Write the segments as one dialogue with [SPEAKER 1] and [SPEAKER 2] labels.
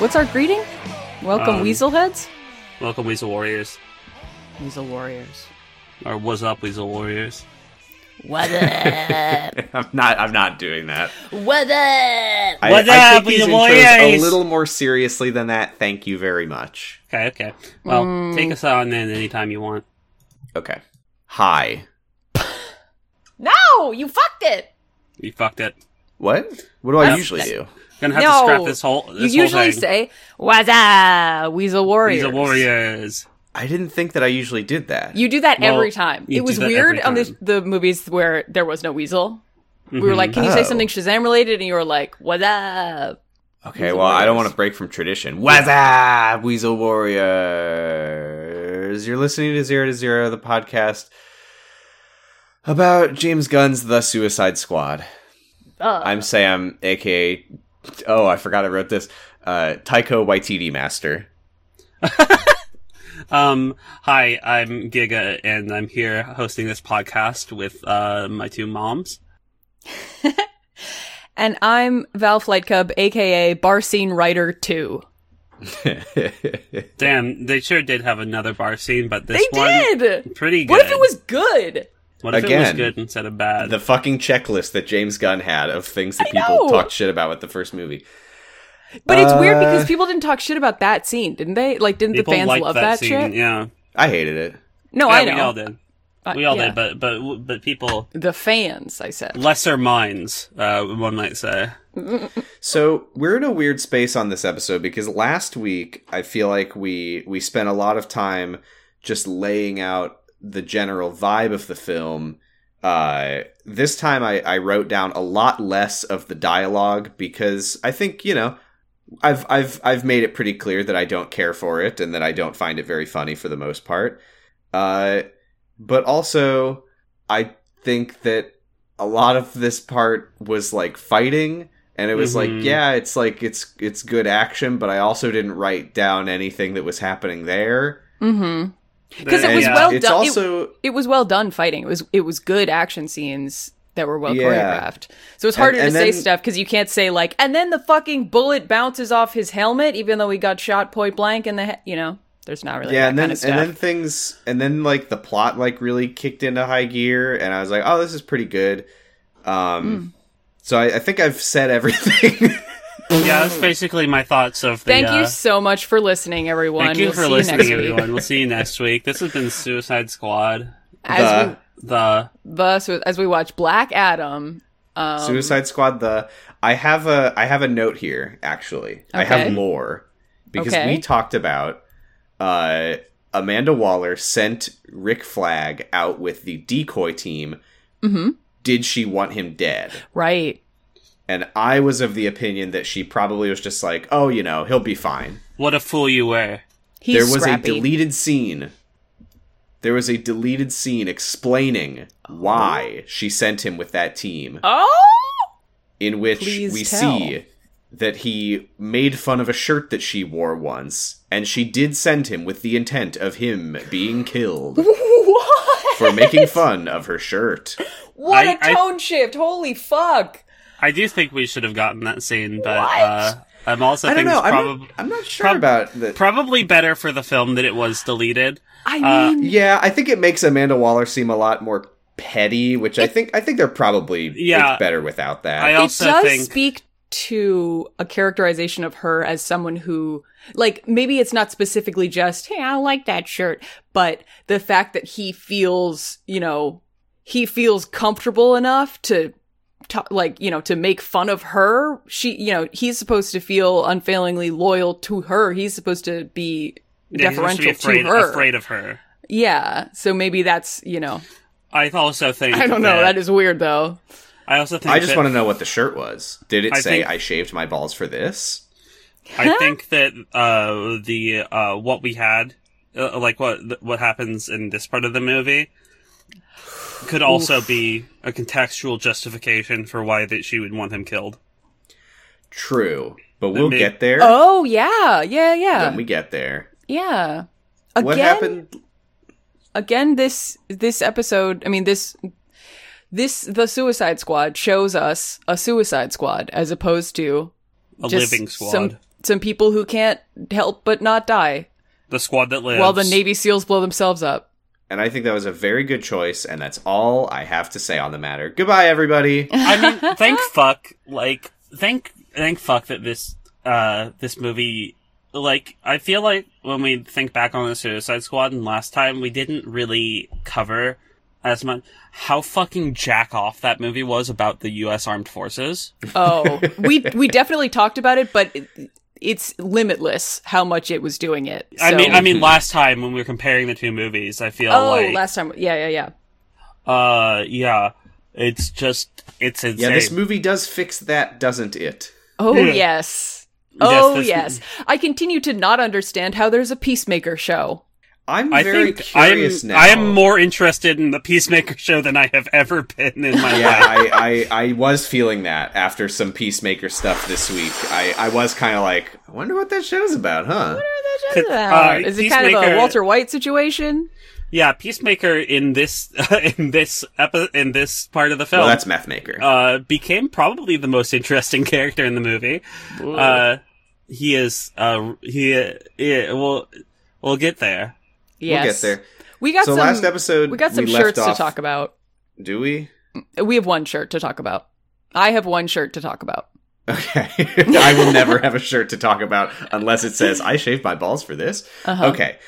[SPEAKER 1] What's our greeting? Welcome,
[SPEAKER 2] Um,
[SPEAKER 1] Weasel Heads?
[SPEAKER 2] Welcome, Weasel Warriors.
[SPEAKER 1] Weasel Warriors.
[SPEAKER 2] Or what's up, Weasel Warriors?
[SPEAKER 1] What up?
[SPEAKER 3] I'm not. I'm not doing that.
[SPEAKER 1] what up?
[SPEAKER 3] I,
[SPEAKER 2] What's
[SPEAKER 3] I
[SPEAKER 2] up,
[SPEAKER 3] take these
[SPEAKER 2] Weasel
[SPEAKER 3] intros a
[SPEAKER 2] Warriors?
[SPEAKER 3] little more seriously than that. Thank you very much.
[SPEAKER 2] Okay, okay. Well,
[SPEAKER 1] Mm.
[SPEAKER 2] take us on then anytime you want.
[SPEAKER 3] Okay. Hi.
[SPEAKER 1] No, you fucked it.
[SPEAKER 2] You fucked it.
[SPEAKER 3] What? What do I usually do?
[SPEAKER 2] Gonna have
[SPEAKER 1] No.
[SPEAKER 2] to scrap this whole. This
[SPEAKER 1] you
[SPEAKER 2] whole
[SPEAKER 1] usually
[SPEAKER 2] thing.
[SPEAKER 1] say, What's up, Weasel Warriors?
[SPEAKER 2] Weasel Warriors.
[SPEAKER 3] I didn't think that I usually did that.
[SPEAKER 1] You do that
[SPEAKER 2] Well,
[SPEAKER 1] every time.
[SPEAKER 2] you
[SPEAKER 1] It
[SPEAKER 2] do
[SPEAKER 1] was
[SPEAKER 2] that
[SPEAKER 1] weird
[SPEAKER 2] every
[SPEAKER 1] on the,
[SPEAKER 2] time.
[SPEAKER 1] the movies where there was no weasel. We
[SPEAKER 2] Mm-hmm.
[SPEAKER 1] were like, "Can you say
[SPEAKER 3] Oh.
[SPEAKER 1] something Shazam related?" And you were like, "What up?"
[SPEAKER 3] okay. Well, I don't want to break from tradition. What's up, Weasel Warriors? You're listening to Zero to Zero, the podcast about James Gunn's The Suicide Squad.
[SPEAKER 1] Uh,
[SPEAKER 3] I'm Sam, aka. Oh, I forgot I wrote this. Uh, Taiko Waititi Master.
[SPEAKER 2] Um, hi, I'm Giga, and I'm here hosting this podcast with uh, my two moms.
[SPEAKER 1] and I'm Val Flight Cub, aka Bar Scene Writer Two.
[SPEAKER 2] Damn, they sure did have another bar scene, but this
[SPEAKER 1] They
[SPEAKER 2] one
[SPEAKER 1] did.
[SPEAKER 2] pretty good.
[SPEAKER 1] What if it was good?
[SPEAKER 2] What if
[SPEAKER 3] Again.
[SPEAKER 2] it was good instead of bad?
[SPEAKER 3] the fucking checklist that James Gunn had of things that
[SPEAKER 1] know.
[SPEAKER 3] people talked shit about with the first movie.
[SPEAKER 1] But it's weird because
[SPEAKER 3] Uh,
[SPEAKER 1] people didn't talk shit about that scene, didn't they? Like, didn't the
[SPEAKER 2] People
[SPEAKER 1] fans
[SPEAKER 2] liked
[SPEAKER 1] love
[SPEAKER 2] that,
[SPEAKER 1] that,
[SPEAKER 2] scene.
[SPEAKER 1] shit?
[SPEAKER 2] Yeah,
[SPEAKER 3] I hated it.
[SPEAKER 1] No,
[SPEAKER 2] yeah
[SPEAKER 1] I
[SPEAKER 2] we all
[SPEAKER 1] know.
[SPEAKER 2] did.
[SPEAKER 1] Uh,
[SPEAKER 2] We all
[SPEAKER 1] yeah.
[SPEAKER 2] did, but but but people
[SPEAKER 1] the fans, I said.
[SPEAKER 2] lesser minds, uh, one might say.
[SPEAKER 3] So we're in a weird space on this episode because last week I feel like we we spent a lot of time just laying out the general vibe of the film. Uh, this time I, I wrote down a lot less of the dialogue because I think you know I've I've I've made it pretty clear that I don't care for it and that I don't find it very funny for the most part. Uh, but also I think that a lot of this part was like fighting and it was
[SPEAKER 2] Mhm.
[SPEAKER 3] like yeah it's like it's it's good action but I also didn't write down anything that was happening there.
[SPEAKER 1] Mm-hmm. 'Cause it
[SPEAKER 2] They-
[SPEAKER 1] was
[SPEAKER 2] yeah.
[SPEAKER 1] well
[SPEAKER 3] it's
[SPEAKER 1] done- it-
[SPEAKER 3] also
[SPEAKER 1] It was well done fighting. It was it was good action scenes that were well
[SPEAKER 3] Yeah.
[SPEAKER 1] choreographed. So it's
[SPEAKER 3] And-
[SPEAKER 1] harder
[SPEAKER 3] and
[SPEAKER 1] to say
[SPEAKER 3] then-
[SPEAKER 1] stuff because you can't say like, and then the fucking bullet bounces off his helmet, even though he got shot point blank in the he-, you know. There's not really
[SPEAKER 3] yeah,
[SPEAKER 1] that
[SPEAKER 3] and then
[SPEAKER 1] kind of stuff.
[SPEAKER 3] and then things and then like the plot like really kicked into high gear, and I was like, oh, this is pretty good.
[SPEAKER 1] Mm.
[SPEAKER 3] Um, so I, I think I've said everything.
[SPEAKER 2] yeah, that's basically my thoughts of the.
[SPEAKER 1] Thank
[SPEAKER 2] uh,
[SPEAKER 1] you so much for listening, everyone.
[SPEAKER 2] Thank you
[SPEAKER 1] We'll
[SPEAKER 2] for
[SPEAKER 1] see
[SPEAKER 2] listening,
[SPEAKER 1] next
[SPEAKER 2] everyone.
[SPEAKER 1] Week.
[SPEAKER 2] We'll see you next week. This has been Suicide Squad.
[SPEAKER 3] Uh,
[SPEAKER 1] As
[SPEAKER 2] The
[SPEAKER 1] we, thus, as we watch Black Adam, um,
[SPEAKER 3] Suicide Squad. The I have a I have a note here actually.
[SPEAKER 1] Okay.
[SPEAKER 3] I have lore because
[SPEAKER 1] Okay.
[SPEAKER 3] we talked about uh, Amanda Waller sent Rick Flag out with the decoy team.
[SPEAKER 1] mhm,
[SPEAKER 3] Did she want him dead?
[SPEAKER 1] right?
[SPEAKER 3] And I was of the opinion that she probably was just like, oh, you know, he'll be fine.
[SPEAKER 2] what a fool you were.
[SPEAKER 1] He's
[SPEAKER 3] there was
[SPEAKER 1] scrappy.
[SPEAKER 3] a deleted scene. There was a deleted scene explaining why she sent him with that team,
[SPEAKER 1] Oh,
[SPEAKER 3] in which
[SPEAKER 1] Please
[SPEAKER 3] we
[SPEAKER 1] tell.
[SPEAKER 3] see that he made fun of a shirt that she wore once, and she did send him with the intent of him being killed
[SPEAKER 1] what?
[SPEAKER 3] for making fun of her shirt.
[SPEAKER 1] What
[SPEAKER 2] I-
[SPEAKER 1] a
[SPEAKER 2] I-
[SPEAKER 1] tone shift! Holy fuck!
[SPEAKER 2] I do think we should have gotten that scene, but
[SPEAKER 1] What?
[SPEAKER 2] uh, I'm also
[SPEAKER 3] I don't
[SPEAKER 2] think
[SPEAKER 3] know.
[SPEAKER 2] it's
[SPEAKER 3] I'm,
[SPEAKER 2] probably
[SPEAKER 3] not, I'm not sure
[SPEAKER 2] prob-
[SPEAKER 3] about that.
[SPEAKER 2] probably better for the film that it was deleted.
[SPEAKER 1] I
[SPEAKER 2] Uh,
[SPEAKER 1] mean,
[SPEAKER 3] yeah, I think it makes Amanda Waller seem a lot more petty, which I think I think they're probably
[SPEAKER 2] Yeah.
[SPEAKER 3] it's better without that.
[SPEAKER 2] I
[SPEAKER 1] it
[SPEAKER 2] also
[SPEAKER 1] does
[SPEAKER 2] think
[SPEAKER 1] speak to a characterization of her as someone who, like, maybe it's not specifically just, hey, I like that shirt, but the fact that he feels, you know, he feels comfortable enough to. ta like you know to make fun of her she you know he's supposed to feel unfailingly loyal to her he's supposed to be
[SPEAKER 2] yeah, he's
[SPEAKER 1] deferential
[SPEAKER 2] supposed to be afraid,
[SPEAKER 1] to her
[SPEAKER 2] afraid of her.
[SPEAKER 1] Yeah. So maybe that's, you know,
[SPEAKER 2] I also think
[SPEAKER 1] I don't know. That is weird though.
[SPEAKER 2] I also think
[SPEAKER 3] I just
[SPEAKER 2] that-
[SPEAKER 3] want to know what the shirt was. Did it
[SPEAKER 2] I
[SPEAKER 3] say
[SPEAKER 2] think-
[SPEAKER 3] I shaved my balls for this?
[SPEAKER 2] I think that uh, the uh, what we had, uh, like what what happens in this part of the movie, could also be a contextual justification for why that she would want him killed.
[SPEAKER 3] True, but we'll
[SPEAKER 2] may-
[SPEAKER 3] get there
[SPEAKER 1] Oh, yeah. Yeah. Yeah.
[SPEAKER 3] when we get there.
[SPEAKER 1] yeah. Again,
[SPEAKER 3] What happened?
[SPEAKER 1] again, this, this episode, I mean, this, this, the Suicide Squad shows us a Suicide Squad as opposed to
[SPEAKER 2] A
[SPEAKER 1] just
[SPEAKER 2] living squad.
[SPEAKER 1] some some people who can't help but not die
[SPEAKER 2] The squad that lives.
[SPEAKER 1] while the Navy SEALs blow themselves up.
[SPEAKER 3] And I think that was a very good choice, and that's all I have to say on the matter. Goodbye, everybody.
[SPEAKER 2] I mean, thank fuck. Like, thank thank fuck that this uh this movie. Like, I feel like when we think back on the Suicide Squad and last time, we didn't really cover as much how fucking jack off that movie was about the U.S. Armed Forces.
[SPEAKER 1] Oh, we we definitely talked about it, but it, it's limitless how much it was doing it.
[SPEAKER 2] I
[SPEAKER 1] So-
[SPEAKER 2] mean, I mean, last time when we were comparing the two movies, I feel
[SPEAKER 1] oh,
[SPEAKER 2] like,
[SPEAKER 1] last time, yeah, yeah, yeah.
[SPEAKER 2] uh, yeah, it's just it's
[SPEAKER 3] yeah,
[SPEAKER 2] insane.
[SPEAKER 3] this movie does fix that, doesn't it?
[SPEAKER 1] Oh
[SPEAKER 2] Yeah.
[SPEAKER 1] yes. Oh
[SPEAKER 2] this-
[SPEAKER 1] yes. I continue to not understand how there's a peacemaker show.
[SPEAKER 3] I'm
[SPEAKER 2] I
[SPEAKER 3] very
[SPEAKER 2] think I'm
[SPEAKER 3] curious now.
[SPEAKER 2] I am more interested in the Peacemaker show than I have ever been in my
[SPEAKER 3] yeah,
[SPEAKER 2] life.
[SPEAKER 3] I, I, I was feeling that after some Peacemaker stuff this week. I, I was kind of like, I wonder what that show's about, huh?
[SPEAKER 1] Is
[SPEAKER 2] Uh,
[SPEAKER 1] it kind of a
[SPEAKER 2] Peacemaker-
[SPEAKER 1] Walter White situation?
[SPEAKER 2] Yeah, Peacemaker in this in this epi- in this part of the film
[SPEAKER 3] Well, that's Mathmaker.
[SPEAKER 2] uh, became probably the most interesting character in the movie. Uh, he is uh, he, yeah, we'll we'll get there.
[SPEAKER 1] Yes.
[SPEAKER 3] We'll get there.
[SPEAKER 1] We got
[SPEAKER 3] so
[SPEAKER 1] some
[SPEAKER 3] last episode,
[SPEAKER 1] we got some
[SPEAKER 3] left
[SPEAKER 1] shirts to
[SPEAKER 3] off,
[SPEAKER 1] talk about.
[SPEAKER 3] Do we?
[SPEAKER 1] We have one shirt to talk about. I have one shirt to talk about.
[SPEAKER 3] Okay. I will never have a shirt to talk about unless it says I shaved my balls for this.
[SPEAKER 1] Uh-huh.
[SPEAKER 3] Okay.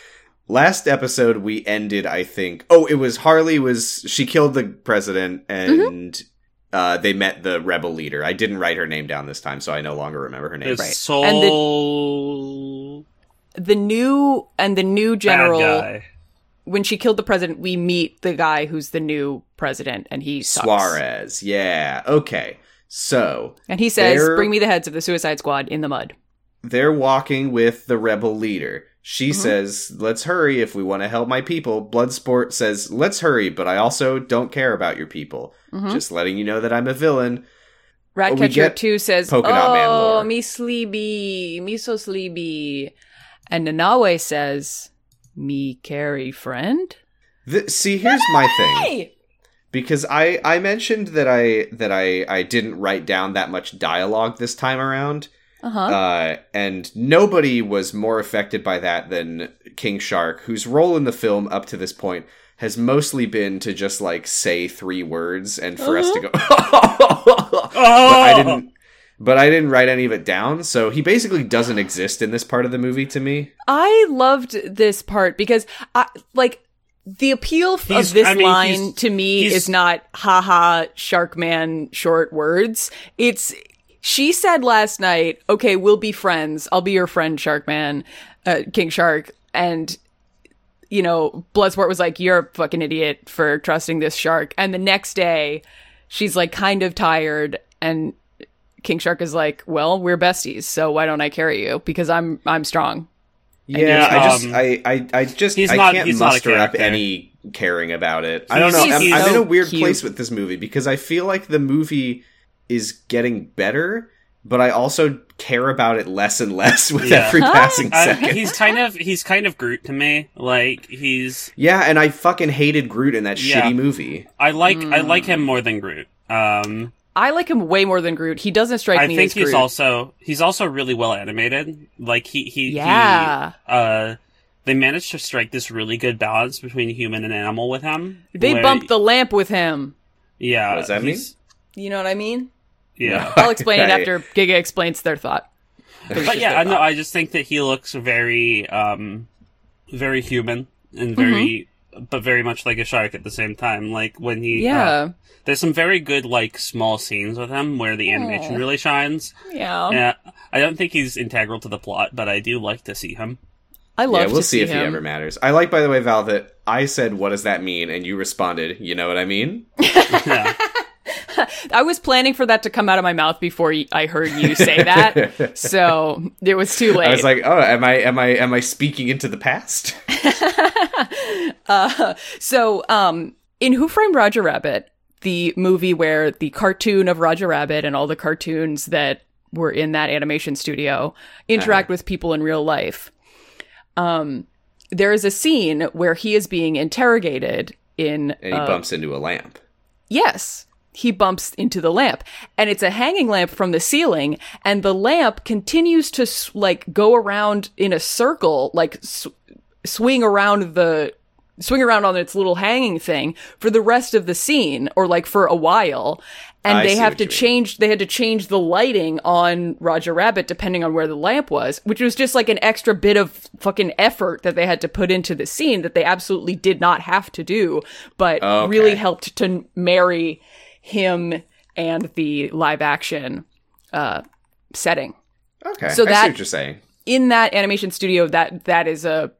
[SPEAKER 3] Last episode we ended I think. Oh, it was Harley was she killed the president and
[SPEAKER 1] Mm-hmm.
[SPEAKER 3] uh, they met the rebel leader. I didn't write her name down this time so I no longer remember her name.
[SPEAKER 2] There's
[SPEAKER 1] Right. And the
[SPEAKER 2] Soul
[SPEAKER 1] The new and the new
[SPEAKER 2] bad
[SPEAKER 1] general
[SPEAKER 2] guy.
[SPEAKER 1] when she killed the president, we meet the guy who's the new president and he sucks.
[SPEAKER 3] Suarez. Yeah. Okay. So,
[SPEAKER 1] And he says,
[SPEAKER 3] There-
[SPEAKER 1] "Bring me the heads of the Suicide Squad in the mud."
[SPEAKER 3] they're walking with the rebel leader. She
[SPEAKER 1] Mhm.
[SPEAKER 3] says, "Let's hurry if we want to help my people." Bloodsport says, "Let's hurry, but I also don't care about your people.
[SPEAKER 1] Mhm.
[SPEAKER 3] Just letting you know that I'm a villain." we
[SPEAKER 1] Ratcatcher
[SPEAKER 3] get
[SPEAKER 1] 2 says,
[SPEAKER 3] Polka Dot Man
[SPEAKER 1] Oh,
[SPEAKER 3] lore."
[SPEAKER 1] me sleepy, me so sleepy. And Nanawe says, Me carry friend?
[SPEAKER 3] Th- see, here's my thing
[SPEAKER 1] Hey!
[SPEAKER 3] because I I mentioned that I that I I didn't write down that much dialogue this time around,
[SPEAKER 1] Uh huh.
[SPEAKER 3] uh, and nobody was more affected by that than King Shark, whose role in the film up to this point has mostly been to just like say three words and for us to go.
[SPEAKER 2] Oh,
[SPEAKER 3] but I didn't. But I didn't write any of it down, so he basically doesn't exist in this part of the movie to me.
[SPEAKER 1] I loved this part because, I like, the appeal f-
[SPEAKER 2] He's-
[SPEAKER 1] of this
[SPEAKER 2] I mean,
[SPEAKER 1] line
[SPEAKER 2] he's-
[SPEAKER 1] to me
[SPEAKER 2] he's-
[SPEAKER 1] is not haha shark man short words. It's she said last night, okay, we'll be friends. I'll be your friend, Shark Man, uh, King Shark. And you know, Bloodsport was like, "You're a fucking idiot for trusting this shark." And the next day, she's like, kind of tired, and King Shark is like, "Well, we're besties, so why don't I carry you? Because I'm I'm strong."
[SPEAKER 3] Yeah,
[SPEAKER 2] he's
[SPEAKER 3] I just,
[SPEAKER 2] not-
[SPEAKER 3] I, I, I just,
[SPEAKER 2] He's
[SPEAKER 3] I
[SPEAKER 2] not-
[SPEAKER 3] can't
[SPEAKER 2] he's not a
[SPEAKER 3] muster up
[SPEAKER 2] character.
[SPEAKER 3] any caring about it. I don't
[SPEAKER 2] He's-
[SPEAKER 3] know.
[SPEAKER 2] he's
[SPEAKER 3] I'm, I'm in
[SPEAKER 1] so
[SPEAKER 3] a weird
[SPEAKER 1] cute.
[SPEAKER 3] place with this movie because I feel like the movie is getting better, but I also care about it less and less with
[SPEAKER 2] Yeah.
[SPEAKER 3] every passing
[SPEAKER 2] Uh,
[SPEAKER 3] second.
[SPEAKER 2] he's kind of he's kind of Groot to me. Like he's
[SPEAKER 3] yeah, and I fucking hated Groot in that
[SPEAKER 2] Yeah.
[SPEAKER 3] shitty movie.
[SPEAKER 2] I like I
[SPEAKER 1] Mm.
[SPEAKER 2] like him more than Groot. Um,
[SPEAKER 1] I like him way more than Groot. He doesn't strike
[SPEAKER 2] I
[SPEAKER 1] me
[SPEAKER 2] think
[SPEAKER 1] as
[SPEAKER 2] he's
[SPEAKER 1] Groot.
[SPEAKER 2] also he's also really well animated. Like he he he-
[SPEAKER 1] yeah,
[SPEAKER 2] uh, they managed to strike this really good balance between human and animal with him.
[SPEAKER 1] they
[SPEAKER 2] where-
[SPEAKER 1] bumped the lamp with him.
[SPEAKER 2] yeah.
[SPEAKER 3] What does that
[SPEAKER 2] he's-
[SPEAKER 1] You know what I mean?
[SPEAKER 2] Yeah,
[SPEAKER 1] I'll explain it
[SPEAKER 3] I-
[SPEAKER 1] after Giga explains their thought.
[SPEAKER 2] but yeah, I know. I just think that he looks very um, very human and
[SPEAKER 1] Mm-hmm.
[SPEAKER 2] very. But very much like a shark at the same time. Like when he, uh,
[SPEAKER 1] Yeah,
[SPEAKER 2] there's some very good like small scenes with him where the animation
[SPEAKER 1] Aw. Um,
[SPEAKER 2] really shines.
[SPEAKER 1] yeah.
[SPEAKER 2] Yeah, I don't think he's integral to the plot, but I do like to see him.
[SPEAKER 1] I love.
[SPEAKER 3] yeah, we'll
[SPEAKER 1] to
[SPEAKER 3] see, if
[SPEAKER 1] him.
[SPEAKER 3] he ever matters. I like, by the way, Val, that I said, "What does that mean?" and you responded, "You know what I mean."
[SPEAKER 2] Yeah.
[SPEAKER 1] I was planning for that to come out of my mouth before y- I heard you say that, so it was too late.
[SPEAKER 3] I was like, "Oh, am I am I am I speaking into the past?"
[SPEAKER 1] uh, so, um, in Who Framed Roger Rabbit, the movie where the cartoon of Roger Rabbit and all the cartoons that were in that animation studio interact with people in real life, um, there is a scene where he is being interrogated in
[SPEAKER 3] And he
[SPEAKER 1] uh,
[SPEAKER 3] bumps into a lamp.
[SPEAKER 1] Yes. he bumps into the lamp and it's a hanging lamp from the ceiling and the lamp continues to s- like go around in a circle like s swing around the swing around on its little hanging thing for the rest of the scene or like for a while and
[SPEAKER 3] I
[SPEAKER 1] they
[SPEAKER 3] see
[SPEAKER 1] have
[SPEAKER 3] what
[SPEAKER 1] to
[SPEAKER 3] you mean.
[SPEAKER 1] change they had to change the lighting on Roger Rabbit depending on where the lamp was which was just like an extra bit of fucking effort that they had to put into the scene that they absolutely did not have to do but
[SPEAKER 3] Oh, Okay.
[SPEAKER 1] really helped to n- marry him and the live action uh setting
[SPEAKER 3] Okay.
[SPEAKER 1] So
[SPEAKER 3] So I
[SPEAKER 1] that-
[SPEAKER 3] see what you're saying.
[SPEAKER 1] in that animation studio that that is a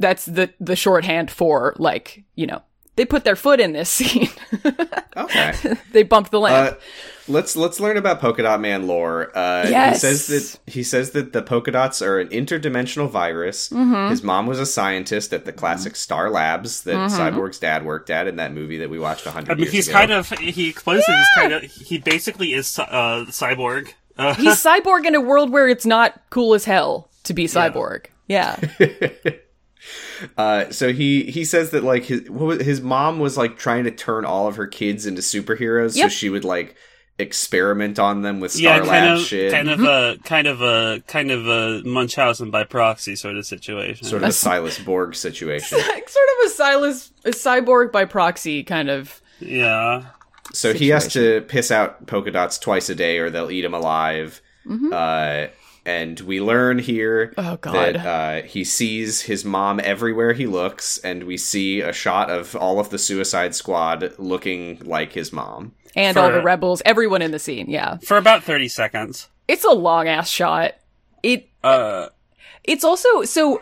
[SPEAKER 1] that's the the shorthand for like you know they put their foot in this scene
[SPEAKER 3] Okay.
[SPEAKER 1] they bumped the lamp
[SPEAKER 3] Uh, let's let's learn about Polka Dot Man lore. Uh,
[SPEAKER 1] Yes.
[SPEAKER 3] He says that he says that the polka dots are an interdimensional virus.
[SPEAKER 1] Mm-hmm.
[SPEAKER 3] His mom was a scientist at the classic Star Labs that
[SPEAKER 1] Mm-hmm.
[SPEAKER 3] Cyborg's dad worked at in that movie that we watched a hundred.
[SPEAKER 2] I mean,
[SPEAKER 3] years
[SPEAKER 2] he's
[SPEAKER 3] ago.
[SPEAKER 2] kind of he explains that he's kind of he basically is uh, cyborg. Uh,
[SPEAKER 1] he's cyborg in a world where it's not cool as hell to be cyborg yeah,
[SPEAKER 3] Uh, so he he says that like his what was, his mom was like trying to turn all of her kids into superheroes, so
[SPEAKER 1] Yep.
[SPEAKER 3] she would like experiment on them with Star
[SPEAKER 2] yeah, kind
[SPEAKER 3] Lab
[SPEAKER 2] of,
[SPEAKER 3] shit, Mm-hmm.
[SPEAKER 2] kind of a kind of a kind of a Munchausen by proxy sort of situation.
[SPEAKER 3] sort of a Silas Borg situation.
[SPEAKER 1] Like, sort of a Silas a cyborg by proxy kind of
[SPEAKER 2] Yeah,
[SPEAKER 3] So he has to piss out polka dots twice a day, or they'll eat him alive. Uh, and we learn here
[SPEAKER 1] Mm-hmm. Oh, God.
[SPEAKER 3] that uh, he sees his mom everywhere he looks, and we see a shot of all of the Suicide Squad looking like his mom.
[SPEAKER 1] and
[SPEAKER 2] For-
[SPEAKER 1] all the rebels everyone in the scene yeah
[SPEAKER 2] for about thirty seconds.
[SPEAKER 1] it's a long ass shot it
[SPEAKER 2] Uh,
[SPEAKER 3] Mm-hmm.
[SPEAKER 1] it's also so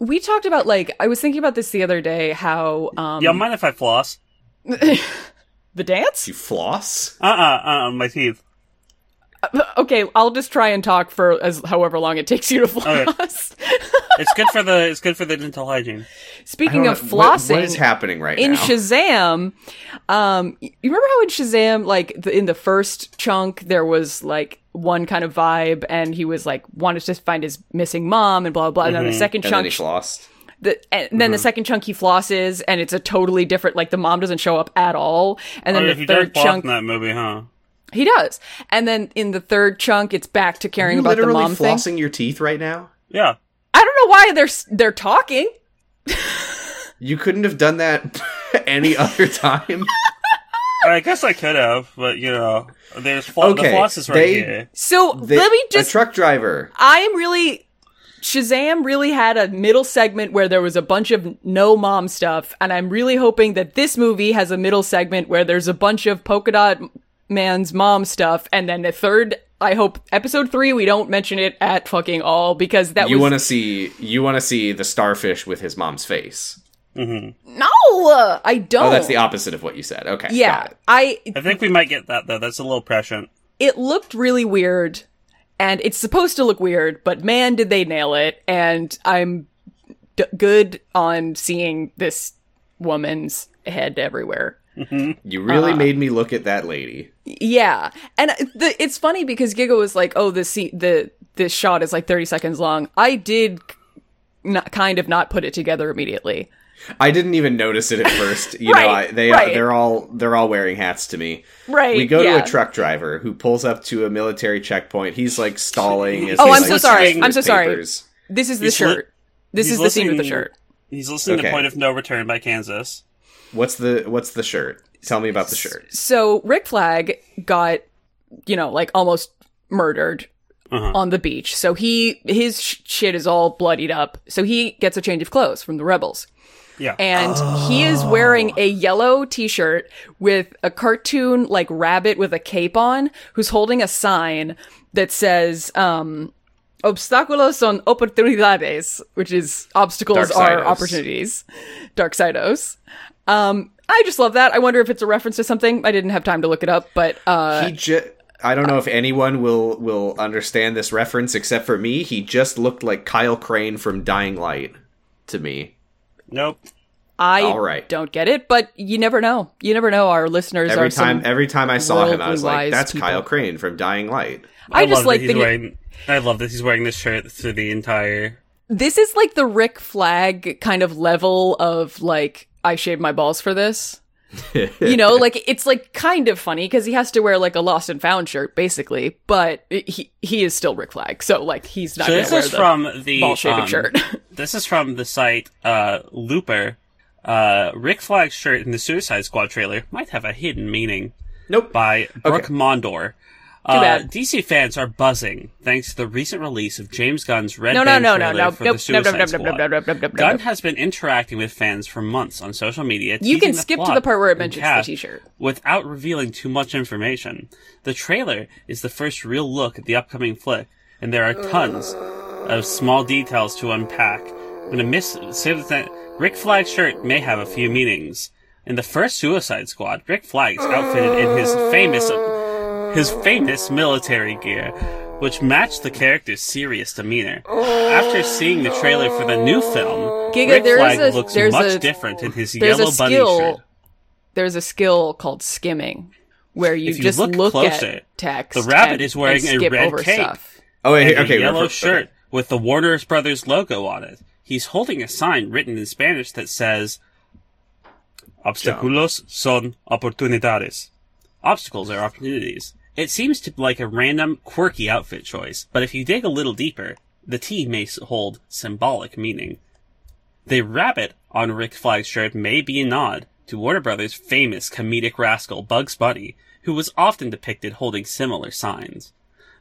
[SPEAKER 1] we talked about like i was thinking about this the other day how um
[SPEAKER 2] y'all mind if I floss?
[SPEAKER 1] the dance
[SPEAKER 3] Do you floss?
[SPEAKER 2] Uh, uh, uh, my teeth.
[SPEAKER 1] Okay, I'll just try and talk for as however long it takes you to
[SPEAKER 2] Okay.
[SPEAKER 1] floss.
[SPEAKER 2] It's good for the it's good for the dental hygiene.
[SPEAKER 3] I
[SPEAKER 1] Speaking
[SPEAKER 3] don't
[SPEAKER 1] of
[SPEAKER 3] know. What-
[SPEAKER 1] flossing,
[SPEAKER 3] what is happening right
[SPEAKER 1] in
[SPEAKER 3] now?
[SPEAKER 1] Shazam, um, you remember how in Shazam, like the, in the first chunk, there was like one kind of vibe, and he was like wanted to find his missing mom and blah blah. blah. And then the second
[SPEAKER 3] Mm-hmm. and then he Mm-hmm.
[SPEAKER 1] chunk,
[SPEAKER 3] flossed.
[SPEAKER 1] the, and then the second chunk he flosses, and it's a totally different. Like the mom doesn't show up at all, and then
[SPEAKER 2] Oh,
[SPEAKER 1] the
[SPEAKER 2] if you don't
[SPEAKER 1] third
[SPEAKER 2] floss
[SPEAKER 1] chunk
[SPEAKER 2] in that movie, huh?
[SPEAKER 1] he does, and then in the third chunk, it's back to caring
[SPEAKER 3] You
[SPEAKER 1] about the
[SPEAKER 3] literally
[SPEAKER 1] mom thing.
[SPEAKER 3] flossing your teeth right now?
[SPEAKER 2] Yeah.
[SPEAKER 1] I don't know why they're s- they're talking.
[SPEAKER 3] You couldn't have done that any other time.
[SPEAKER 2] I guess I could have, but you know, there's flo- the
[SPEAKER 3] Okay,
[SPEAKER 2] floss is right
[SPEAKER 3] they-
[SPEAKER 2] here.
[SPEAKER 1] So
[SPEAKER 3] They-
[SPEAKER 1] let me just.
[SPEAKER 3] a truck driver.
[SPEAKER 1] I am really. Shazam really had a middle segment where there was a bunch of no mom stuff, and I'm really hoping that this movie has a middle segment where there's a bunch of Polka Dot Man's mom stuff, and then the third. I hope episode three we don't mention it at fucking all because that
[SPEAKER 3] You
[SPEAKER 1] was
[SPEAKER 3] want to see you want to see the starfish with his mom's face.
[SPEAKER 1] no. uh, I don't.
[SPEAKER 3] Oh, that's the opposite of what you said. Okay.
[SPEAKER 1] yeah.
[SPEAKER 3] got it.
[SPEAKER 1] I
[SPEAKER 2] I think we might get that though. That's a little prescient.
[SPEAKER 1] it looked really weird and it's supposed to look weird but man did they nail it and i'm d- good on seeing this woman's head everywhere
[SPEAKER 3] You really
[SPEAKER 1] Uh-huh.
[SPEAKER 3] made me look at that lady.
[SPEAKER 1] yeah and the, it's funny because giga was like oh this scene, the this shot is like 30 seconds long i did k- not, kind of not put it together immediately
[SPEAKER 3] I didn't even notice it at first. You know, I,
[SPEAKER 1] Right,
[SPEAKER 3] they
[SPEAKER 1] right.
[SPEAKER 3] they're all they're all wearing hats to me.
[SPEAKER 1] right
[SPEAKER 3] We go
[SPEAKER 1] yeah.
[SPEAKER 3] to a truck driver who pulls up to a military checkpoint. He's like stalling. As
[SPEAKER 1] Oh,
[SPEAKER 3] he,
[SPEAKER 1] I'm
[SPEAKER 3] like,
[SPEAKER 1] so sorry.
[SPEAKER 3] looks
[SPEAKER 1] I'm so
[SPEAKER 3] through
[SPEAKER 1] sorry.
[SPEAKER 3] papers.
[SPEAKER 1] this is the
[SPEAKER 2] He's li-
[SPEAKER 1] shirt this
[SPEAKER 2] he's
[SPEAKER 1] is the scene with the
[SPEAKER 2] listening-
[SPEAKER 1] shirt
[SPEAKER 2] He's listening
[SPEAKER 3] Okay.
[SPEAKER 2] to Point of No Return by Kansas.
[SPEAKER 3] What's the what's the shirt? Tell me about the shirt.
[SPEAKER 1] so Rick Flag got, you know, like almost murdered
[SPEAKER 2] Uh-huh.
[SPEAKER 1] on the beach. So he his sh- shit is all bloodied up. So he gets a change of clothes from the rebels.
[SPEAKER 2] Yeah.
[SPEAKER 1] And he is wearing a yellow t-shirt with a cartoon like rabbit with a cape on who's holding a sign that says um Obstáculos son oportunidades, which is obstacles are
[SPEAKER 3] Darksiders.
[SPEAKER 1] opportunities. Darksidos. Um, I just love that. I wonder if it's a reference to something. I didn't have time to look it up, but uh,
[SPEAKER 3] He just. I don't know if anyone will will understand this reference except for me. He just looked like Kyle Crane from Dying Light to me.
[SPEAKER 2] nope.
[SPEAKER 1] I
[SPEAKER 3] all right.
[SPEAKER 1] don't get it. But you never know. You never know. Our listeners
[SPEAKER 3] Every
[SPEAKER 1] are some-
[SPEAKER 3] time every time I saw him, I
[SPEAKER 1] worldly
[SPEAKER 3] was like,
[SPEAKER 1] wise
[SPEAKER 3] "That's
[SPEAKER 1] people.
[SPEAKER 3] Kyle Crane from Dying Light."
[SPEAKER 1] I, just
[SPEAKER 2] love
[SPEAKER 1] like
[SPEAKER 2] that he's
[SPEAKER 1] the
[SPEAKER 2] wearing. I love that he's wearing this shirt through the entire.
[SPEAKER 1] this is like the Rick Flag kind of level of like I shaved my balls for this. you know like it's like kind of funny because he has to wear like a lost and found shirt basically but he he is still rick flag so like he's not
[SPEAKER 2] So
[SPEAKER 1] gonna
[SPEAKER 2] this
[SPEAKER 1] wear
[SPEAKER 2] is
[SPEAKER 1] the
[SPEAKER 2] from the
[SPEAKER 1] ball shaped
[SPEAKER 2] um,
[SPEAKER 1] shirt
[SPEAKER 2] This is from the site uh, Looper. Uh, Rick Flag's shirt in the Suicide Squad trailer might have a hidden meaning
[SPEAKER 3] nope.
[SPEAKER 2] by Brooke
[SPEAKER 3] Okay.
[SPEAKER 2] Mondor.
[SPEAKER 1] Too
[SPEAKER 2] Uh,
[SPEAKER 1] bad.
[SPEAKER 2] DC fans are buzzing thanks to the recent release of James Gunn's Red
[SPEAKER 1] no no
[SPEAKER 2] Band
[SPEAKER 1] no no
[SPEAKER 2] trailer
[SPEAKER 1] no
[SPEAKER 2] for
[SPEAKER 1] nope
[SPEAKER 2] the Suicide
[SPEAKER 1] nope nope nope
[SPEAKER 2] Squad.
[SPEAKER 1] nope nope nope nope nope
[SPEAKER 2] Gunn
[SPEAKER 1] nope
[SPEAKER 2] has been interacting with fans for months on social media.
[SPEAKER 1] you
[SPEAKER 2] teasing
[SPEAKER 1] can
[SPEAKER 2] the
[SPEAKER 1] skip to
[SPEAKER 2] plot
[SPEAKER 1] the part where it
[SPEAKER 2] and
[SPEAKER 1] mentions the
[SPEAKER 2] cast
[SPEAKER 1] t-shirt
[SPEAKER 2] without revealing too much information. The trailer is the first real look at the upcoming flick, and there are tons of small details to unpack. I'm gonna miss save that Rick Flag's shirt may have a few meanings. In the first Suicide Squad, Rick Flag is outfitted in his famous his famous military gear, which matched the character's serious demeanor. After seeing the trailer for the new film,
[SPEAKER 1] Giga,
[SPEAKER 2] Rick
[SPEAKER 1] there
[SPEAKER 2] Flag
[SPEAKER 1] is a-
[SPEAKER 2] looks
[SPEAKER 1] there's
[SPEAKER 2] much
[SPEAKER 1] a-
[SPEAKER 2] different in his
[SPEAKER 1] there's
[SPEAKER 2] yellow
[SPEAKER 1] a
[SPEAKER 2] bunny
[SPEAKER 1] skill
[SPEAKER 2] shirt.
[SPEAKER 1] there's a skill called skimming where you,
[SPEAKER 2] If you
[SPEAKER 1] just
[SPEAKER 2] look
[SPEAKER 1] look,
[SPEAKER 2] closer,
[SPEAKER 1] at text
[SPEAKER 2] the rabbit
[SPEAKER 1] and-
[SPEAKER 2] is wearing
[SPEAKER 1] and
[SPEAKER 2] a
[SPEAKER 1] skip
[SPEAKER 2] red
[SPEAKER 1] over
[SPEAKER 2] cape.
[SPEAKER 1] stuff
[SPEAKER 3] Oh wait,
[SPEAKER 2] and
[SPEAKER 3] okay.
[SPEAKER 2] a
[SPEAKER 3] we're
[SPEAKER 2] yellow
[SPEAKER 3] for-
[SPEAKER 2] shirt
[SPEAKER 3] okay.
[SPEAKER 2] with the Warner Brothers logo on it. He's holding a sign written in Spanish that says Obstaculos son oportunidades. Obstacles are opportunities. It seems to be like a random, quirky outfit choice, but if you dig a little deeper, the T may s- hold symbolic meaning. The rabbit on Rick Flag's shirt may be a nod to Warner Brothers' famous comedic rascal Bugs Bunny, who was often depicted holding similar signs.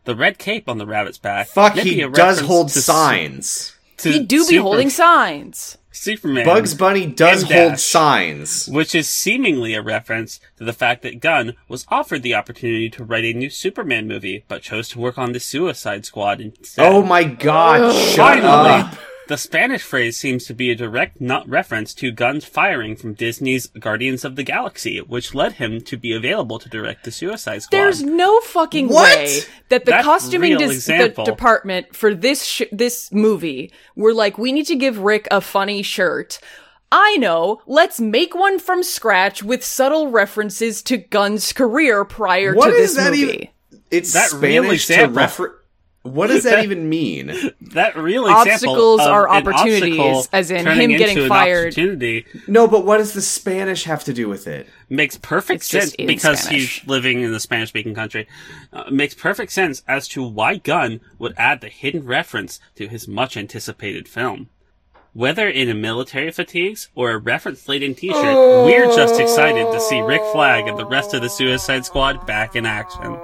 [SPEAKER 2] The red cape on the rabbit's back.
[SPEAKER 3] Fuck,
[SPEAKER 2] may be
[SPEAKER 3] he
[SPEAKER 2] a
[SPEAKER 3] does
[SPEAKER 2] reference
[SPEAKER 3] hold
[SPEAKER 2] to s-
[SPEAKER 3] signs.
[SPEAKER 2] to
[SPEAKER 1] he do be
[SPEAKER 2] Super-
[SPEAKER 1] holding signs
[SPEAKER 2] Superman.
[SPEAKER 3] Bugs Bunny does
[SPEAKER 2] and
[SPEAKER 3] hold
[SPEAKER 2] Dash.
[SPEAKER 3] signs.
[SPEAKER 2] which is seemingly a reference to the fact that Gunn was offered the opportunity to write a new Superman movie, but chose to work on the Suicide Squad instead.
[SPEAKER 3] Oh my god, shut up.
[SPEAKER 2] Finally, Uh, the Spanish phrase seems to be a direct not reference to Gunn's firing from Disney's Guardians of the Galaxy, which led him to be available to direct the Suicide Squad.
[SPEAKER 1] There's no fucking
[SPEAKER 3] What?
[SPEAKER 1] way that the
[SPEAKER 2] That's
[SPEAKER 1] costuming
[SPEAKER 2] real
[SPEAKER 1] dis- the
[SPEAKER 2] example.
[SPEAKER 1] department for this sh- this movie were like, we need to give Rick a funny shirt. I know. Let's make one from scratch with subtle references to Gunn's career prior
[SPEAKER 3] What
[SPEAKER 1] to
[SPEAKER 3] is
[SPEAKER 1] this
[SPEAKER 3] that
[SPEAKER 1] movie.
[SPEAKER 3] even- It's
[SPEAKER 2] That real
[SPEAKER 3] Spanish to
[SPEAKER 2] example-
[SPEAKER 3] refer. What does that even mean?
[SPEAKER 2] that real
[SPEAKER 1] Obstacles
[SPEAKER 2] example of
[SPEAKER 1] are
[SPEAKER 2] an
[SPEAKER 1] opportunities,
[SPEAKER 2] obstacle
[SPEAKER 1] as in
[SPEAKER 2] turning
[SPEAKER 1] him getting
[SPEAKER 2] into an
[SPEAKER 1] fired.
[SPEAKER 2] opportunity
[SPEAKER 3] No, but what does the Spanish have to do with it?
[SPEAKER 2] makes perfect
[SPEAKER 1] It's just
[SPEAKER 2] sense
[SPEAKER 1] in
[SPEAKER 2] because
[SPEAKER 1] Spanish.
[SPEAKER 2] he's living in the Spanish speaking country. Uh, makes perfect sense as to why Gunn would add the hidden reference to his much anticipated film. Whether in a military fatigues or a reference laden t shirt, we're just excited to see Rick Flag and the rest of the Suicide Squad back in action.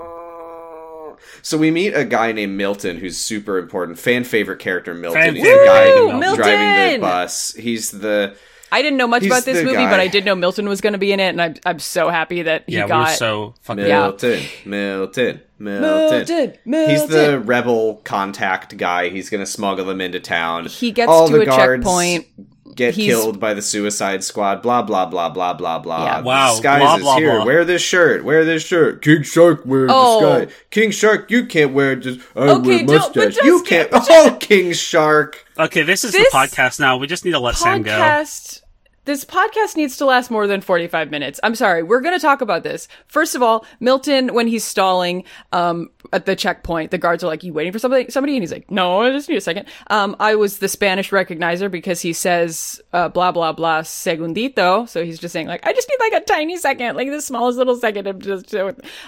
[SPEAKER 3] So we meet a guy named Milton who's super important, fan favorite character Milton.
[SPEAKER 2] Fan
[SPEAKER 3] He's the
[SPEAKER 2] favorite
[SPEAKER 3] guy
[SPEAKER 2] character
[SPEAKER 3] who's
[SPEAKER 1] Milton.
[SPEAKER 3] driving the
[SPEAKER 1] Milton!
[SPEAKER 3] bus. He's the
[SPEAKER 1] I didn't know much
[SPEAKER 3] He's
[SPEAKER 1] about this
[SPEAKER 3] the
[SPEAKER 1] movie,
[SPEAKER 3] guy.
[SPEAKER 1] but I did know Milton was going to be in it, and I'm I'm so happy that he
[SPEAKER 2] yeah,
[SPEAKER 1] got
[SPEAKER 2] we're so fucking.
[SPEAKER 1] Yeah.
[SPEAKER 3] Milton, Milton, Milton,
[SPEAKER 1] Milton.
[SPEAKER 3] He's the
[SPEAKER 1] Milton.
[SPEAKER 3] rebel contact guy. He's gonna smuggle them into town.
[SPEAKER 1] He gets
[SPEAKER 3] All
[SPEAKER 1] to
[SPEAKER 3] the
[SPEAKER 1] a
[SPEAKER 3] guards
[SPEAKER 1] checkpoint.
[SPEAKER 3] Get
[SPEAKER 1] He's-
[SPEAKER 3] killed by the Suicide Squad. Blah blah blah blah blah blah.
[SPEAKER 1] Yeah.
[SPEAKER 2] Wow,
[SPEAKER 3] Disguises
[SPEAKER 2] blah, blah,
[SPEAKER 3] here.
[SPEAKER 2] blah.
[SPEAKER 3] Wear this shirt. Wear this shirt. King Shark wear
[SPEAKER 1] Oh.
[SPEAKER 3] this guy. King Shark, you can't wear just. I
[SPEAKER 1] Okay,
[SPEAKER 3] wear
[SPEAKER 1] don't- but
[SPEAKER 3] mustache.
[SPEAKER 1] just-
[SPEAKER 3] you can't. Oh, King Shark.
[SPEAKER 2] Okay, this is
[SPEAKER 1] This
[SPEAKER 2] the podcast now. We just need to let Sam go.
[SPEAKER 1] podcast this podcast needs to last more than 45 minutes i'm sorry we're going to talk about this first of all milton when he's stalling um, at the checkpoint the guards are like you waiting for somebody somebody and he's like no i just need a second um, i was the spanish recognizer because he says uh, blah blah blah segundito so he's just saying like i just need like a tiny second like the smallest little second of just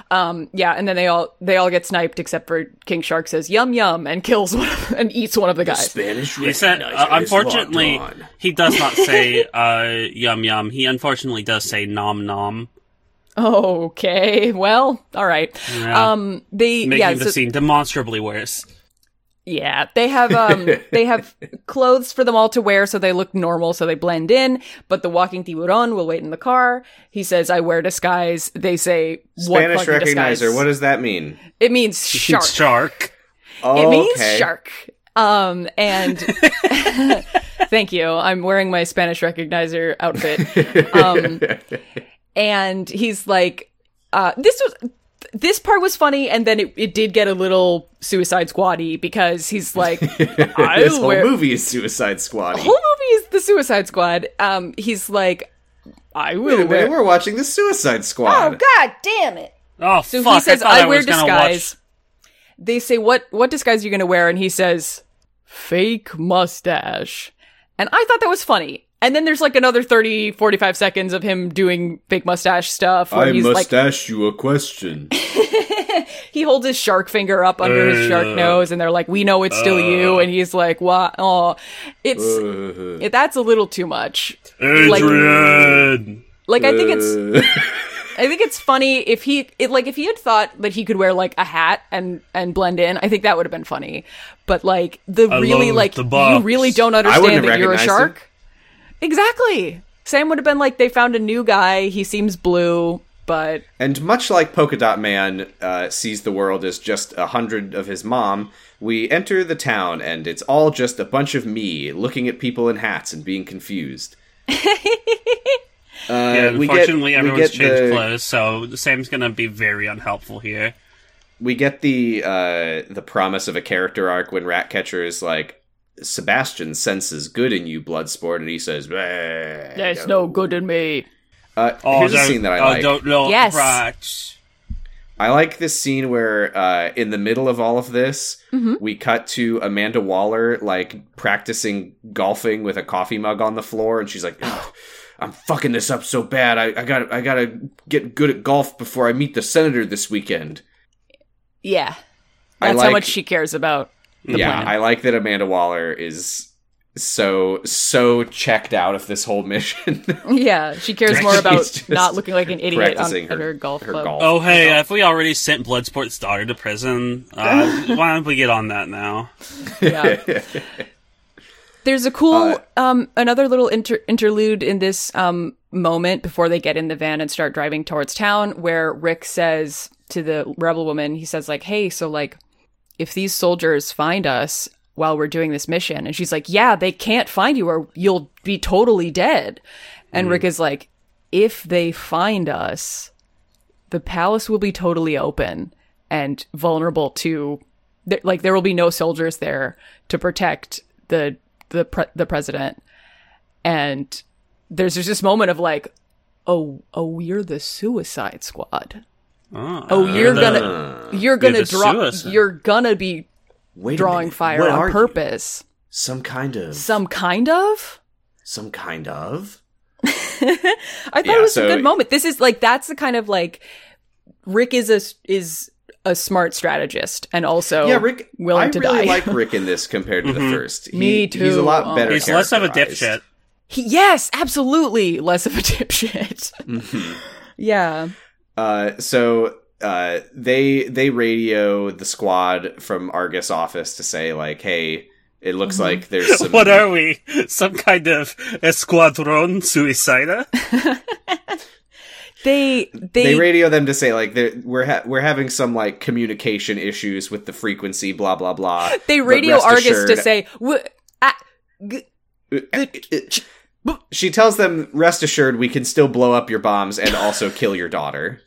[SPEAKER 1] um, yeah and then they all they all get sniped except for king shark says yum yum and kills one of, and eats one of the guys
[SPEAKER 3] Spanish.
[SPEAKER 2] He said, uh, unfortunately, he does not say uh, yum yum. He unfortunately does say nom nom.
[SPEAKER 1] Okay. Well, all right.
[SPEAKER 2] Yeah.
[SPEAKER 1] Um they
[SPEAKER 2] making
[SPEAKER 1] yeah,
[SPEAKER 2] the
[SPEAKER 1] so-
[SPEAKER 2] scene demonstrably worse.
[SPEAKER 1] yeah, they have um they have clothes for them all to wear so they look normal so they blend in, but the walking tiburon will wait in the car. He says I wear disguise. They say what
[SPEAKER 3] Spanish
[SPEAKER 1] fucking
[SPEAKER 3] recognizer.
[SPEAKER 1] disguise?
[SPEAKER 3] What does that mean?
[SPEAKER 1] It means shark.
[SPEAKER 2] Shark.
[SPEAKER 3] Oh,
[SPEAKER 1] It means
[SPEAKER 3] okay.
[SPEAKER 1] shark. Um and thank you. I'm wearing my Spanish recognizer outfit. Um, and he's like, uh, this was this part was funny, and then it, it did get a little Suicide Squaddy because he's like, I
[SPEAKER 3] this whole
[SPEAKER 1] wear-
[SPEAKER 3] movie is Suicide Squad.
[SPEAKER 1] whole movie is the Suicide Squad. Um, he's like, I
[SPEAKER 3] Wait a
[SPEAKER 1] will
[SPEAKER 3] minute,
[SPEAKER 1] wear.
[SPEAKER 3] we're watching the Suicide Squad.
[SPEAKER 1] God damn it!
[SPEAKER 2] Oh
[SPEAKER 1] So
[SPEAKER 2] fuck!
[SPEAKER 1] he says,
[SPEAKER 2] I, thought
[SPEAKER 1] I,
[SPEAKER 2] I
[SPEAKER 1] wear
[SPEAKER 2] was gonna
[SPEAKER 1] disguise. They say, what what disguise are you going to wear? And he says, fake mustache. And I thought that was funny. And then there's like another 30, 45 seconds of him doing fake mustache stuff where he's like
[SPEAKER 3] ask you a question.
[SPEAKER 1] he holds his shark finger up under his shark
[SPEAKER 2] Uh.
[SPEAKER 1] nose and they're like, We know it's still you and he's like, What oh it's
[SPEAKER 3] Adrian.
[SPEAKER 1] it- that's a little too much.
[SPEAKER 2] Adrian.
[SPEAKER 1] Like I think it's
[SPEAKER 3] Uh.
[SPEAKER 1] I think it's funny if he it, like if he had thought that he could wear like a hat and and blend in. I think that would have been funny. But like the
[SPEAKER 2] I
[SPEAKER 1] really
[SPEAKER 2] love
[SPEAKER 1] like
[SPEAKER 2] the box.
[SPEAKER 1] you really don't
[SPEAKER 3] wouldn't
[SPEAKER 1] understand
[SPEAKER 3] have
[SPEAKER 1] that you're a
[SPEAKER 3] recognized
[SPEAKER 1] shark. Exactly. Sam would have been like they found a new guy. He seems blue, but
[SPEAKER 3] And much like Polka Dot Man uh, sees the world as just a hundred of his mom, we enter the town and it's all just a bunch of me looking at people in hats and being confused. uh,
[SPEAKER 2] Yeah,
[SPEAKER 3] we get-
[SPEAKER 2] unfortunately,
[SPEAKER 3] we
[SPEAKER 2] everyone's
[SPEAKER 3] get
[SPEAKER 2] changed
[SPEAKER 3] the-
[SPEAKER 2] clothes, so Sam's gonna be very unhelpful here.
[SPEAKER 3] we get the uh the promise of a character arc when Ratcatcher is like Sebastian senses good in you, Bloodsport, and he says,
[SPEAKER 1] there's
[SPEAKER 3] "There's
[SPEAKER 1] no good in me.
[SPEAKER 3] Uh,
[SPEAKER 2] Oh,
[SPEAKER 3] here's a
[SPEAKER 2] don't-
[SPEAKER 3] scene that I
[SPEAKER 2] oh,
[SPEAKER 3] like.
[SPEAKER 2] don't know.
[SPEAKER 1] Yes.
[SPEAKER 2] Right.
[SPEAKER 3] I like this scene where, uh, in the middle of all of this, we cut to Amanda Waller like practicing golfing with a coffee mug on the floor, and she's like, "Ugh, "I'm fucking this up so bad. I, I got I gotta get good at golf before I meet the senator this weekend."
[SPEAKER 1] Yeah,
[SPEAKER 3] I
[SPEAKER 1] that's how
[SPEAKER 3] like-
[SPEAKER 1] much she cares about. the
[SPEAKER 3] yeah,
[SPEAKER 1] planet.
[SPEAKER 3] I like that Amanda Waller is so so checked out of this whole mission.
[SPEAKER 1] Yeah, she cares more
[SPEAKER 3] She's
[SPEAKER 1] about
[SPEAKER 3] just
[SPEAKER 1] not looking like an idiot on,
[SPEAKER 3] practicing
[SPEAKER 1] at
[SPEAKER 3] her-
[SPEAKER 1] her golf
[SPEAKER 3] her
[SPEAKER 1] club.
[SPEAKER 3] golf.
[SPEAKER 2] Oh, hey, if we already sent Bloodsport's daughter to prison, uh, why don't we get on that now?
[SPEAKER 1] Yeah. There's a cool
[SPEAKER 3] Uh,
[SPEAKER 1] um another little inter- interlude in this um moment before they get in the van and start driving towards town where Rick says to the rebel woman he says like hey so like if these soldiers find us while we're doing this mission and she's like yeah they can't find you or you'll be totally dead and Rick is like if they find us the palace will be totally open and vulnerable to th- like there will be no soldiers there to protect the the pre- the president and there's just this moment of like oh oh you're the suicide squad
[SPEAKER 2] Oh,
[SPEAKER 1] oh you're
[SPEAKER 2] the-
[SPEAKER 1] gonna you're gonna
[SPEAKER 2] the
[SPEAKER 1] drop
[SPEAKER 2] suicide.
[SPEAKER 1] you're gonna be
[SPEAKER 3] Uh, Wait a
[SPEAKER 1] drawing
[SPEAKER 3] minute,
[SPEAKER 1] fire
[SPEAKER 3] what are
[SPEAKER 1] on
[SPEAKER 3] you?
[SPEAKER 1] purpose
[SPEAKER 3] Some kind of
[SPEAKER 1] some kind of
[SPEAKER 3] some kind of.
[SPEAKER 1] I thought
[SPEAKER 3] Yeah,
[SPEAKER 1] it was
[SPEAKER 3] so-
[SPEAKER 1] a good moment. This is like that's the kind of like Rick is a is a smart strategist and
[SPEAKER 2] Oh,
[SPEAKER 1] also
[SPEAKER 3] yeah, Rick.
[SPEAKER 1] willing
[SPEAKER 3] I
[SPEAKER 1] to die.
[SPEAKER 3] really like Rick in this compared to the first. He,
[SPEAKER 1] Me
[SPEAKER 3] He's a
[SPEAKER 1] too.
[SPEAKER 3] lot
[SPEAKER 1] Oh.
[SPEAKER 3] better.
[SPEAKER 2] Mm-hmm. He's less of a dipshit.
[SPEAKER 3] characterized.
[SPEAKER 1] He- yes, absolutely less of a dipshit.
[SPEAKER 3] Mm-hmm.
[SPEAKER 1] yeah.
[SPEAKER 3] Uh, so uh, they they radio the squad from Argus office to say like, hey, it looks
[SPEAKER 1] Mm-hmm.
[SPEAKER 3] like there's some.
[SPEAKER 2] What are we? Some kind of esquadron suicida?
[SPEAKER 1] They they,
[SPEAKER 3] they, radio them to say like they're- we're ha- we're having some like communication issues with the frequency, blah blah blah.
[SPEAKER 1] they
[SPEAKER 3] But
[SPEAKER 1] radio
[SPEAKER 3] rest
[SPEAKER 1] Argus to
[SPEAKER 3] assured- uh,
[SPEAKER 1] say "W- ah, g-
[SPEAKER 3] She tells them, "Rest assured, we can still blow up your bombs and also kill your daughter."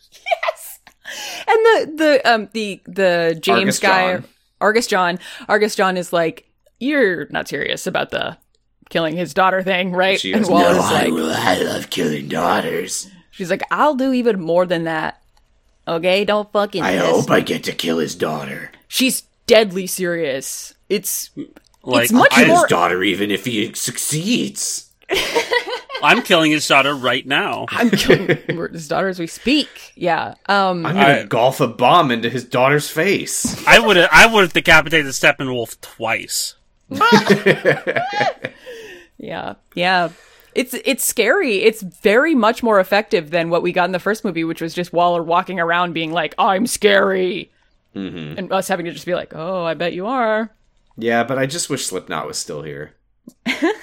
[SPEAKER 1] and the the um the the James
[SPEAKER 3] Argus
[SPEAKER 1] guy
[SPEAKER 3] John.
[SPEAKER 1] Argus John Argus John is like you're not serious about the killing his daughter thing, right?
[SPEAKER 3] She
[SPEAKER 1] and
[SPEAKER 3] goes,
[SPEAKER 1] Wallace
[SPEAKER 3] "No,
[SPEAKER 1] is like
[SPEAKER 3] I love killing daughters.
[SPEAKER 1] She's like, I'll do even more than that. Okay, don't fucking. piss."
[SPEAKER 3] I get to kill his daughter.
[SPEAKER 1] She's deadly serious. It's
[SPEAKER 2] Like,
[SPEAKER 1] much
[SPEAKER 2] I'm,
[SPEAKER 1] more-
[SPEAKER 3] daughter, even if he succeeds.
[SPEAKER 2] I'm killing his daughter right now.
[SPEAKER 1] I'm killing his daughter as we speak. Yeah. Um.
[SPEAKER 3] I'm gonna
[SPEAKER 2] I-
[SPEAKER 3] golf a bomb into his daughter's face.
[SPEAKER 2] I would have I would have decapitated Steppenwolf twice.
[SPEAKER 1] Yeah. Yeah. It's it's scary. It's very much more effective than what we got in the first movie, which was just Waller walking around being like, "I'm scary," and us having to just be like, "Oh, I bet you are."
[SPEAKER 3] Yeah, but I just wish Slipknot was still here. That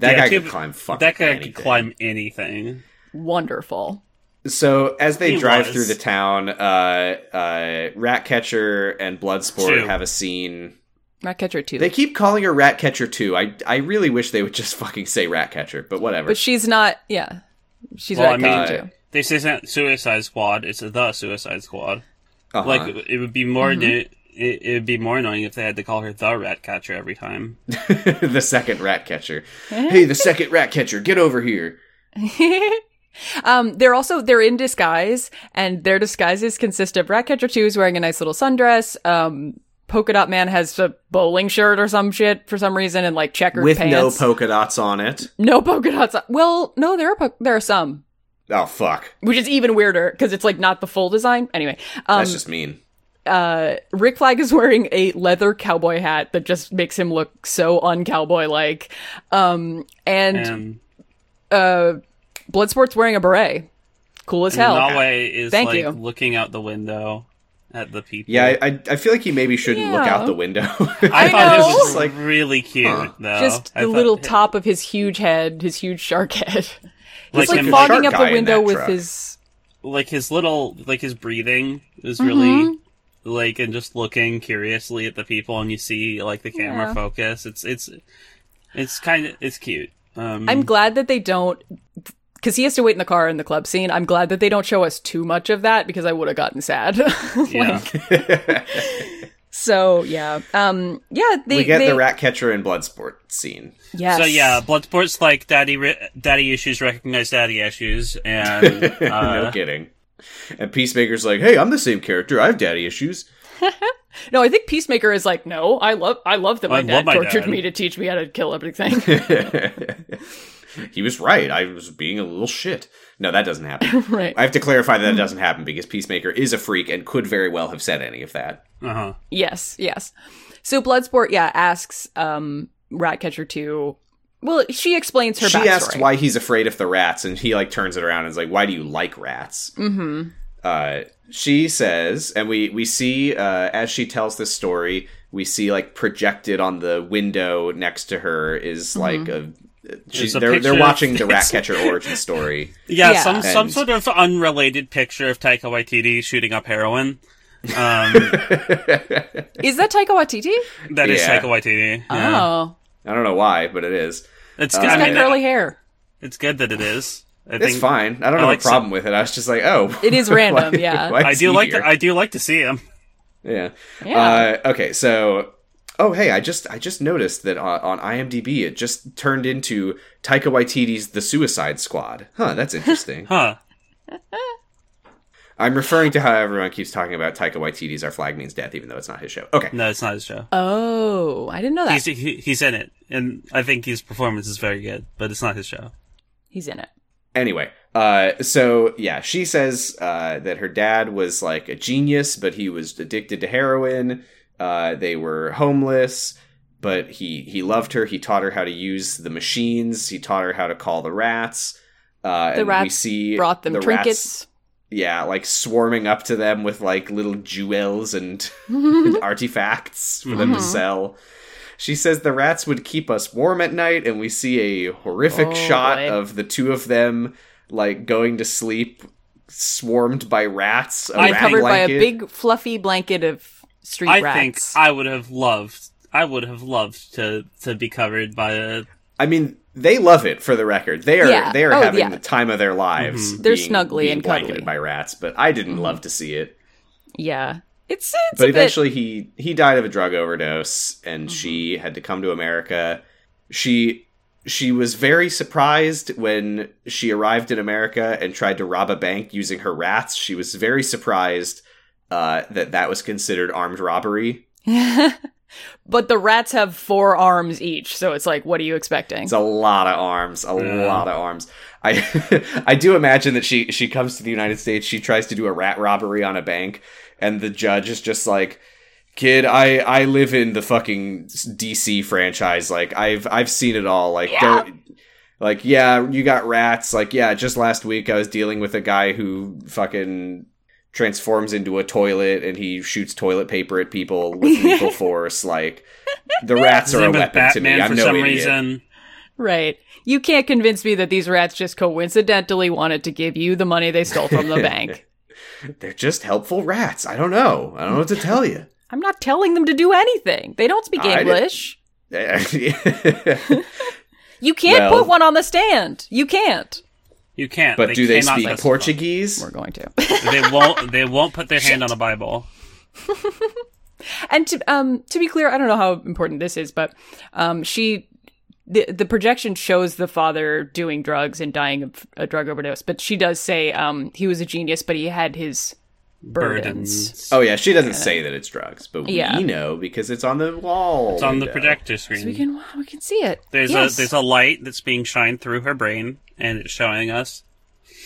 [SPEAKER 2] Yeah,
[SPEAKER 3] guy
[SPEAKER 2] too-
[SPEAKER 3] could climb fucking
[SPEAKER 2] That guy
[SPEAKER 3] anything.
[SPEAKER 2] could climb anything.
[SPEAKER 1] Wonderful.
[SPEAKER 3] So as they
[SPEAKER 2] He
[SPEAKER 3] drive
[SPEAKER 2] was.
[SPEAKER 3] through the town, uh, uh, Ratcatcher and Bloodsport
[SPEAKER 2] Two.
[SPEAKER 3] have a scene.
[SPEAKER 1] Ratcatcher too.
[SPEAKER 3] They keep calling her Ratcatcher too. I I really wish they would just fucking say Ratcatcher, but whatever.
[SPEAKER 1] but she's not. Yeah. She's
[SPEAKER 2] Well, I
[SPEAKER 1] Ratcatcher
[SPEAKER 2] mean-
[SPEAKER 1] too.
[SPEAKER 2] This isn't Suicide Squad. It's the Suicide Squad.
[SPEAKER 3] Uh-huh.
[SPEAKER 2] Like it would be more
[SPEAKER 1] Mm-hmm.
[SPEAKER 2] anno- it, it would be more annoying if they had to call her the Rat Catcher every time.
[SPEAKER 3] the second rat catcher. hey, the second rat catcher, get over here.
[SPEAKER 1] um, they're also they're in disguise, and their disguises consist of Ratcatcher Two is wearing a nice little sundress. Um, Polka Dot Man has a bowling shirt or some shit for some reason and like checkered
[SPEAKER 3] with no
[SPEAKER 1] pants.
[SPEAKER 3] polka dots on it.
[SPEAKER 1] no polka dots. Well, no, there are po- there are some,
[SPEAKER 3] Oh fuck,
[SPEAKER 1] which is even weirder because it's like not the full design. Anyway, um,
[SPEAKER 3] that's just mean.
[SPEAKER 1] uh, Rick Flag is wearing a leather cowboy hat that just makes him look so uncowboy like. Um, and
[SPEAKER 2] And
[SPEAKER 1] uh, Bloodsport's wearing a beret. Cool as hell.
[SPEAKER 2] Nalwe is
[SPEAKER 1] Thank
[SPEAKER 2] like
[SPEAKER 1] you.
[SPEAKER 2] looking out the window at the people.
[SPEAKER 3] Yeah, I, I I feel like he maybe shouldn't look
[SPEAKER 1] Yeah.
[SPEAKER 3] out the window.
[SPEAKER 2] I,
[SPEAKER 1] I know.
[SPEAKER 2] thought this was
[SPEAKER 3] Just like-
[SPEAKER 2] really cute, though.
[SPEAKER 1] Just
[SPEAKER 2] I
[SPEAKER 1] the
[SPEAKER 2] thought-
[SPEAKER 1] little top of his huge head, his huge shark head. He's
[SPEAKER 2] Like
[SPEAKER 1] like,
[SPEAKER 2] him-
[SPEAKER 1] fogging up
[SPEAKER 3] Shark guy
[SPEAKER 1] the
[SPEAKER 3] in
[SPEAKER 1] window
[SPEAKER 3] that
[SPEAKER 1] with
[SPEAKER 3] truck.
[SPEAKER 1] his.
[SPEAKER 2] like his little like his breathing is really
[SPEAKER 1] Mm-hmm.
[SPEAKER 2] like and just looking curiously at the people and you see like the camera
[SPEAKER 1] Yeah.
[SPEAKER 2] focus it's it's it's kind of it's cute um
[SPEAKER 1] I'm glad that they don't. Because he has to wait in the car in the club scene. I'm glad that they don't show us too much of that because I would have gotten sad.
[SPEAKER 2] yeah
[SPEAKER 1] so yeah, um, yeah. They,
[SPEAKER 3] we get
[SPEAKER 1] they,
[SPEAKER 3] the rat catcher and bloodsport scene.
[SPEAKER 1] Yes.
[SPEAKER 2] so yeah bloodsport's like daddy ri- daddy issues recognize daddy issues and
[SPEAKER 3] no
[SPEAKER 2] uh,
[SPEAKER 3] kidding. And Peacemaker's like, hey, I'm the same character. I have daddy issues.
[SPEAKER 1] No, I think Peacemaker is like, no, I love, I love that my
[SPEAKER 2] I
[SPEAKER 1] dad
[SPEAKER 2] love my
[SPEAKER 1] tortured
[SPEAKER 2] dad."
[SPEAKER 1] me to teach me how to kill everything.
[SPEAKER 3] he was right. I was being a little shit. No, that doesn't happen.
[SPEAKER 1] right.
[SPEAKER 3] I have to clarify that it doesn't happen because Peacemaker is a freak and could very well have said any of that.
[SPEAKER 2] uh-huh.
[SPEAKER 1] Yes, yes. So Bloodsport, yeah, asks um Ratcatcher to. Well, she explains her
[SPEAKER 3] she
[SPEAKER 1] backstory.
[SPEAKER 3] asks why he's afraid of the rats, and he like turns it around and is like, "Why do you like rats?"
[SPEAKER 1] Mm-hmm.
[SPEAKER 3] Uh, she says, and we we see uh, as she tells this story, we see like projected on the window next to her is
[SPEAKER 1] Mm-hmm.
[SPEAKER 3] like a. She's,
[SPEAKER 2] a
[SPEAKER 3] they're they're
[SPEAKER 2] picture
[SPEAKER 3] watching
[SPEAKER 2] of
[SPEAKER 3] the
[SPEAKER 2] this.
[SPEAKER 3] Ratcatcher origin story.
[SPEAKER 2] yeah,
[SPEAKER 1] Yeah.
[SPEAKER 2] some some
[SPEAKER 3] And-
[SPEAKER 2] sort of unrelated picture of taika waititi shooting up heroin um
[SPEAKER 1] Is that Taika Waititi?
[SPEAKER 2] that is
[SPEAKER 3] Yeah.
[SPEAKER 2] taika waititi yeah.
[SPEAKER 1] Oh,
[SPEAKER 3] I don't know why, but it is.
[SPEAKER 2] it's
[SPEAKER 3] Uh,
[SPEAKER 2] good
[SPEAKER 1] he's
[SPEAKER 2] I
[SPEAKER 1] got
[SPEAKER 2] mean,
[SPEAKER 1] curly hair.
[SPEAKER 2] it's good that it is i
[SPEAKER 3] It's
[SPEAKER 2] think
[SPEAKER 3] fine. I
[SPEAKER 2] I
[SPEAKER 3] don't have
[SPEAKER 2] like
[SPEAKER 3] a problem with it. I was just like, oh,
[SPEAKER 1] It is random, yeah.
[SPEAKER 3] why
[SPEAKER 2] i
[SPEAKER 3] is
[SPEAKER 2] do
[SPEAKER 3] he
[SPEAKER 2] like
[SPEAKER 3] here?
[SPEAKER 2] to, i do like to see him
[SPEAKER 3] Yeah.
[SPEAKER 1] Yeah.
[SPEAKER 3] Uh, okay, so oh hey, I just I just noticed that on, on IMDb it just turned into Taika Waititi's The Suicide Squad. Huh, that's interesting.
[SPEAKER 2] huh
[SPEAKER 3] I'm referring to how everyone keeps talking about Taika Waititi's Our Flag Means Death, even though it's not his show. Okay.
[SPEAKER 2] no it's not his show
[SPEAKER 1] Oh, I didn't know that.
[SPEAKER 2] he's
[SPEAKER 1] He's,
[SPEAKER 2] he, he's in it, and I think his performance is very good, but it's not his show.
[SPEAKER 1] in it.
[SPEAKER 3] Anyway, uh, so yeah, she says uh, that her dad was like a genius, but he was addicted to heroin. Uh, they were homeless, but he he loved her. He taught her how to use the machines. He taught her how to call the rats. Uh,
[SPEAKER 1] The
[SPEAKER 3] and we
[SPEAKER 1] rats
[SPEAKER 3] see
[SPEAKER 1] Brought them
[SPEAKER 3] the rats-
[SPEAKER 1] trinkets.
[SPEAKER 3] yeah, like swarming up to them with like little jewels and artifacts for them to
[SPEAKER 1] Mhm.
[SPEAKER 3] sell. She says the rats would keep us warm at night, and we see a horrific
[SPEAKER 1] Oh,
[SPEAKER 3] shot
[SPEAKER 1] boy.
[SPEAKER 3] of the two of them like going to sleep, swarmed by rats. A
[SPEAKER 2] I
[SPEAKER 3] rat
[SPEAKER 1] covered by a
[SPEAKER 3] blanket.
[SPEAKER 1] big fluffy blanket of street
[SPEAKER 2] I think
[SPEAKER 1] rats.
[SPEAKER 2] I would have loved, I would have loved to to be covered by a.
[SPEAKER 3] I mean, they love it for the record. They are
[SPEAKER 1] Yeah.
[SPEAKER 3] they are
[SPEAKER 1] Oh,
[SPEAKER 3] having
[SPEAKER 1] yeah.
[SPEAKER 3] the time of their lives.
[SPEAKER 1] They're
[SPEAKER 3] being-
[SPEAKER 1] snuggly
[SPEAKER 3] being
[SPEAKER 1] and
[SPEAKER 3] blanketed
[SPEAKER 1] cuddly.
[SPEAKER 3] by rats, but I didn't love to see it.
[SPEAKER 1] yeah, it's it's
[SPEAKER 3] but
[SPEAKER 1] a bit.
[SPEAKER 3] eventually he he died of a drug overdose and she had to come to america she she was very surprised when she arrived in america and tried to rob a bank using her rats she was very surprised uh, that that was considered armed robbery
[SPEAKER 1] but the rats have four arms each, so it's like, what are you expecting?
[SPEAKER 3] it's a lot of arms a
[SPEAKER 2] Yeah.
[SPEAKER 3] lot of arms i i do imagine that she she comes to the united states she tries to do a rat robbery on a bank and the judge is just like kid i i live in the fucking dc franchise like i've i've seen it all like
[SPEAKER 1] Yeah.
[SPEAKER 3] don't like yeah you got rats like yeah just last week i was dealing with a guy who fucking transforms into a toilet and he shoots toilet paper at people with lethal force like the rats
[SPEAKER 2] His
[SPEAKER 3] are a
[SPEAKER 2] name is
[SPEAKER 3] weapon to me
[SPEAKER 2] Batman
[SPEAKER 3] i'm
[SPEAKER 2] for
[SPEAKER 3] no
[SPEAKER 2] some
[SPEAKER 3] idiot
[SPEAKER 2] reason.
[SPEAKER 1] Right. You can't convince me that these rats just coincidentally wanted to give you the money they stole from the bank.
[SPEAKER 3] They're just helpful rats. I don't know. I don't know what to tell you.
[SPEAKER 1] I'm not telling them to do anything. They don't speak
[SPEAKER 3] I didn't-
[SPEAKER 1] English.
[SPEAKER 3] but
[SPEAKER 1] You can't
[SPEAKER 3] Well-
[SPEAKER 1] put one on the stand. You can't.
[SPEAKER 2] You can't.
[SPEAKER 3] do they
[SPEAKER 2] cannot
[SPEAKER 3] speak
[SPEAKER 2] listen.
[SPEAKER 3] Portuguese?
[SPEAKER 1] We're going to.
[SPEAKER 2] they won't. They won't put their hand on a Bible.
[SPEAKER 1] and to um to be clear, I don't know how important this is, but um she the the projection shows the father doing drugs and dying of a drug overdose, but she does say um he was a genius, but he had his burdens.
[SPEAKER 3] Oh yeah, she doesn't say that it's drugs, but we
[SPEAKER 1] Yeah.
[SPEAKER 3] know because it's on the wall.
[SPEAKER 2] It's on the
[SPEAKER 3] window.
[SPEAKER 2] projector
[SPEAKER 1] So we
[SPEAKER 2] screen.
[SPEAKER 1] can wow, we can see it.
[SPEAKER 2] There's
[SPEAKER 1] Yes.
[SPEAKER 2] a there's a light that's being shined through her brain, and it's showing us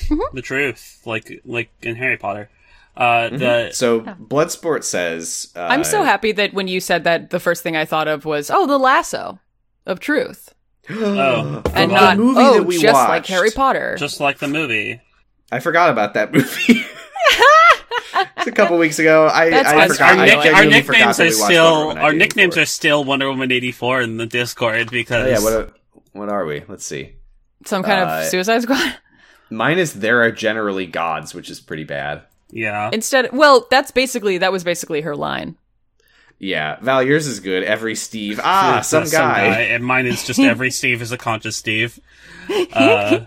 [SPEAKER 1] Mm-hmm.
[SPEAKER 2] the truth, like like in Harry Potter. Uh, The
[SPEAKER 3] So Bloodsport says, uh,
[SPEAKER 1] I'm so happy that when you said that, the first thing I thought of was oh, the lasso of truth,
[SPEAKER 3] Mm-hmm.
[SPEAKER 2] oh,
[SPEAKER 1] and
[SPEAKER 3] the
[SPEAKER 1] not
[SPEAKER 3] movie
[SPEAKER 1] oh,
[SPEAKER 3] that we
[SPEAKER 1] just like
[SPEAKER 3] watched."
[SPEAKER 1] Harry Potter.
[SPEAKER 2] just like the movie.
[SPEAKER 3] I forgot about that movie." It's a couple weeks ago. I,
[SPEAKER 1] That's
[SPEAKER 3] I
[SPEAKER 1] fine.
[SPEAKER 3] forgot.
[SPEAKER 2] Our,
[SPEAKER 1] I
[SPEAKER 2] nick-
[SPEAKER 3] I
[SPEAKER 2] our
[SPEAKER 3] genuinely forgot
[SPEAKER 2] nicknames
[SPEAKER 3] that
[SPEAKER 2] are
[SPEAKER 3] we watched Wonder
[SPEAKER 2] still
[SPEAKER 3] Woman
[SPEAKER 2] our
[SPEAKER 3] 1984.
[SPEAKER 2] nicknames are still Wonder Woman eighty four in the Discord because
[SPEAKER 3] Oh, yeah, what a- what are we? Let's see.
[SPEAKER 1] Some kind
[SPEAKER 3] uh,
[SPEAKER 1] of Suicide Squad.
[SPEAKER 3] Mine is there are generally gods, which is pretty bad.
[SPEAKER 2] yeah.
[SPEAKER 1] Instead, well, that's basically that was basically her line.
[SPEAKER 3] Yeah, Val, yours is good. Every Steve, ah,
[SPEAKER 2] It's,
[SPEAKER 3] some,
[SPEAKER 2] uh,
[SPEAKER 3] guy.
[SPEAKER 2] and mine is just every Steve is a conscious Steve. Uh,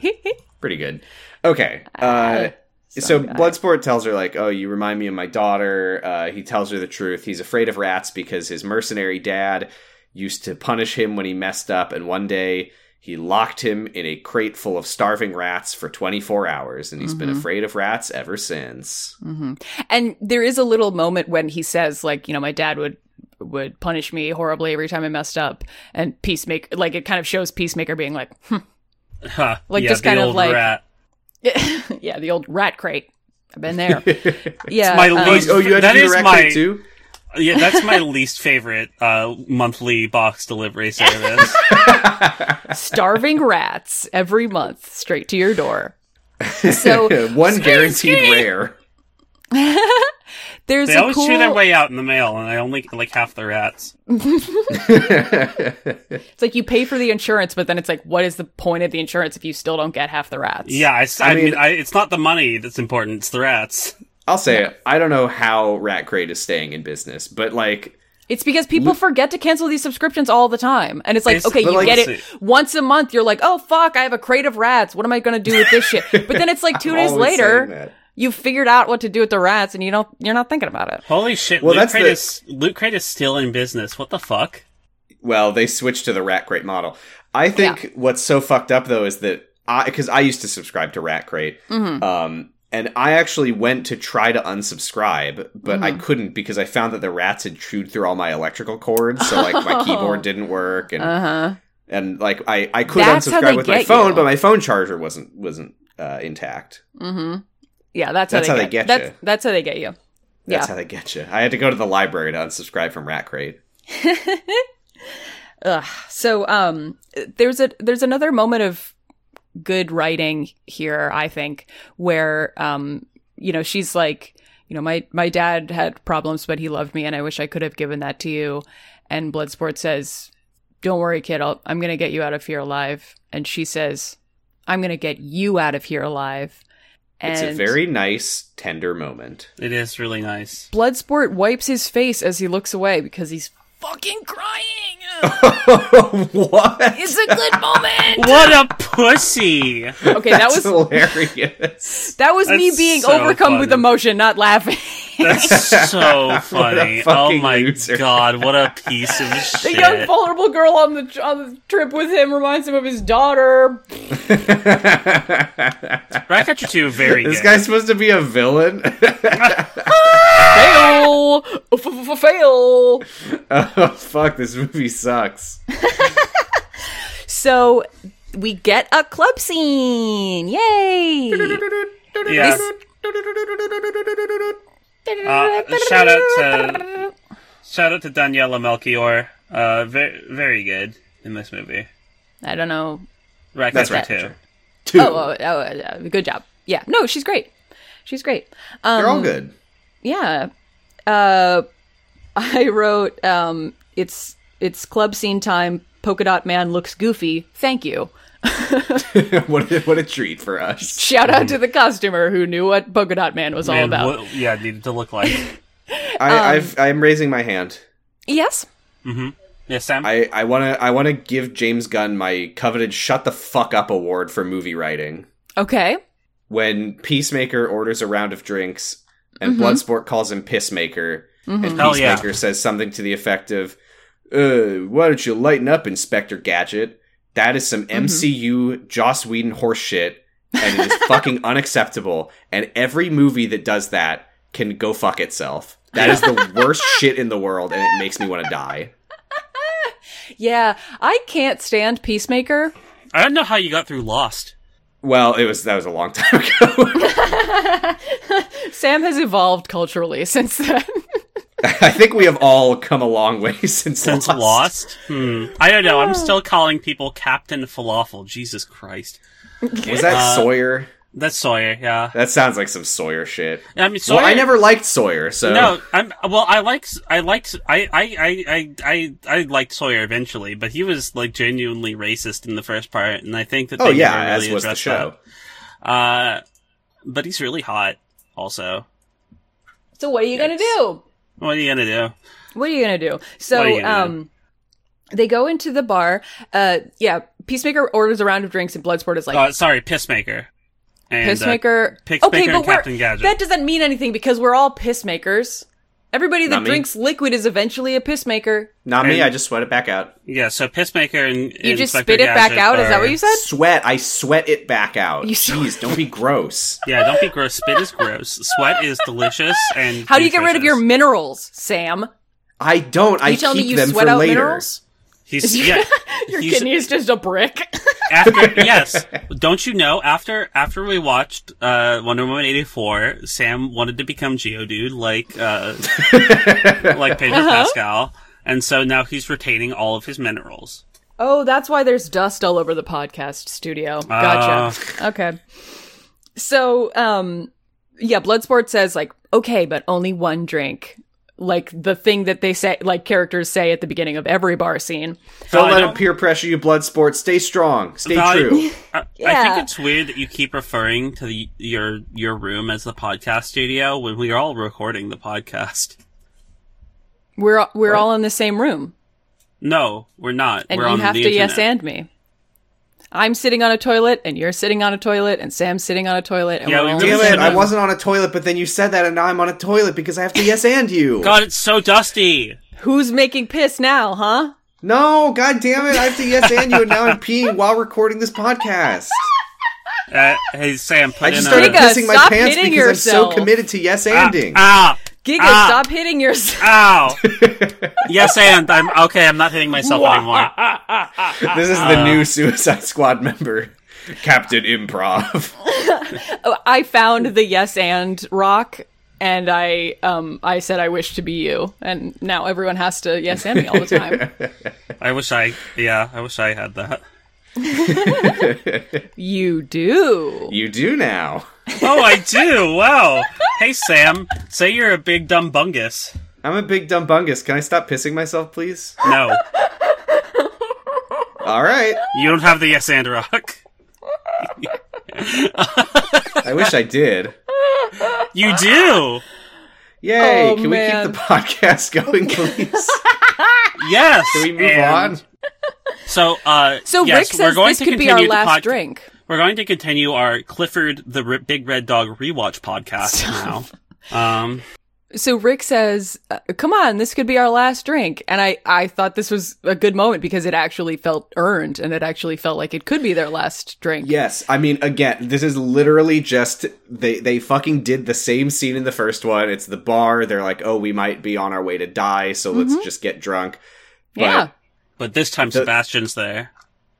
[SPEAKER 3] pretty good. Okay, uh, so Bloodsport tells her like, "Oh, you remind me of my daughter." Uh, he tells her the truth. He's afraid of rats because his mercenary dad used to punish him when he messed up, and one day he locked him in a crate full of starving rats for 24 hours, and he's been
[SPEAKER 1] Mhm.
[SPEAKER 3] afraid of rats ever since.
[SPEAKER 1] hmm And there is a little moment when he says, like, you know, my dad would would punish me horribly every time I messed up, and Peacemaker, like, it kind of shows Peacemaker being like, hmm.
[SPEAKER 2] huh,
[SPEAKER 1] Like,
[SPEAKER 2] yeah,
[SPEAKER 1] just
[SPEAKER 2] the
[SPEAKER 1] kind of
[SPEAKER 2] old
[SPEAKER 1] like-
[SPEAKER 2] rat.
[SPEAKER 1] yeah, the old rat crate. I've been there. yeah, um,
[SPEAKER 2] my least-
[SPEAKER 3] oh, you had to
[SPEAKER 2] That
[SPEAKER 3] do
[SPEAKER 2] is
[SPEAKER 3] the rat
[SPEAKER 2] my-
[SPEAKER 3] crate too.
[SPEAKER 2] Yeah, that's my least favorite uh, monthly box delivery service.
[SPEAKER 1] starving rats every month straight to your door. So
[SPEAKER 3] one guaranteed rare.
[SPEAKER 1] there's
[SPEAKER 2] they
[SPEAKER 1] a
[SPEAKER 2] always
[SPEAKER 1] cool.
[SPEAKER 2] chew their way out in the mail, and I only get, like half the rats.
[SPEAKER 1] It's like you pay for the insurance, but then it's like, what is the point of the insurance if you still don't get half the rats?
[SPEAKER 2] Yeah, I, s-
[SPEAKER 3] I
[SPEAKER 2] I mean,
[SPEAKER 3] mean-
[SPEAKER 2] I, it's not the money that's important; it's the rats.
[SPEAKER 3] I'll say it. I don't know how Rat Crate is staying in business, but like
[SPEAKER 1] It's because people forget to cancel these subscriptions all the time. And it's like,
[SPEAKER 2] It's-
[SPEAKER 1] okay,
[SPEAKER 3] but
[SPEAKER 1] you
[SPEAKER 3] like-
[SPEAKER 1] get it once a month. You're like, oh, fuck, I have a crate of rats. What am I going to do with this shit? But then it's like two
[SPEAKER 3] I'm
[SPEAKER 1] days
[SPEAKER 3] always
[SPEAKER 1] later,
[SPEAKER 3] saying that.
[SPEAKER 1] you've figured out what to do with the rats and you don't, you're not thinking about it.
[SPEAKER 2] Holy shit!
[SPEAKER 3] Well,
[SPEAKER 2] Loot
[SPEAKER 3] that's
[SPEAKER 2] Crate
[SPEAKER 3] the-
[SPEAKER 2] is Loot Crate is still in business. What the fuck?
[SPEAKER 3] well, they switched to the Rat Crate model. I think what's so fucked up though is that I because I used to subscribe to Rat Crate,
[SPEAKER 1] Mm-hmm.
[SPEAKER 3] um, and I actually went to try to unsubscribe, but
[SPEAKER 1] Mm-hmm.
[SPEAKER 3] I couldn't because I found that the rats had chewed through all my electrical cords, so like my keyboard didn't work, and
[SPEAKER 1] Oh. Uh huh.
[SPEAKER 3] and like I I could
[SPEAKER 1] That's how
[SPEAKER 3] unsubscribe
[SPEAKER 1] they
[SPEAKER 3] with my
[SPEAKER 1] get
[SPEAKER 3] phone,
[SPEAKER 1] you.
[SPEAKER 3] but my phone charger wasn't wasn't uh, intact.
[SPEAKER 1] Mm hmm. Yeah, that's,
[SPEAKER 3] That's
[SPEAKER 1] how
[SPEAKER 3] how
[SPEAKER 1] they
[SPEAKER 3] they
[SPEAKER 1] get,
[SPEAKER 3] get
[SPEAKER 1] that's,
[SPEAKER 3] you.
[SPEAKER 1] That's how they get you. Yeah.
[SPEAKER 3] That's how they get you. I had to go to the library to unsubscribe from Rat Crate.
[SPEAKER 1] Ugh. So um, there's a there's another moment of good writing here, I think, where um, you know she's like, you know, my my dad had problems, but he loved me, and I wish I could have given that to you. And Bloodsport says, "Don't worry, kid. I'll, I'm gonna get you out of here alive." And she says, "I'm gonna get you out of here alive." And
[SPEAKER 3] It's a very nice, tender moment.
[SPEAKER 2] It is really nice.
[SPEAKER 1] Bloodsport wipes his face as he looks away because he's fucking crying.
[SPEAKER 3] what?
[SPEAKER 1] it's a good moment.
[SPEAKER 2] What a pussy!
[SPEAKER 1] Okay, that was
[SPEAKER 3] hilarious.
[SPEAKER 1] That was me
[SPEAKER 2] That's
[SPEAKER 1] being
[SPEAKER 2] so
[SPEAKER 1] overcome with
[SPEAKER 2] funny.
[SPEAKER 1] emotion, not laughing.
[SPEAKER 2] That's so funny. Oh
[SPEAKER 3] fucking
[SPEAKER 2] my
[SPEAKER 3] loser.
[SPEAKER 2] god, what a piece of
[SPEAKER 1] the
[SPEAKER 2] shit.
[SPEAKER 1] young vulnerable girl on the on the trip with him reminds him of his daughter.
[SPEAKER 2] Ratcatcher 2, very
[SPEAKER 3] this
[SPEAKER 2] good.
[SPEAKER 3] guy's supposed to be a villain.
[SPEAKER 1] Fail, fail.
[SPEAKER 3] oh, fuck, this movie sucks.
[SPEAKER 1] So we get a club scene. Yay!
[SPEAKER 2] yeah. Uh, shout out to shout out to Daniela Melchior. Uh, very very good in this movie.
[SPEAKER 1] I don't know.
[SPEAKER 3] That's
[SPEAKER 2] Ratcatcher
[SPEAKER 3] right.
[SPEAKER 2] Two.
[SPEAKER 3] Two.
[SPEAKER 1] Oh, oh, oh, uh, good job. Yeah. No, she's great. She's great. Um,
[SPEAKER 3] They're all good.
[SPEAKER 1] yeah uh i wrote um it's it's club scene time polka dot man looks goofy thank you
[SPEAKER 3] what, a, what a treat for us.
[SPEAKER 1] shout out to the customer who knew what polka dot man was all
[SPEAKER 2] Man,
[SPEAKER 1] about
[SPEAKER 2] what- yeah, it needed to look like.
[SPEAKER 1] um,
[SPEAKER 3] I, I've, I'm raising my hand.
[SPEAKER 1] yes
[SPEAKER 2] Yeah, Sam.
[SPEAKER 3] I, I wanna I wanna give James Gunn my coveted "Shut the fuck up" award for movie writing.
[SPEAKER 1] okay
[SPEAKER 3] when Peacemaker orders a round of drinks and Bloodsport calls him Pissmaker, and
[SPEAKER 2] Hell yeah.
[SPEAKER 3] Peacemaker says something to the effect of, uh, why don't you lighten up, Inspector Gadget? That is some MCU Joss Whedon horseshit, and it is fucking unacceptable. And every movie that does that can go fuck itself. That is the worst shit in the world, and it makes me want to die.
[SPEAKER 1] Yeah, I can't stand Peacemaker.
[SPEAKER 2] I don't know how you got through Lost.
[SPEAKER 3] Well, it was that was a long time ago.
[SPEAKER 1] Sam has evolved culturally since then.
[SPEAKER 3] I think we have all come a long way since
[SPEAKER 2] Since Lost, Hmm. I don't know. I'm still calling people Captain Falafel. Jesus Christ,
[SPEAKER 3] Was that
[SPEAKER 2] Uh,
[SPEAKER 3] Sawyer?
[SPEAKER 2] that's Sawyer. Yeah,
[SPEAKER 3] That sounds like some Sawyer shit.
[SPEAKER 2] I mean Sawyer.
[SPEAKER 3] well, I never liked Sawyer, so
[SPEAKER 2] No, I'm well. I like I liked I I I I I I liked Sawyer eventually, but he was like genuinely racist in the first part, and I think that
[SPEAKER 3] oh
[SPEAKER 2] they
[SPEAKER 3] yeah,
[SPEAKER 2] never really
[SPEAKER 3] as was the
[SPEAKER 2] addressed
[SPEAKER 3] show.
[SPEAKER 2] that. Uh, but he's really hot. Also,
[SPEAKER 1] So what are you gonna do?
[SPEAKER 2] what are you gonna do?
[SPEAKER 1] What are you gonna do?
[SPEAKER 2] What are
[SPEAKER 1] So
[SPEAKER 2] you gonna
[SPEAKER 1] um they go into the bar. Uh yeah, Peacemaker orders a round of drinks and Bloodsport is like
[SPEAKER 2] Uh, sorry, Pissmaker. And, uh,
[SPEAKER 1] Pissmaker.
[SPEAKER 2] Pix-
[SPEAKER 1] okay,
[SPEAKER 2] Baker
[SPEAKER 1] but
[SPEAKER 2] and
[SPEAKER 1] we're,
[SPEAKER 2] Captain Gadget.
[SPEAKER 1] that doesn't mean anything because we're all pissmakers. Everybody that
[SPEAKER 3] Not me.
[SPEAKER 1] drinks liquid is eventually a pissmaker.
[SPEAKER 3] Not me.
[SPEAKER 2] And-
[SPEAKER 3] I just sweat it back out.
[SPEAKER 2] yeah, so Pissmaker and
[SPEAKER 1] You
[SPEAKER 2] and
[SPEAKER 1] just
[SPEAKER 2] Inspector
[SPEAKER 1] spit it back
[SPEAKER 2] Gadget
[SPEAKER 1] out. Is that
[SPEAKER 2] are-
[SPEAKER 1] what you said?
[SPEAKER 3] Sweat. I sweat it back out.
[SPEAKER 1] You sweat-
[SPEAKER 3] Jeez, don't be gross.
[SPEAKER 2] Yeah, don't be gross. Spit is gross. Sweat is delicious. And
[SPEAKER 1] How do you get rid of your
[SPEAKER 2] nutritious.
[SPEAKER 1] minerals, Sam?
[SPEAKER 3] I don't. I
[SPEAKER 1] You telling me
[SPEAKER 3] keep
[SPEAKER 1] you
[SPEAKER 3] them
[SPEAKER 1] sweat
[SPEAKER 3] for
[SPEAKER 1] out
[SPEAKER 3] later.
[SPEAKER 1] minerals?
[SPEAKER 2] He's yeah.
[SPEAKER 1] Your
[SPEAKER 2] he's-
[SPEAKER 1] kidney is just a brick.
[SPEAKER 2] after yes don't you know after after we watched uh wonder woman 84 sam wanted to become geodude like uh like pedro
[SPEAKER 1] Uh-huh.
[SPEAKER 2] pascal and so now he's retaining all of his minerals
[SPEAKER 1] Oh, that's why there's dust all over the podcast studio. Gotcha.
[SPEAKER 2] Ah.
[SPEAKER 1] okay. So, um, yeah, Bloodsport says like, okay, but only one drink. Like the thing that they say, like characters say at the beginning of every bar scene.
[SPEAKER 3] Don't
[SPEAKER 2] I
[SPEAKER 3] let
[SPEAKER 2] don't-
[SPEAKER 3] them peer pressure you. Blood sport. Stay strong. Stay
[SPEAKER 2] Val-
[SPEAKER 3] true.
[SPEAKER 2] Uh, I, I
[SPEAKER 1] Yeah.
[SPEAKER 2] think it's weird that you keep referring to the, your your room as the podcast studio when we are all recording the podcast
[SPEAKER 1] We're we're all in the same room,
[SPEAKER 2] no we're not
[SPEAKER 1] and
[SPEAKER 2] we're
[SPEAKER 1] you
[SPEAKER 2] on
[SPEAKER 1] have
[SPEAKER 2] the
[SPEAKER 1] to
[SPEAKER 2] internet.
[SPEAKER 1] yes and me. I'm sitting on a toilet, and you're sitting on a toilet, and Sam's sitting on a toilet, and
[SPEAKER 2] Yeah,
[SPEAKER 1] we're
[SPEAKER 2] we
[SPEAKER 1] all
[SPEAKER 2] really
[SPEAKER 1] in
[SPEAKER 3] Damn
[SPEAKER 1] the
[SPEAKER 3] it!
[SPEAKER 1] same
[SPEAKER 3] I
[SPEAKER 1] room.
[SPEAKER 3] wasn't on a toilet, but then you said that, and now I'm on a toilet because I have to yes and you.
[SPEAKER 2] god it's so dusty
[SPEAKER 1] Who's making piss now, huh?
[SPEAKER 3] No, god damn it! I have to yes and you, and now I'm peeing while recording this podcast.
[SPEAKER 2] uh, hey sam put
[SPEAKER 3] I
[SPEAKER 2] in
[SPEAKER 3] just
[SPEAKER 2] a
[SPEAKER 3] started
[SPEAKER 1] Giga,
[SPEAKER 3] pissing my
[SPEAKER 1] stop
[SPEAKER 3] pants
[SPEAKER 1] hitting
[SPEAKER 3] because I'm
[SPEAKER 1] yourself.
[SPEAKER 3] so committed to yes anding.
[SPEAKER 2] uh, ah
[SPEAKER 1] Giga,
[SPEAKER 2] Ah.
[SPEAKER 1] stop hitting yourself.
[SPEAKER 2] Ow! yes, and I'm okay. I'm not hitting myself anymore.
[SPEAKER 3] this is
[SPEAKER 1] Uh,
[SPEAKER 3] the new Suicide Squad member, Captain Improv.
[SPEAKER 1] I found the yes and rock and I um I said I wish to be you and now everyone has to yes and me all the time.
[SPEAKER 2] I wish I, yeah, I wish I had that.
[SPEAKER 1] you do.
[SPEAKER 3] you do now.
[SPEAKER 2] Oh, I do. Wow. Hey, Sam. Say you're a big dumb bungus.
[SPEAKER 3] I'm a big dumb bungus. Can I stop pissing myself, please?
[SPEAKER 2] No,
[SPEAKER 3] All right.
[SPEAKER 2] you don't have the yes and rock.
[SPEAKER 3] I wish I did.
[SPEAKER 2] You do.
[SPEAKER 3] Yay!
[SPEAKER 1] Oh,
[SPEAKER 3] Can we
[SPEAKER 1] man.
[SPEAKER 3] keep the podcast going, please?
[SPEAKER 2] Yes.
[SPEAKER 3] Can we move
[SPEAKER 2] and
[SPEAKER 3] on?
[SPEAKER 2] So, uh,
[SPEAKER 1] So
[SPEAKER 2] yes,
[SPEAKER 1] Rick
[SPEAKER 2] we're
[SPEAKER 1] says
[SPEAKER 2] going
[SPEAKER 1] this
[SPEAKER 2] to
[SPEAKER 1] could be
[SPEAKER 2] continue
[SPEAKER 1] our
[SPEAKER 2] the
[SPEAKER 1] last
[SPEAKER 2] pod-
[SPEAKER 1] drink.
[SPEAKER 2] We're going to continue our Clifford the R- Big Red Dog rewatch podcast now. Um,
[SPEAKER 1] So Rick says, uh, "Come on, this could be our last drink." And I I thought this was a good moment because it actually felt earned and it actually felt like it could be their last drink.
[SPEAKER 3] Yes, I mean, again, this is literally just they they fucking did the same scene in the first one. It's the bar. They're like, oh, we might be on our way to die, so let's just get drunk. But
[SPEAKER 1] Mm-hmm. Yeah.
[SPEAKER 2] but this time
[SPEAKER 3] The-
[SPEAKER 2] Sebastian's there.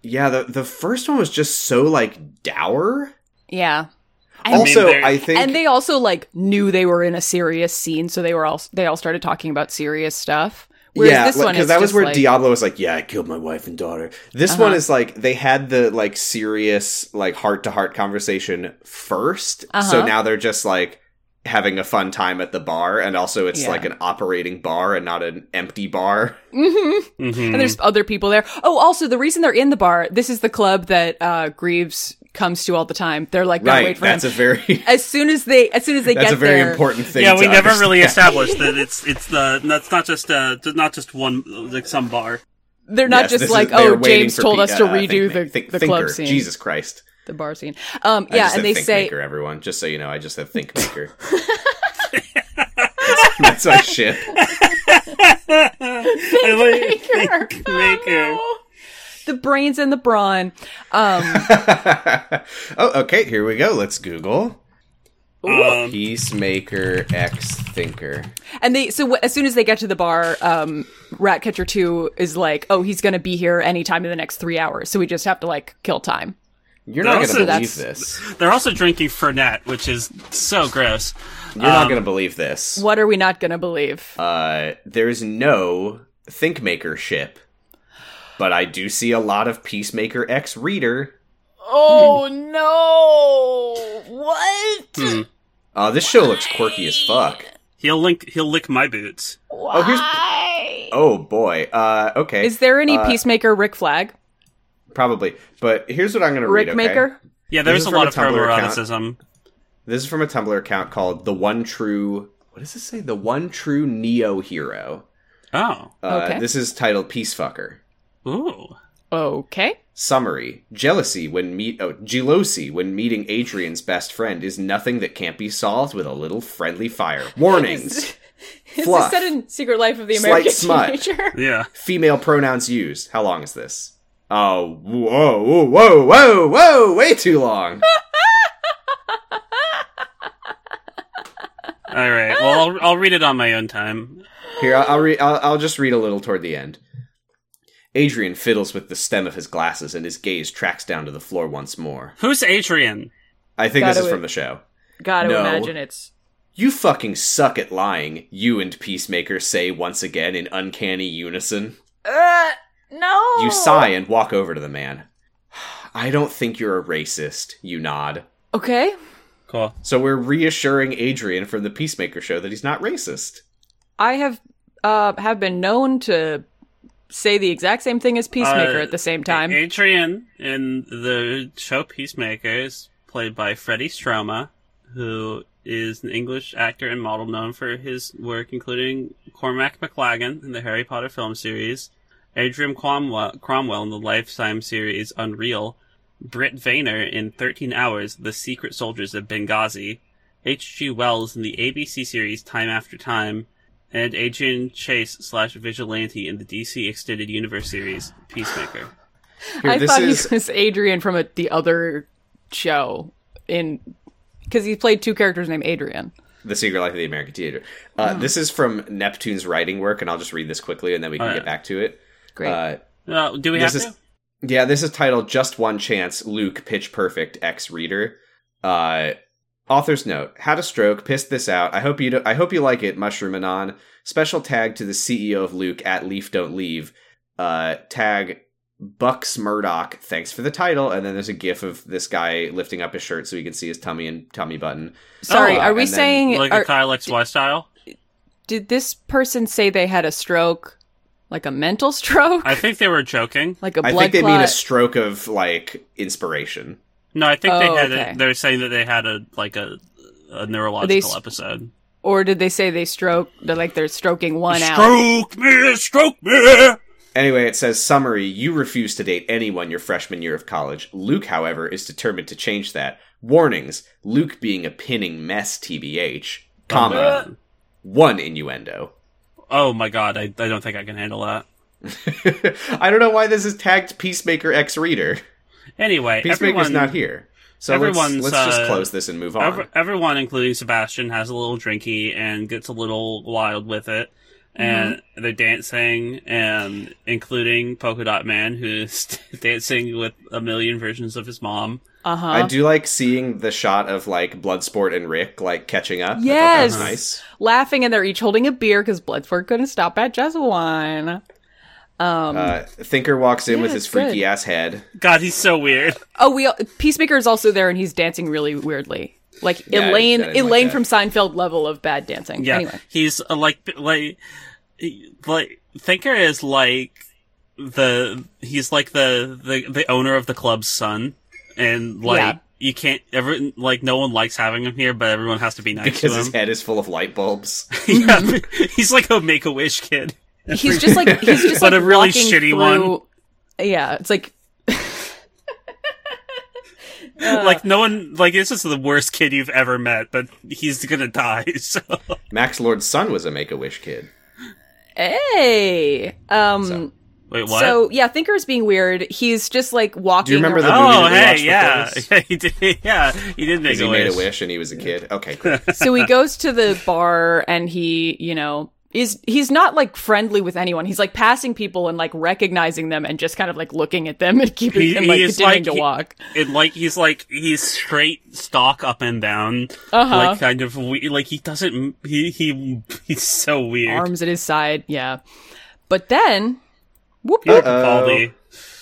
[SPEAKER 3] yeah, the the first one was just so like dour.
[SPEAKER 1] Yeah.
[SPEAKER 2] mean,
[SPEAKER 3] also,
[SPEAKER 2] they're-
[SPEAKER 3] I think
[SPEAKER 1] And they also like knew they were in a serious scene, so they were all they all started talking about serious stuff. Whereas
[SPEAKER 3] yeah,
[SPEAKER 1] this one
[SPEAKER 3] because
[SPEAKER 1] is
[SPEAKER 3] that was
[SPEAKER 1] just
[SPEAKER 3] where
[SPEAKER 1] like, Uh-huh.
[SPEAKER 3] Diablo was like, "Yeah, I killed my wife and daughter." This one is like they had the like serious like heart to heart conversation 1st so
[SPEAKER 1] Uh-huh.
[SPEAKER 3] now they're just like having a fun time at the bar, and also it's
[SPEAKER 1] Yeah.
[SPEAKER 3] like an operating bar and not an empty bar.
[SPEAKER 1] Mhm.
[SPEAKER 2] Mhm.
[SPEAKER 1] and there's other people there. Oh, also the reason they're in the bar. This is the club that uh, Greaves comes to all the time. They're like, "Gotta
[SPEAKER 3] right?
[SPEAKER 1] wait for
[SPEAKER 3] That's
[SPEAKER 1] him."
[SPEAKER 3] a very
[SPEAKER 1] as soon as they, as soon as they
[SPEAKER 3] that's
[SPEAKER 1] get
[SPEAKER 3] a very
[SPEAKER 1] there,
[SPEAKER 3] important thing.
[SPEAKER 2] Yeah,
[SPEAKER 3] to
[SPEAKER 2] we never
[SPEAKER 3] understand.
[SPEAKER 2] really established that it's it's the that's not just uh not just one like some bar.
[SPEAKER 1] they're not
[SPEAKER 3] Yes, this
[SPEAKER 1] just
[SPEAKER 3] is-
[SPEAKER 1] like,
[SPEAKER 3] they
[SPEAKER 1] "Oh,
[SPEAKER 3] are waiting
[SPEAKER 1] James
[SPEAKER 3] for
[SPEAKER 1] told
[SPEAKER 3] pe-
[SPEAKER 1] us to
[SPEAKER 3] uh, think-
[SPEAKER 1] redo the,
[SPEAKER 3] think-
[SPEAKER 1] the club
[SPEAKER 3] thinker.
[SPEAKER 1] scene,
[SPEAKER 3] Jesus Christ!
[SPEAKER 1] the bar scene." Um, yeah,
[SPEAKER 3] I just said
[SPEAKER 1] and they
[SPEAKER 3] think
[SPEAKER 1] say,
[SPEAKER 3] maker, everyone. Just so you know, I just said think maker. that's my shit.
[SPEAKER 2] Maker, maker.
[SPEAKER 1] "The brains and the brawn." Um,
[SPEAKER 3] oh, okay. Here we go. Let's Google
[SPEAKER 2] Um,
[SPEAKER 3] Peacemaker X Thinker.
[SPEAKER 1] And they so w- as soon as they get to the bar, um, Ratcatcher Two is like, "Oh, he's gonna be here anytime in the next three hours, so we just have to like kill time."
[SPEAKER 3] You're not
[SPEAKER 2] Also,
[SPEAKER 3] gonna believe
[SPEAKER 1] that's-
[SPEAKER 3] this.
[SPEAKER 2] they're also drinking Fernet, which is so gross.
[SPEAKER 3] You're not gonna believe this.
[SPEAKER 1] um, What are we not gonna believe?
[SPEAKER 3] Uh, there's no Thinkmaker ship, but I do see a lot of Peacemaker X Reader.
[SPEAKER 1] oh no! What?
[SPEAKER 2] Hmm.
[SPEAKER 3] Uh, this show looks quirky as fuck.
[SPEAKER 2] He'll link. He'll lick my boots.
[SPEAKER 3] Oh, here's. Oh boy. Uh, okay.
[SPEAKER 1] Is there any
[SPEAKER 3] Uh,
[SPEAKER 1] Peacemaker Rick Flag?
[SPEAKER 3] Probably. But here's what I'm gonna
[SPEAKER 1] Rick
[SPEAKER 3] read. Okay?
[SPEAKER 1] Maker?
[SPEAKER 2] Yeah,
[SPEAKER 3] This
[SPEAKER 2] there's
[SPEAKER 3] is
[SPEAKER 2] a
[SPEAKER 3] from
[SPEAKER 2] lot
[SPEAKER 3] a
[SPEAKER 2] of
[SPEAKER 3] Tumblr account.
[SPEAKER 2] homoeroticism.
[SPEAKER 3] This is from a Tumblr account called the One True. What does this say? The One True Neo Hero.
[SPEAKER 2] Oh,
[SPEAKER 3] Uh,
[SPEAKER 1] Okay.
[SPEAKER 3] This is titled Peacefucker.
[SPEAKER 2] ooh,
[SPEAKER 1] Okay.
[SPEAKER 3] Summary: Jealousy when meet oh, jealousy when meeting Adrian's best friend is nothing that can't be solved with a little friendly fire. Warnings:
[SPEAKER 1] Is
[SPEAKER 3] Fluff.
[SPEAKER 1] this set in Secret Life of the
[SPEAKER 3] Slight
[SPEAKER 1] American
[SPEAKER 3] smut.
[SPEAKER 1] Teenager?
[SPEAKER 2] yeah.
[SPEAKER 3] Female pronouns used. How long is this? Oh, whoa, whoa, whoa, whoa, whoa! Way too long.
[SPEAKER 2] All right. Well, I'll, I'll read it on my own time.
[SPEAKER 3] Here, I'll I'll, re- I'll I'll just read a little toward the end. Adrian fiddles with the stem of his glasses, and his gaze tracks down to the floor once more.
[SPEAKER 2] Who's Adrian?
[SPEAKER 3] I think
[SPEAKER 1] Gotta
[SPEAKER 3] this is from
[SPEAKER 1] it.
[SPEAKER 3] the show.
[SPEAKER 1] Gotta
[SPEAKER 3] No.
[SPEAKER 1] imagine it's
[SPEAKER 3] You fucking suck at lying. You and Peacemaker say once again in uncanny unison.
[SPEAKER 1] Uh, no.
[SPEAKER 3] You sigh and walk over to the man. I don't think you're a racist. You nod.
[SPEAKER 1] Okay.
[SPEAKER 2] Cool.
[SPEAKER 3] So we're reassuring Adrian from the Peacemaker show that he's not racist.
[SPEAKER 1] I have uh have been known to say the exact same thing as Peacemaker
[SPEAKER 2] Uh,
[SPEAKER 1] at the same time.
[SPEAKER 2] Adrian in the show Peacemaker is played by Freddie Stroma, who is an English actor and model known for his work including Cormac McLagan in the Harry Potter film series, Adrian Cromwell, Cromwell in the Lifetime series Unreal, Britt Vayner in 13 Hours, The Secret Soldiers of Benghazi, H.G. Wells in the ABC series Time After Time, and Adrian Chase slash Vigilante in the DC Extended Universe series Peacemaker.
[SPEAKER 3] Here,
[SPEAKER 1] I
[SPEAKER 3] this
[SPEAKER 1] thought
[SPEAKER 3] is-
[SPEAKER 1] he was Adrian from a, the other show in because he played two characters named Adrian.
[SPEAKER 3] The Secret Life of the American Theater. Uh,
[SPEAKER 1] Oh.
[SPEAKER 3] This is from Neptune's writing work, and I'll just read this quickly and then we can
[SPEAKER 2] Alright.
[SPEAKER 3] get back to it.
[SPEAKER 1] Great.
[SPEAKER 3] Uh,
[SPEAKER 2] Uh, do we
[SPEAKER 3] this
[SPEAKER 2] have
[SPEAKER 3] is
[SPEAKER 2] to?
[SPEAKER 3] yeah, this is titled "Just One Chance." Luke, pitch perfect, ex reader. Uh, author's note: Had a stroke, pissed this out. I hope you. do I hope you like it, Mushroom Anon. Special tag to the CEO of Luke at Leaf Don't Leave. Uh, tag Bucks Murdoch. Thanks for the title. And then there's a gif of this guy lifting up his shirt so he can see his tummy and tummy button.
[SPEAKER 1] Sorry,
[SPEAKER 3] uh,
[SPEAKER 1] are we
[SPEAKER 3] and then-
[SPEAKER 1] saying
[SPEAKER 2] Like
[SPEAKER 1] are-
[SPEAKER 2] a Kyle XY style?
[SPEAKER 1] did this person say they had a stroke, like a mental stroke,
[SPEAKER 2] I think they were joking.
[SPEAKER 1] like a
[SPEAKER 3] I
[SPEAKER 1] blood
[SPEAKER 3] think they
[SPEAKER 1] clot?
[SPEAKER 3] mean a stroke of like inspiration.
[SPEAKER 2] No, I think they
[SPEAKER 1] Oh,
[SPEAKER 2] had.
[SPEAKER 1] okay.
[SPEAKER 2] A, they're saying that they had a like a, a
[SPEAKER 1] They
[SPEAKER 2] neurological
[SPEAKER 1] s-
[SPEAKER 2] episode.
[SPEAKER 1] or did they say they stroke? They're like they're stroking one out.
[SPEAKER 2] Stroke me, stroke me.
[SPEAKER 3] Anyway, it says summary, you refuse to date anyone your freshman year of college. Luke, however, is determined to change that. Warnings, Luke being a pinning mess TBH, comma,
[SPEAKER 2] Uh,
[SPEAKER 3] one innuendo.
[SPEAKER 2] oh my god, I, I don't think I can handle that.
[SPEAKER 3] I don't know why this is tagged Peacemaker X Reader.
[SPEAKER 2] Anyway,
[SPEAKER 3] Peacemaker's
[SPEAKER 2] everyone,
[SPEAKER 3] not here. So let's,
[SPEAKER 2] everyone's,
[SPEAKER 3] let's just
[SPEAKER 2] uh,
[SPEAKER 3] close this and move on.
[SPEAKER 2] ev- everyone, including Sebastian, has a little drinky and gets a little wild with it. And
[SPEAKER 1] Mm-hmm.
[SPEAKER 2] they're dancing, and including Polka Dot Man, who's dancing with a million versions of his mom.
[SPEAKER 1] Uh huh.
[SPEAKER 2] uh-huh.
[SPEAKER 3] I do like seeing the shot of like Bloodsport and Rick like catching up. I thought that was
[SPEAKER 1] Yes.
[SPEAKER 3] nice.
[SPEAKER 1] laughing and they're each holding a beer because Bloodsport couldn't stop at just one. Um,
[SPEAKER 3] Uh, Thinker walks in
[SPEAKER 1] Yeah,
[SPEAKER 3] with his
[SPEAKER 1] it's good.
[SPEAKER 3] freaky ass head.
[SPEAKER 2] God, he's so weird.
[SPEAKER 1] oh, we Peacemaker is also there and he's dancing really weirdly, like
[SPEAKER 3] Yeah, I- I
[SPEAKER 1] Elaine
[SPEAKER 3] didn't like
[SPEAKER 1] Elaine
[SPEAKER 3] that.
[SPEAKER 1] from Seinfeld level of bad dancing.
[SPEAKER 2] Yeah,
[SPEAKER 1] Anyway,
[SPEAKER 2] he's uh, like like he- like Thinker is like the he's like the the the owner of the club's son, and like
[SPEAKER 1] Yeah.
[SPEAKER 2] you can't ever like no one likes having him here, but everyone has to be nice
[SPEAKER 3] because his
[SPEAKER 2] to him.
[SPEAKER 3] head is full of light bulbs.
[SPEAKER 2] yeah, he's like a Make a Wish kid.
[SPEAKER 1] he's just like he's just
[SPEAKER 2] But
[SPEAKER 1] like
[SPEAKER 2] a really
[SPEAKER 1] walking
[SPEAKER 2] shitty
[SPEAKER 1] through- Yeah, it's like
[SPEAKER 2] like no one like this is the worst kid you've ever met, but he's gonna die. So
[SPEAKER 3] Max Lord's son was a Make a Wish kid.
[SPEAKER 1] hey, um,
[SPEAKER 2] Wait, what?
[SPEAKER 1] So yeah, Thinker is being weird. He's just like walking.
[SPEAKER 3] remember the
[SPEAKER 1] around-
[SPEAKER 3] movie
[SPEAKER 2] oh,
[SPEAKER 3] that we watched
[SPEAKER 2] hey, yeah.
[SPEAKER 3] before this?
[SPEAKER 2] yeah, he did. Yeah, he did make
[SPEAKER 3] Because
[SPEAKER 2] a
[SPEAKER 3] he made
[SPEAKER 2] wish.
[SPEAKER 3] a wish and he was a kid. Okay, cool.
[SPEAKER 1] so he goes to the bar and he, you know, is he's not like friendly with anyone. He's like passing people and like recognizing them and just kind of like looking at them and keeping
[SPEAKER 2] He-
[SPEAKER 1] and like
[SPEAKER 2] he is
[SPEAKER 1] continuing
[SPEAKER 2] like-
[SPEAKER 1] to
[SPEAKER 2] he-
[SPEAKER 1] walk.
[SPEAKER 2] It like he's like he's straight stock up and down,
[SPEAKER 1] Uh huh.
[SPEAKER 2] like kind of we- like he doesn't he he he's so weird.
[SPEAKER 1] Arms at his side. Yeah. But then, whoop.
[SPEAKER 2] Peter
[SPEAKER 3] Uh-oh.
[SPEAKER 2] Capaldi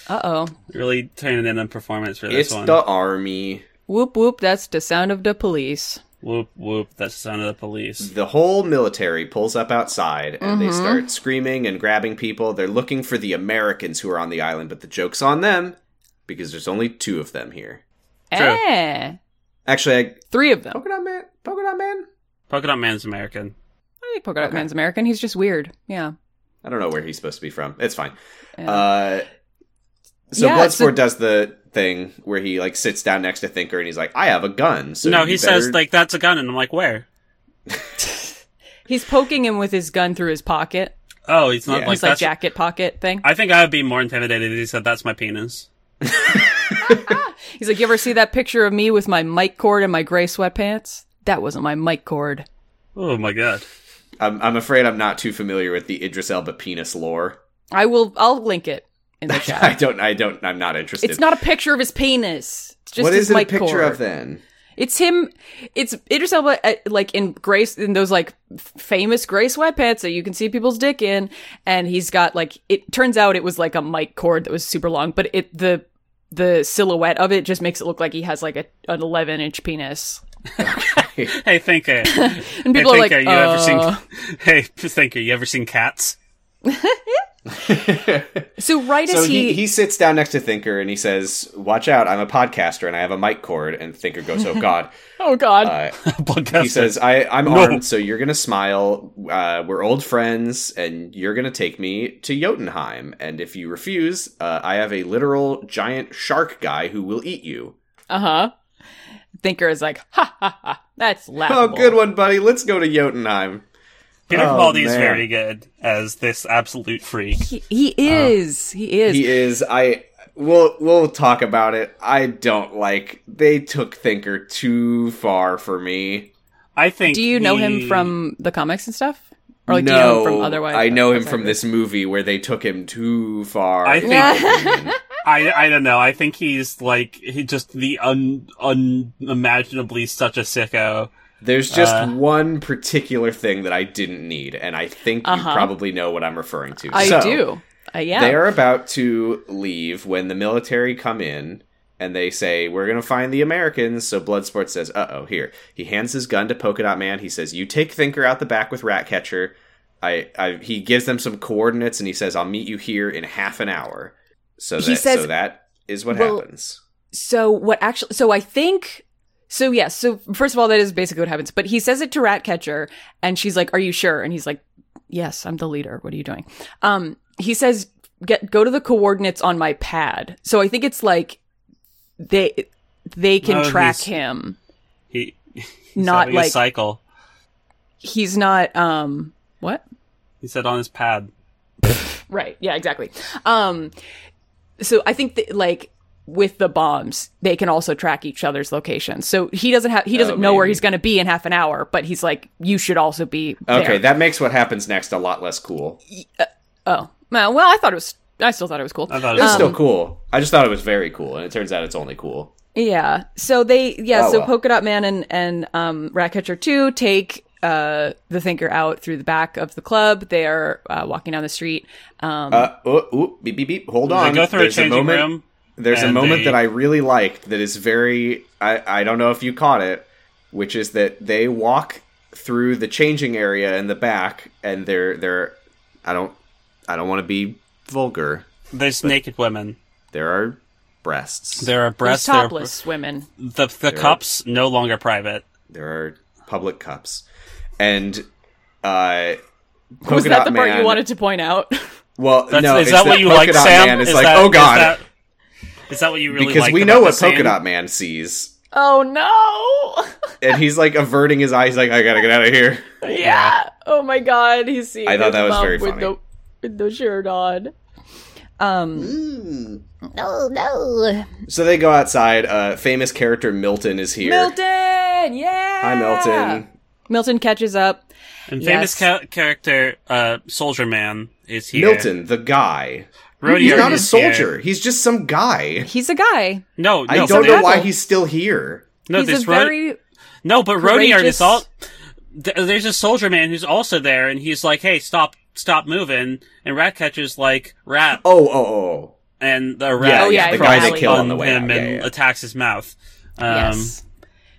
[SPEAKER 1] Uh oh.
[SPEAKER 2] really turning in a performance for this
[SPEAKER 3] it's
[SPEAKER 2] one.
[SPEAKER 3] the army.
[SPEAKER 1] Whoop whoop. That's the sound of the police.
[SPEAKER 2] Whoop whoop! That's the sound of the police.
[SPEAKER 3] The whole military pulls up outside and
[SPEAKER 1] Mm-hmm.
[SPEAKER 3] they start screaming and grabbing people. They're looking for the Americans who are on the island, but the joke's on them because there's only two of them here.
[SPEAKER 2] True.
[SPEAKER 1] Eh.
[SPEAKER 3] Actually, I,
[SPEAKER 1] Three of them.
[SPEAKER 3] polka dot man, polka dot man.
[SPEAKER 2] Polka Dot Man's American.
[SPEAKER 1] I think Polka Dot Man's American. He's just weird. Yeah.
[SPEAKER 3] I don't know where he's supposed to be from. It's fine.
[SPEAKER 1] Yeah.
[SPEAKER 3] Uh, so
[SPEAKER 1] Yeah,
[SPEAKER 3] Bloodsport
[SPEAKER 1] so-
[SPEAKER 3] does the thing where he like sits down next to Thinker and he's like, "I have a gun." So
[SPEAKER 2] no,
[SPEAKER 3] you
[SPEAKER 2] he says
[SPEAKER 3] better-
[SPEAKER 2] like that's a gun, and I'm like, where?
[SPEAKER 1] He's poking him with his gun through his pocket.
[SPEAKER 2] Oh, he's not
[SPEAKER 3] Yeah.
[SPEAKER 2] like
[SPEAKER 1] His like
[SPEAKER 2] that's.
[SPEAKER 1] jacket pocket thing.
[SPEAKER 2] I think I would be more intimidated if he said that's my penis.
[SPEAKER 1] He's like, you ever see that picture of me with my mic cord and my gray sweatpants? That wasn't my mic cord.
[SPEAKER 2] Oh my god!
[SPEAKER 3] I'm, I'm afraid I'm not too familiar with the Idris Elba penis lore.
[SPEAKER 1] I will. I'll link it in the
[SPEAKER 3] I
[SPEAKER 1] chat.
[SPEAKER 3] don't. I don't. I'm not interested.
[SPEAKER 1] it's not a picture of his penis. It's just
[SPEAKER 3] what
[SPEAKER 1] his
[SPEAKER 3] is it a
[SPEAKER 1] mic
[SPEAKER 3] picture
[SPEAKER 1] cord.
[SPEAKER 3] of then?
[SPEAKER 1] It's him. It's Idris Elba, uh, like in gray, in those like f- famous gray sweatpants that you can see people's dick in, and he's got like. It turns out it was like a mic cord that was super long, but it the the silhouette of it just makes it look like he has like a, an 11 inch penis.
[SPEAKER 2] Hey, thinker.
[SPEAKER 1] And people are
[SPEAKER 2] hey,
[SPEAKER 1] like,
[SPEAKER 2] thinker, you
[SPEAKER 1] uh,
[SPEAKER 2] ever seen? Hey, thinker, you ever seen cats?
[SPEAKER 1] So right
[SPEAKER 3] So
[SPEAKER 1] as
[SPEAKER 3] he, he sits down next to Thinker and he says, "Watch out! I'm a podcaster and I have a mic cord." And Thinker goes, "Oh God!"
[SPEAKER 1] oh god,
[SPEAKER 3] Uh,
[SPEAKER 2] Podcaster.
[SPEAKER 3] he says, I, "I'm armed, so you're gonna smile. Uh, we're old friends, and you're gonna take me to Jotunheim. And if you refuse, uh, I have a literal giant shark guy who will eat you."
[SPEAKER 1] Uh huh. Thinker is like, ha ha ha, that's
[SPEAKER 3] Oh,
[SPEAKER 1] laughable.
[SPEAKER 3] good one, buddy. Let's go to Jotunheim.
[SPEAKER 2] Peter
[SPEAKER 3] Oh,
[SPEAKER 2] Capaldi is
[SPEAKER 3] man.
[SPEAKER 2] very good as this absolute freak.
[SPEAKER 1] He, he is. he is.
[SPEAKER 3] Uh, He is. I. We'll we'll talk about it. I don't like. They took Thinker too far for me.
[SPEAKER 2] I think.
[SPEAKER 1] do you know him
[SPEAKER 2] he-
[SPEAKER 1] from the comics and stuff, or like
[SPEAKER 3] no,
[SPEAKER 1] do you know him from otherwise?
[SPEAKER 3] I know him
[SPEAKER 1] outside
[SPEAKER 3] from
[SPEAKER 1] of-
[SPEAKER 3] this movie where they took him too far.
[SPEAKER 2] I think- I I don't know. I think he's like he just the un unimaginably such a sicko.
[SPEAKER 3] There's just
[SPEAKER 2] Uh.
[SPEAKER 3] one particular thing that I didn't need, and I think
[SPEAKER 1] Uh-huh.
[SPEAKER 3] you probably know what I'm referring to.
[SPEAKER 1] I
[SPEAKER 3] So,
[SPEAKER 1] do. Uh, yeah.
[SPEAKER 3] They are about to leave when the military come in, and they say, "We're gonna find the Americans." So Bloodsport says, "Uh oh, here." He hands his gun to Polka Dot Man. He says, "You take Thinker out the back with Ratcatcher." I, I he gives them some coordinates, and he says, "I'll meet you here in half an hour." So that
[SPEAKER 1] He says-
[SPEAKER 3] so that is what
[SPEAKER 1] Well,
[SPEAKER 3] happens.
[SPEAKER 1] so what actually? So I think. So yes. So first of all, that is basically what happens. But he says it to Ratcatcher, and she's like, "Are you sure?" And he's like, "Yes, I'm the leader. What are you doing?" Um, he says, "Get go to the coordinates on my pad." So I think it's like they they can
[SPEAKER 2] Oh,
[SPEAKER 1] track
[SPEAKER 2] he's-
[SPEAKER 1] him.
[SPEAKER 2] He he's
[SPEAKER 1] Not
[SPEAKER 2] having a
[SPEAKER 1] like-
[SPEAKER 2] cycle.
[SPEAKER 1] he's not um what
[SPEAKER 2] He said on his pad.
[SPEAKER 1] right yeah exactly um so i think that like with the bombs they can also track each other's location so he doesn't have he doesn't
[SPEAKER 3] Oh,
[SPEAKER 1] know where
[SPEAKER 3] maybe.
[SPEAKER 1] he's going to be in half an hour but he's like you should also be
[SPEAKER 3] Okay,
[SPEAKER 1] there.
[SPEAKER 3] that makes what happens next a lot less cool.
[SPEAKER 1] oh well, well i thought it was i still thought it was cool
[SPEAKER 2] I thought it
[SPEAKER 3] It's
[SPEAKER 2] was
[SPEAKER 3] still cool. I just thought it was very cool, and it turns out it's only cool.
[SPEAKER 1] Yeah. So they yeah,
[SPEAKER 3] Oh,
[SPEAKER 1] so
[SPEAKER 3] well.
[SPEAKER 1] Polka Dot Man and and um Ratcatcher 2 take uh the thinker out through the back of the club. They are uh, walking down the street. Um
[SPEAKER 3] Uh, oh, oh, beep, beep, beep. Hold
[SPEAKER 2] they
[SPEAKER 3] on.
[SPEAKER 2] go through a changing
[SPEAKER 3] moment,
[SPEAKER 2] room.
[SPEAKER 3] There's a
[SPEAKER 2] and
[SPEAKER 3] moment
[SPEAKER 2] they-
[SPEAKER 3] that I really liked that is very. I, I don't know if you caught it, which is that they walk through the changing area in the back, and they're they're. I don't. I don't want to be vulgar.
[SPEAKER 2] There's naked women.
[SPEAKER 3] There are breasts. There,
[SPEAKER 2] There are
[SPEAKER 1] there's
[SPEAKER 2] breasts. There are,
[SPEAKER 1] topless women.
[SPEAKER 2] the the cups no longer private.
[SPEAKER 3] are public cups, and uh.
[SPEAKER 1] Was
[SPEAKER 3] Polka
[SPEAKER 1] that
[SPEAKER 3] Dot
[SPEAKER 1] the part
[SPEAKER 3] Man-
[SPEAKER 1] you wanted to point out?
[SPEAKER 3] Well,
[SPEAKER 2] That's,
[SPEAKER 3] no,
[SPEAKER 2] is
[SPEAKER 3] it's
[SPEAKER 2] that what you
[SPEAKER 3] Polka
[SPEAKER 2] like,
[SPEAKER 3] Dot
[SPEAKER 2] Sam?
[SPEAKER 3] Man is,
[SPEAKER 2] Is
[SPEAKER 3] like,
[SPEAKER 2] that-
[SPEAKER 3] oh
[SPEAKER 2] is
[SPEAKER 3] god,
[SPEAKER 2] that- Is that what you really
[SPEAKER 3] because
[SPEAKER 2] liked
[SPEAKER 3] we
[SPEAKER 2] about
[SPEAKER 3] know
[SPEAKER 2] the
[SPEAKER 3] what
[SPEAKER 2] scene?
[SPEAKER 3] Polka Dot Man sees,
[SPEAKER 1] Oh no!
[SPEAKER 3] and he's like averting his eyes, like I gotta get out of here.
[SPEAKER 1] yeah. Oh my god, he's seeing.
[SPEAKER 3] I
[SPEAKER 1] his
[SPEAKER 3] thought that was
[SPEAKER 1] mom
[SPEAKER 3] very
[SPEAKER 1] with
[SPEAKER 3] funny.
[SPEAKER 1] The, with the shirt on. Um,
[SPEAKER 3] Mm.
[SPEAKER 4] No, no.
[SPEAKER 3] So they go outside. Uh, famous character Milton is here.
[SPEAKER 1] Milton, yeah.
[SPEAKER 3] Hi, Milton.
[SPEAKER 1] Milton catches up.
[SPEAKER 2] And famous
[SPEAKER 1] Yes.
[SPEAKER 2] ca- character uh, Soldier Man is here.
[SPEAKER 3] Milton, the guy.
[SPEAKER 2] Rodeo
[SPEAKER 3] He's not a
[SPEAKER 2] is here.
[SPEAKER 3] soldier. He's just some guy.
[SPEAKER 1] He's a guy.
[SPEAKER 2] No, no,
[SPEAKER 3] I
[SPEAKER 2] but
[SPEAKER 3] don't know
[SPEAKER 2] they-
[SPEAKER 3] why he's still here.
[SPEAKER 2] No,
[SPEAKER 1] He's
[SPEAKER 2] this um,
[SPEAKER 1] a
[SPEAKER 2] Ro-
[SPEAKER 1] very
[SPEAKER 2] no, but Rodeo
[SPEAKER 1] courageous-
[SPEAKER 2] is all. th- There's a soldier man who's also there, and he's like, "Hey, stop, stop moving!" And Ratcatcher's like, "Rat,"
[SPEAKER 3] Oh, oh, oh.
[SPEAKER 2] and the rat
[SPEAKER 1] Oh, yeah,
[SPEAKER 2] crawls
[SPEAKER 1] the guy they kill
[SPEAKER 3] on
[SPEAKER 2] on
[SPEAKER 3] the way
[SPEAKER 2] him
[SPEAKER 3] out. Yeah,
[SPEAKER 2] and
[SPEAKER 3] yeah, yeah.
[SPEAKER 2] attacks his mouth. Um,
[SPEAKER 1] yes.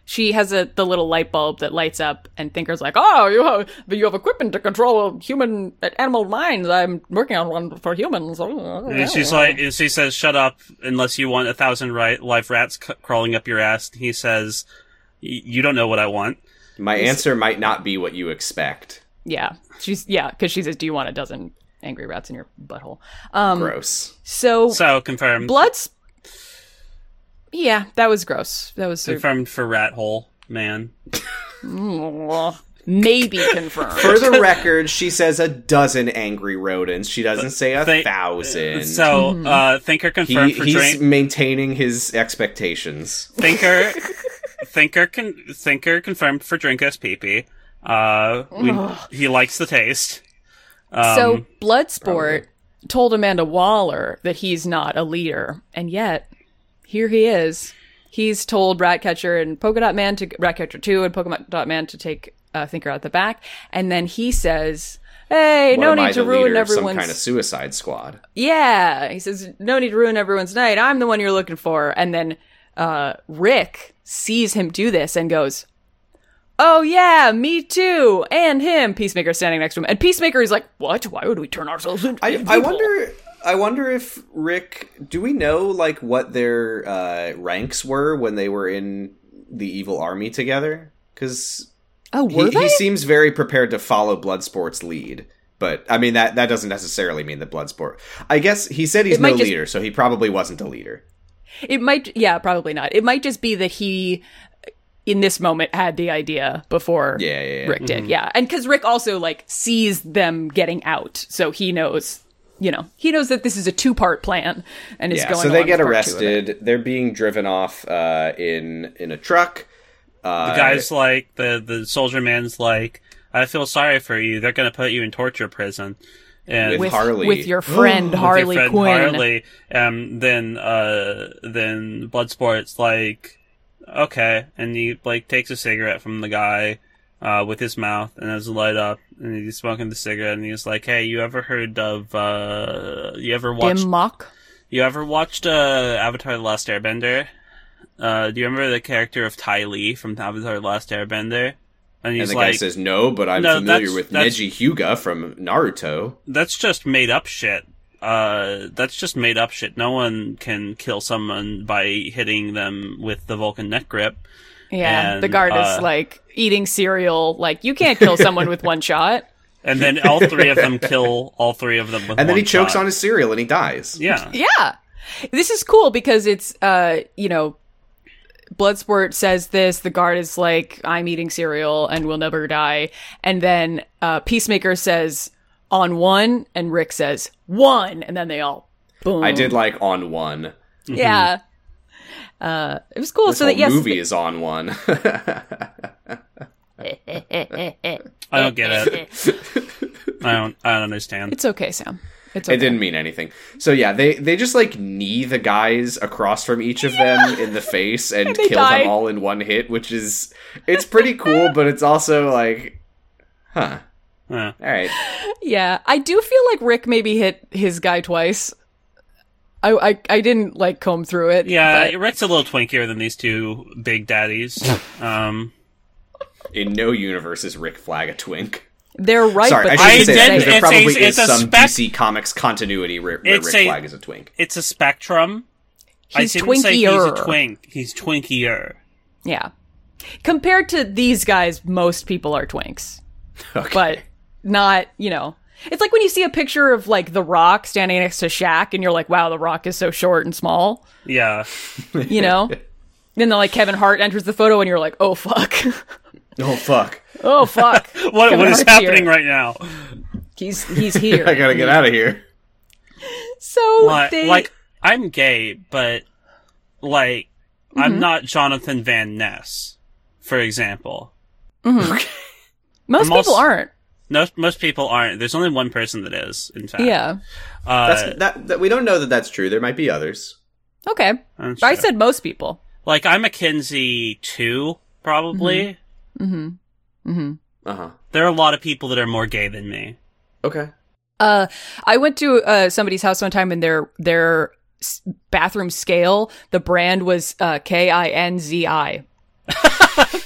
[SPEAKER 1] She has a the little light bulb that lights up, and Thinker's like, "Oh, you have you have equipment to control human animal minds. I'm working on one for humans."
[SPEAKER 3] Oh,
[SPEAKER 2] And she's like, and she says, "Shut up, unless you want a thousand right live rats c- crawling up your ass." And he says, "Y- "You don't know what I want."
[SPEAKER 3] My answer might not be what you expect.
[SPEAKER 1] "Yeah, she's yeah," because she says, "Do you want a dozen angry rats in your butthole?" Um,
[SPEAKER 3] Gross.
[SPEAKER 1] so,
[SPEAKER 2] So confirmed,
[SPEAKER 1] bloods. Yeah, that was gross. That was so-
[SPEAKER 2] confirmed for rat hole man.
[SPEAKER 1] maybe confirmed.
[SPEAKER 3] For the record, she says a dozen angry rodents. She doesn't say a
[SPEAKER 2] They-
[SPEAKER 3] thousand.
[SPEAKER 2] So
[SPEAKER 1] Mm-hmm.
[SPEAKER 2] uh, Thinker
[SPEAKER 3] he,
[SPEAKER 2] confirmed for
[SPEAKER 3] he's
[SPEAKER 2] drain.
[SPEAKER 3] maintaining his expectations.
[SPEAKER 2] Thinker, Thinker, con- Thinker confirmed for Drinko's peepee. Uh, we, he likes the taste. Um,
[SPEAKER 1] so Bloodsport told Amanda Waller that he's not a leader, and yet here he is. He's told Ratcatcher and Polka Dot Man to Ratcatcher Two and Polka Dot Man to take uh, Thinker out the back, and then he says, "Hey,
[SPEAKER 3] What
[SPEAKER 1] no
[SPEAKER 3] am I,
[SPEAKER 1] need to
[SPEAKER 3] the
[SPEAKER 1] ruin
[SPEAKER 3] leader of some
[SPEAKER 1] everyone's
[SPEAKER 3] kind of suicide squad.
[SPEAKER 1] yeah." He says, "No need to ruin everyone's night. I'm the one you're looking for." And then uh, Rick sees him do this and goes. Oh yeah, me too, and him. Peacemaker standing next to him, and Peacemaker is like, "What? Why would we turn ourselves into
[SPEAKER 3] I,
[SPEAKER 1] people?"
[SPEAKER 3] I wonder. I wonder if Rick. Do we know like what their uh, ranks were when they were in the evil army together? Because
[SPEAKER 1] Oh,
[SPEAKER 3] he,
[SPEAKER 1] were they?
[SPEAKER 3] he seems very prepared to follow Bloodsport's lead. But I mean that that doesn't necessarily mean that Bloodsport. I guess he said he's
[SPEAKER 1] It
[SPEAKER 3] no
[SPEAKER 1] might just-
[SPEAKER 3] leader, so he probably wasn't a leader.
[SPEAKER 1] It might, yeah, probably not. It might just be that he, in this moment, had the idea before
[SPEAKER 3] Yeah, yeah, yeah.
[SPEAKER 1] Rick did. Yeah, and because Rick also like sees them getting out, so he knows, you know, he knows that this is a two-part plan, and it's
[SPEAKER 3] yeah.
[SPEAKER 1] going.
[SPEAKER 3] So they
[SPEAKER 1] along
[SPEAKER 3] get
[SPEAKER 1] with part two of it.
[SPEAKER 3] arrested. They're being driven off uh, in in a truck. Uh,
[SPEAKER 2] the guy's like the the soldier man's like, "I feel sorry for you. They're gonna put you in torture prison." And
[SPEAKER 1] with
[SPEAKER 3] Harley.
[SPEAKER 1] with your friend
[SPEAKER 2] with your
[SPEAKER 1] Harley
[SPEAKER 2] friend
[SPEAKER 1] Quinn.
[SPEAKER 2] Harley, um, then uh, then Bloodsport's like, okay, and he like takes a cigarette from the guy uh, with his mouth and has it light up, and he's smoking the cigarette, and he's like, hey, you ever heard of uh, you ever watched
[SPEAKER 1] Dim Mock.
[SPEAKER 2] you ever watched uh, Avatar: The Last Airbender? Uh, do you remember the character of Ty Lee from Avatar: The Last Airbender? And
[SPEAKER 3] and
[SPEAKER 2] he's
[SPEAKER 3] the
[SPEAKER 2] like,
[SPEAKER 3] guy says no, but I'm
[SPEAKER 2] No,
[SPEAKER 3] familiar
[SPEAKER 2] that's-
[SPEAKER 3] with
[SPEAKER 2] that's-
[SPEAKER 3] Neji Hyuga from Naruto.
[SPEAKER 2] that's just made up shit. Uh, that's just made up shit. No one can kill someone by hitting them with the Vulcan neck grip.
[SPEAKER 1] Yeah,
[SPEAKER 2] and,
[SPEAKER 1] the guard
[SPEAKER 2] uh,
[SPEAKER 1] is like eating cereal. Like you can't kill someone with one shot.
[SPEAKER 2] And then all three of them kill all three of them with
[SPEAKER 3] And then
[SPEAKER 2] one
[SPEAKER 3] he chokes
[SPEAKER 2] shot.
[SPEAKER 3] on his cereal and he dies.
[SPEAKER 2] Yeah.
[SPEAKER 1] Yeah. This is cool because it's uh, you know, Bloodsport says this, the guard is like, I'm eating cereal and will never die. And then uh Peacemaker says on one and Rick says one and then they all boom.
[SPEAKER 3] I did like on one.
[SPEAKER 1] Yeah. Uh it was cool.
[SPEAKER 3] This
[SPEAKER 1] so
[SPEAKER 3] whole
[SPEAKER 1] that yes
[SPEAKER 3] movie is on one.
[SPEAKER 2] I don't get it. I don't. I don't understand.
[SPEAKER 1] it's okay, Sam. It's okay.
[SPEAKER 3] it didn't mean anything. So yeah, they they just like knee the guys across from each of them in the face and,
[SPEAKER 1] they
[SPEAKER 3] kill
[SPEAKER 1] die.
[SPEAKER 3] them all in one hit, which is it's pretty cool, but it's also like, huh?
[SPEAKER 2] Huh.
[SPEAKER 3] All right,
[SPEAKER 1] Yeah, I do feel like Rick maybe hit his guy twice. I I, I didn't like comb through it.
[SPEAKER 2] Yeah,
[SPEAKER 1] but-
[SPEAKER 2] Rick's a little twinkier than these two big daddies. Um,
[SPEAKER 3] in no universe is Rick Flag a twink.
[SPEAKER 1] they're right.
[SPEAKER 3] Sorry,
[SPEAKER 1] but they
[SPEAKER 3] I should
[SPEAKER 2] I
[SPEAKER 3] say that,
[SPEAKER 1] didn't
[SPEAKER 2] didn't-
[SPEAKER 3] because there
[SPEAKER 2] it's a-
[SPEAKER 3] probably
[SPEAKER 2] it's
[SPEAKER 3] is
[SPEAKER 2] a
[SPEAKER 3] some
[SPEAKER 2] spec-
[SPEAKER 3] DC Comics continuity where, where
[SPEAKER 2] It's
[SPEAKER 3] Rick
[SPEAKER 2] a-
[SPEAKER 3] Flag is a twink.
[SPEAKER 2] it's a spectrum.
[SPEAKER 1] He's
[SPEAKER 2] I didn't say he's a
[SPEAKER 1] twinkier.
[SPEAKER 2] twink. He's twinkier.
[SPEAKER 1] Yeah. Compared to these guys, most people are twinks,
[SPEAKER 3] Okay.
[SPEAKER 1] but not, you know. It's like when you see a picture of like The Rock standing next to Shaq and you're like, wow, The Rock is so short and small,
[SPEAKER 2] Yeah.
[SPEAKER 1] you know? then like Kevin Hart enters the photo and you're like, oh fuck.
[SPEAKER 3] oh fuck,
[SPEAKER 1] oh fuck.
[SPEAKER 2] What
[SPEAKER 1] Kevin
[SPEAKER 2] What is
[SPEAKER 1] Hart's
[SPEAKER 2] happening
[SPEAKER 1] here.
[SPEAKER 2] right now?
[SPEAKER 1] He's he's here.
[SPEAKER 3] I gotta get out of here.
[SPEAKER 1] So
[SPEAKER 2] like,
[SPEAKER 1] they
[SPEAKER 2] like I'm gay, but like
[SPEAKER 1] Mm-hmm.
[SPEAKER 2] I'm not Jonathan Van Ness, for example.
[SPEAKER 1] Mhm. most
[SPEAKER 2] I'm
[SPEAKER 1] people
[SPEAKER 2] also-
[SPEAKER 1] aren't.
[SPEAKER 2] No, most people aren't. There's only one person that is, in fact.
[SPEAKER 1] Yeah.
[SPEAKER 2] Uh,
[SPEAKER 3] That's that, that we don't know that that's true. There might be others.
[SPEAKER 1] Okay.
[SPEAKER 2] that's
[SPEAKER 1] I
[SPEAKER 2] true.
[SPEAKER 1] said most people.
[SPEAKER 2] like I'm a Kinsey too, probably.
[SPEAKER 1] Mhm. Mhm.
[SPEAKER 3] Uh huh.
[SPEAKER 2] There are a lot of people that are more gay than me.
[SPEAKER 3] Okay.
[SPEAKER 1] Uh I went to uh somebody's house one time and their their s- bathroom scale, the brand was uh K I N Z I.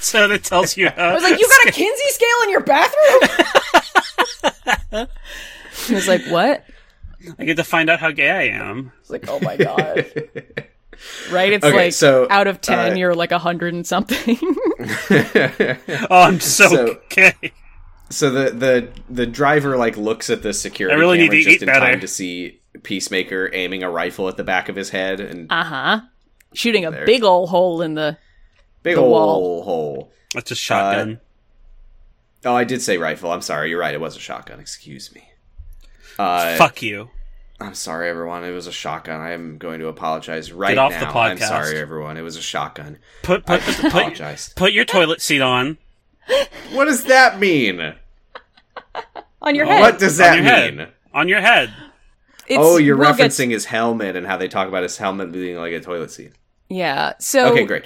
[SPEAKER 2] so that tells you how.
[SPEAKER 1] I was like, "You got a Kinsey scale in your bathroom?" I was like, "What?"
[SPEAKER 2] I get to find out how gay I am.
[SPEAKER 1] It's like, "Oh my god." Right? It's
[SPEAKER 3] Okay,
[SPEAKER 1] like
[SPEAKER 3] so,
[SPEAKER 1] out of 10
[SPEAKER 3] uh,
[SPEAKER 1] you're like 100 and something.
[SPEAKER 2] Oh, I'm so,
[SPEAKER 3] So-
[SPEAKER 2] gay.
[SPEAKER 3] so the the the driver like looks at the security
[SPEAKER 2] I really need
[SPEAKER 3] camera
[SPEAKER 2] to
[SPEAKER 3] just
[SPEAKER 2] eat
[SPEAKER 3] in
[SPEAKER 2] better.
[SPEAKER 3] time to see Peacemaker aiming a rifle at the back of his head and
[SPEAKER 1] uh-huh. Shooting a big ol' hole in the
[SPEAKER 3] big
[SPEAKER 1] the
[SPEAKER 3] ol'
[SPEAKER 1] wall.
[SPEAKER 3] hole.
[SPEAKER 2] That's a shotgun.
[SPEAKER 3] Oh, I did say rifle. I'm sorry. You're right. It was a shotgun. Excuse me. Uh,
[SPEAKER 2] Fuck you.
[SPEAKER 3] I'm sorry, everyone. It was a shotgun. I am going to apologize right
[SPEAKER 2] off
[SPEAKER 3] now.
[SPEAKER 2] the
[SPEAKER 3] I'm
[SPEAKER 2] podcast.
[SPEAKER 3] sorry, everyone. It was a shotgun.
[SPEAKER 2] Put
[SPEAKER 3] I
[SPEAKER 2] put put, put,
[SPEAKER 3] apologize.
[SPEAKER 2] put your toilet seat on.
[SPEAKER 3] what does that mean?
[SPEAKER 1] on your head.
[SPEAKER 3] What does
[SPEAKER 2] On
[SPEAKER 3] that
[SPEAKER 2] your head.
[SPEAKER 3] mean?
[SPEAKER 2] On your head.
[SPEAKER 1] It's-
[SPEAKER 3] Oh, you're
[SPEAKER 1] we'll get-
[SPEAKER 3] referencing his helmet and how they talk about his helmet being like a toilet seat.
[SPEAKER 1] Yeah. So
[SPEAKER 3] okay, great.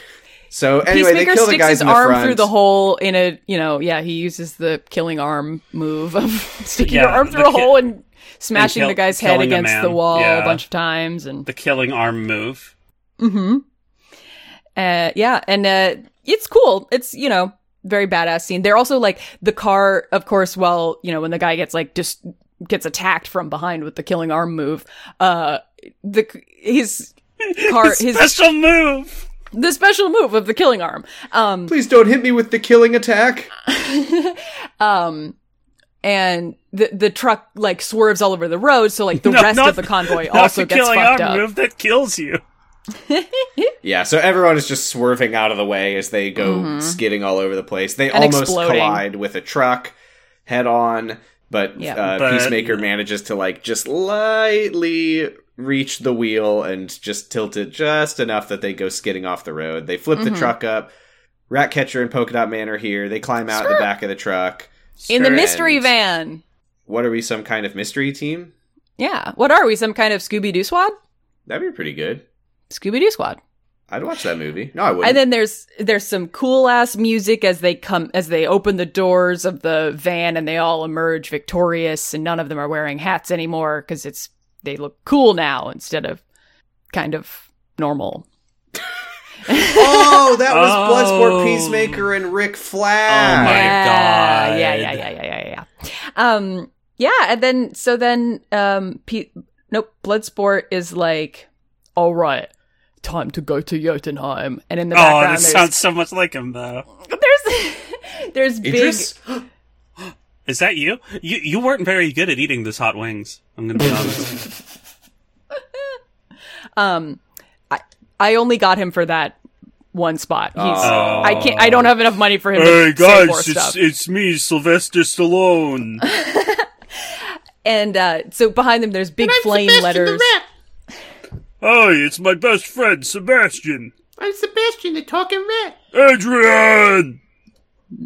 [SPEAKER 3] So anyway, they
[SPEAKER 1] Peacemaker
[SPEAKER 3] kill the
[SPEAKER 1] sticks
[SPEAKER 3] guys
[SPEAKER 1] his
[SPEAKER 3] in the
[SPEAKER 1] arm
[SPEAKER 3] front.
[SPEAKER 1] through the hole in a you know yeah he uses the killing arm move of sticking your
[SPEAKER 2] Yeah,
[SPEAKER 1] arm through
[SPEAKER 2] the
[SPEAKER 1] a
[SPEAKER 2] ki-
[SPEAKER 1] hole and smashing
[SPEAKER 2] kill-
[SPEAKER 1] the guy's head
[SPEAKER 2] killing a
[SPEAKER 1] against
[SPEAKER 2] man.
[SPEAKER 1] the wall a
[SPEAKER 2] Yeah.
[SPEAKER 1] bunch of times and
[SPEAKER 2] The killing arm move.
[SPEAKER 1] hmm uh, yeah and uh, it's cool it's you know very badass scene they're also like the car of course while you know when the guy gets like just gets attacked from behind with the killing arm move uh the his car his
[SPEAKER 2] Special move.
[SPEAKER 1] the special move of the killing arm um
[SPEAKER 3] Please don't hit me with the killing attack.
[SPEAKER 1] um and the the truck like swerves all over the road so like the
[SPEAKER 2] No,
[SPEAKER 1] rest
[SPEAKER 2] not-
[SPEAKER 1] of the convoy
[SPEAKER 2] Not
[SPEAKER 1] also
[SPEAKER 2] the
[SPEAKER 1] gets
[SPEAKER 2] killing
[SPEAKER 1] fucked
[SPEAKER 2] arm
[SPEAKER 1] up
[SPEAKER 2] move that kills you.
[SPEAKER 3] Yeah, so everyone is just swerving out of the way as they go skidding all over the place. They
[SPEAKER 1] Mm-hmm. And
[SPEAKER 3] almost
[SPEAKER 1] exploding.
[SPEAKER 3] collide with a truck head on, but,
[SPEAKER 1] Yeah.
[SPEAKER 3] uh,
[SPEAKER 2] But-
[SPEAKER 3] Peacemaker manages to like just lightly reach the wheel and just tilt it just enough that they go skidding off the road. They flip
[SPEAKER 1] Mhm.
[SPEAKER 3] the truck up. Ratcatcher and Polka Dot Man are here. They climb out the
[SPEAKER 1] Skirt.
[SPEAKER 3] back of the truck.
[SPEAKER 1] in the
[SPEAKER 3] Sure.
[SPEAKER 1] mystery
[SPEAKER 3] And-
[SPEAKER 1] van
[SPEAKER 3] What are we, some kind of mystery team?
[SPEAKER 1] yeah what are we some kind of scooby-doo squad
[SPEAKER 3] That'd be pretty good.
[SPEAKER 1] scooby-doo squad
[SPEAKER 3] I'd watch that movie. No, I wouldn't.
[SPEAKER 1] and then there's there's some cool ass music as they come as they open the doors of the van and they all emerge victorious and none of them are wearing hats anymore because it's they look cool now instead of kind of normal
[SPEAKER 3] oh, that was
[SPEAKER 2] Oh.
[SPEAKER 3] Bloodsport, Peacemaker, and Rick Flag.
[SPEAKER 2] Oh my
[SPEAKER 1] yeah,
[SPEAKER 2] God.
[SPEAKER 1] Yeah, yeah, yeah, yeah, yeah, yeah. Um, yeah, and then so then um, Pete, nope, Bloodsport is like, all right, time to go to Jotunheim, and in the
[SPEAKER 2] Oh,
[SPEAKER 1] background
[SPEAKER 2] that sounds so much like him though.
[SPEAKER 1] there's there's there's big.
[SPEAKER 3] Idris?
[SPEAKER 2] Is that you? You you weren't very good at eating those hot wings. I'm gonna be honest.
[SPEAKER 1] Um, I I only got him for that one spot. He's
[SPEAKER 3] Oh.
[SPEAKER 1] I can't. I don't have enough money for him. to say more stuff.
[SPEAKER 2] it's me, Sylvester Stallone.
[SPEAKER 1] and uh, so behind them there's big flame letters.
[SPEAKER 2] Hey, it's my best friend Sebastian.
[SPEAKER 4] I'm Sebastian, the talking rat.
[SPEAKER 2] Adrian.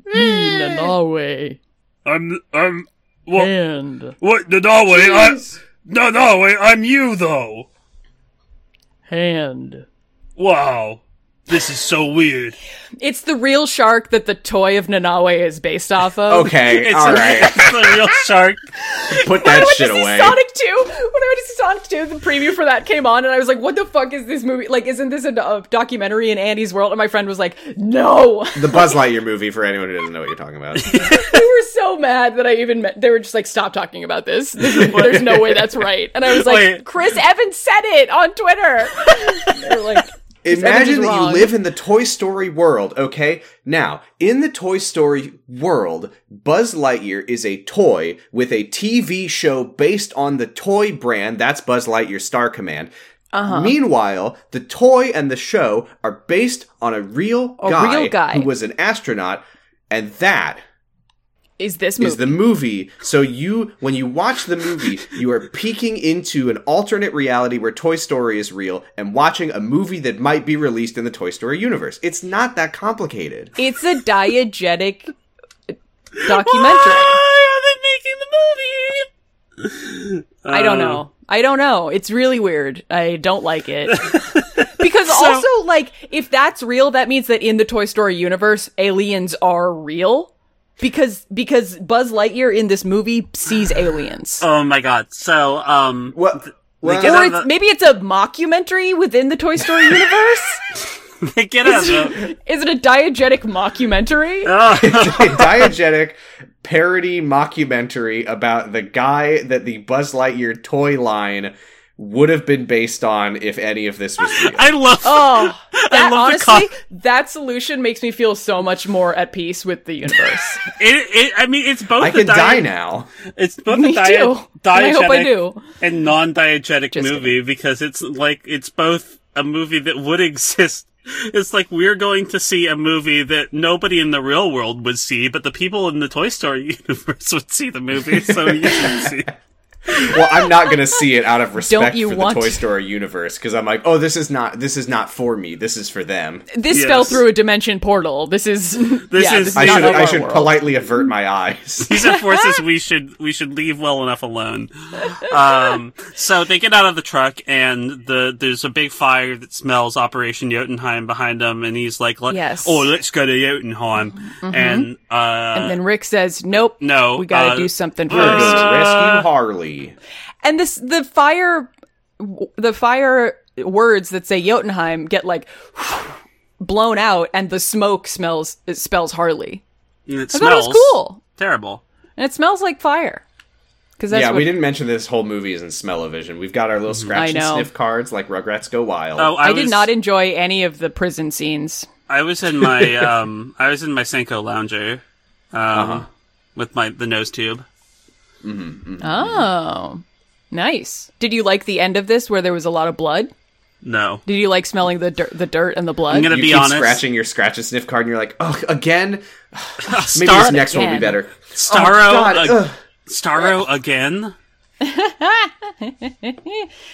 [SPEAKER 1] Mean and Norway
[SPEAKER 2] I'm I'm what
[SPEAKER 1] and
[SPEAKER 2] what the Norway? I, no Norway. I'm you though.
[SPEAKER 1] hand.
[SPEAKER 2] Wow, this is so weird.
[SPEAKER 1] It's the real shark that the toy of Nanawe is based off of.
[SPEAKER 3] Okay,
[SPEAKER 2] It's
[SPEAKER 3] all
[SPEAKER 2] a-
[SPEAKER 3] right.
[SPEAKER 2] it's a real shark.
[SPEAKER 3] Put
[SPEAKER 1] When I
[SPEAKER 3] that
[SPEAKER 1] went
[SPEAKER 3] shit
[SPEAKER 1] to see
[SPEAKER 3] away.
[SPEAKER 1] Sonic 2, when I went to see Sonic 2, the preview for that came on, and I was like, what the fuck is this movie? Like, isn't this a, do- a documentary in Andy's world? And my friend was like, no.
[SPEAKER 3] The Buzz Lightyear movie for anyone who doesn't know what you're talking about.
[SPEAKER 1] they were so mad that I even met, they were just like, stop talking about this. This is- There's no way that's right. And I was like,
[SPEAKER 2] Wait.
[SPEAKER 1] Chris Evans said it on Twitter. they were like, "Chris Evans is
[SPEAKER 3] Imagine that
[SPEAKER 1] wrong."
[SPEAKER 3] you live in the Toy Story world, okay? Now, in the Toy Story world, Buzz Lightyear is a toy with a TV show based on the toy brand. That's Buzz Lightyear Star Command.
[SPEAKER 1] Uh-huh.
[SPEAKER 3] Meanwhile, the toy and the show are based on a real,
[SPEAKER 1] A
[SPEAKER 3] guy,
[SPEAKER 1] real guy.
[SPEAKER 3] who was an astronaut, and that
[SPEAKER 1] is this movie.
[SPEAKER 3] is the movie. So you, when you watch the movie, you are peeking into an alternate reality where Toy Story is real and watching a movie that might be released in the Toy Story universe. It's not that complicated.
[SPEAKER 1] it's a diegetic
[SPEAKER 2] Why
[SPEAKER 1] documentary.
[SPEAKER 2] are they making the movie?
[SPEAKER 1] I don't
[SPEAKER 2] Uh,
[SPEAKER 1] know. I don't know. It's really weird. I don't like it. because also like if that's real that means that in the Toy Story universe aliens are real because because Buzz Lightyear in this movie sees aliens.
[SPEAKER 2] Oh my god. So, um,
[SPEAKER 3] What? Well,
[SPEAKER 2] get
[SPEAKER 1] or
[SPEAKER 2] out
[SPEAKER 1] it's,
[SPEAKER 2] of the-
[SPEAKER 1] maybe it's a mockumentary within the Toy Story universe.
[SPEAKER 2] they get out of the-
[SPEAKER 1] Is it a diegetic mockumentary?
[SPEAKER 2] Oh,
[SPEAKER 3] a diegetic parody mockumentary about the guy that the Buzz Lightyear toy line would have been based on if any of this was real.
[SPEAKER 2] I love.
[SPEAKER 1] Oh, that
[SPEAKER 2] love the
[SPEAKER 1] honestly, that solution makes me feel so much more at peace with the universe.
[SPEAKER 2] It, it, I mean, it's both.
[SPEAKER 3] I
[SPEAKER 2] the
[SPEAKER 3] could die
[SPEAKER 2] dia-
[SPEAKER 3] now.
[SPEAKER 2] It's both
[SPEAKER 1] Me
[SPEAKER 2] a dia-
[SPEAKER 1] too. And I hope I
[SPEAKER 2] diegetic
[SPEAKER 1] do.
[SPEAKER 2] and non-diegetic
[SPEAKER 1] Just
[SPEAKER 2] movie because it's like it's both a movie that would exist. It's like we're going to see a movie that nobody in the real world would see, but the people in the Toy Story universe would see the movie, so you should see. it.
[SPEAKER 3] Well, I'm not gonna see it out of respect
[SPEAKER 1] you
[SPEAKER 3] for the
[SPEAKER 1] want
[SPEAKER 3] Toy
[SPEAKER 1] to?
[SPEAKER 3] Story universe because I'm like, oh, this is not this is not for me. This is for them.
[SPEAKER 1] This
[SPEAKER 2] Yes.
[SPEAKER 1] fell through a dimension portal. This is this yeah,
[SPEAKER 2] is-
[SPEAKER 1] this is
[SPEAKER 3] I
[SPEAKER 1] not
[SPEAKER 3] should
[SPEAKER 1] of
[SPEAKER 3] I
[SPEAKER 1] our
[SPEAKER 3] should
[SPEAKER 1] world.
[SPEAKER 3] politely avert my eyes.
[SPEAKER 2] These are forces we should we should leave well enough alone. Um, so they get out of the truck, and the there's a big fire that smells Operation Jotunheim behind them, and he's like, "Let-
[SPEAKER 1] Yes. Mm-hmm.
[SPEAKER 2] oh, let's go to Jotunheim." And uh,
[SPEAKER 1] and then Rick says, "Nope,
[SPEAKER 2] no,
[SPEAKER 1] we got to
[SPEAKER 2] uh,
[SPEAKER 1] do something
[SPEAKER 3] Rescue
[SPEAKER 1] first.
[SPEAKER 3] Harley.
[SPEAKER 1] And this the fire, the fire words that say Jotunheim get like blown out, and the smoke smells it spells Harley.
[SPEAKER 2] and it
[SPEAKER 1] I
[SPEAKER 2] smells
[SPEAKER 1] thought it was cool,
[SPEAKER 2] terrible.
[SPEAKER 1] and it smells like fire. Because that's
[SPEAKER 3] Yeah,
[SPEAKER 1] what Mm-hmm.
[SPEAKER 3] we didn't mention this whole movie is in smell-o-vision. We've got our little
[SPEAKER 1] I
[SPEAKER 3] scratch and
[SPEAKER 1] know.
[SPEAKER 3] sniff cards like Rugrats Go Wild.
[SPEAKER 2] Oh, I,
[SPEAKER 1] I,
[SPEAKER 2] was,
[SPEAKER 1] did not enjoy any of the prison scenes.
[SPEAKER 2] I was in my um, I was in my Senko lounger, um,
[SPEAKER 1] Uh-huh.
[SPEAKER 2] with my the nose tube.
[SPEAKER 1] Oh, nice. Did you like the end of this where there was a lot of blood?
[SPEAKER 2] No,
[SPEAKER 1] Did you like smelling the dirt, the dirt and the blood?
[SPEAKER 2] I'm gonna
[SPEAKER 3] you
[SPEAKER 2] be
[SPEAKER 3] keep
[SPEAKER 2] honest.
[SPEAKER 3] scratching your scratch and sniff card, and you're like, oh, again. Maybe
[SPEAKER 2] Star-
[SPEAKER 3] this next one will be
[SPEAKER 1] again.
[SPEAKER 3] better. Oh,
[SPEAKER 2] Starro,
[SPEAKER 3] God,
[SPEAKER 2] ag-
[SPEAKER 3] ugh.
[SPEAKER 2] Starro again.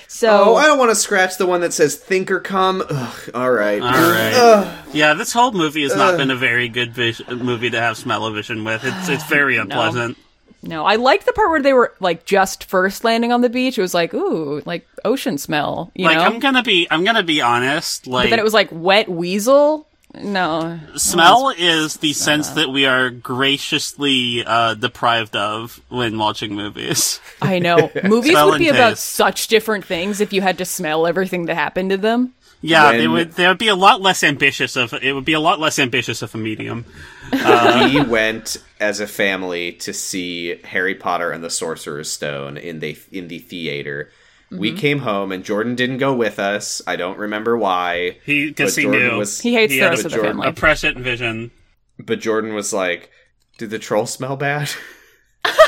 [SPEAKER 1] so
[SPEAKER 3] Oh, I don't want to scratch the one that says "think or come." Ugh, all right.
[SPEAKER 2] All right. yeah, this whole movie has not been a very good vis- movie to have smell-o-vision with. It's it's very unpleasant.
[SPEAKER 1] no, I liked the part where they were like just first landing on the beach. It was like ooh, like ocean smell, you
[SPEAKER 2] Like
[SPEAKER 1] know.
[SPEAKER 2] I'm gonna be I'm gonna be honest. Like
[SPEAKER 1] but then it was like wet weasel. No,
[SPEAKER 2] smell is the sense that we are graciously uh, deprived of when watching movies.
[SPEAKER 1] I know. Movies
[SPEAKER 2] Smell
[SPEAKER 1] would be
[SPEAKER 2] and
[SPEAKER 1] about
[SPEAKER 2] taste.
[SPEAKER 1] such different things if you had to smell everything that happened to them.
[SPEAKER 2] Yeah,
[SPEAKER 3] When-
[SPEAKER 2] they would. They would be a lot less ambitious of. It would be a lot less ambitious of a medium.
[SPEAKER 1] Uh,
[SPEAKER 3] we went as a family to see Harry Potter and the Sorcerer's Stone in the in the theater. We
[SPEAKER 1] Mm-hmm.
[SPEAKER 3] came home and Jordan didn't go with us. I don't remember why.
[SPEAKER 2] He because
[SPEAKER 3] but
[SPEAKER 2] he
[SPEAKER 3] Jordan
[SPEAKER 2] knew
[SPEAKER 3] was
[SPEAKER 1] He hates
[SPEAKER 2] Yeah,
[SPEAKER 1] the rest
[SPEAKER 2] but
[SPEAKER 1] of the
[SPEAKER 3] Jordan-
[SPEAKER 1] family.
[SPEAKER 2] a prescient vision.
[SPEAKER 3] but Jordan was like, "Did the troll smell bad?"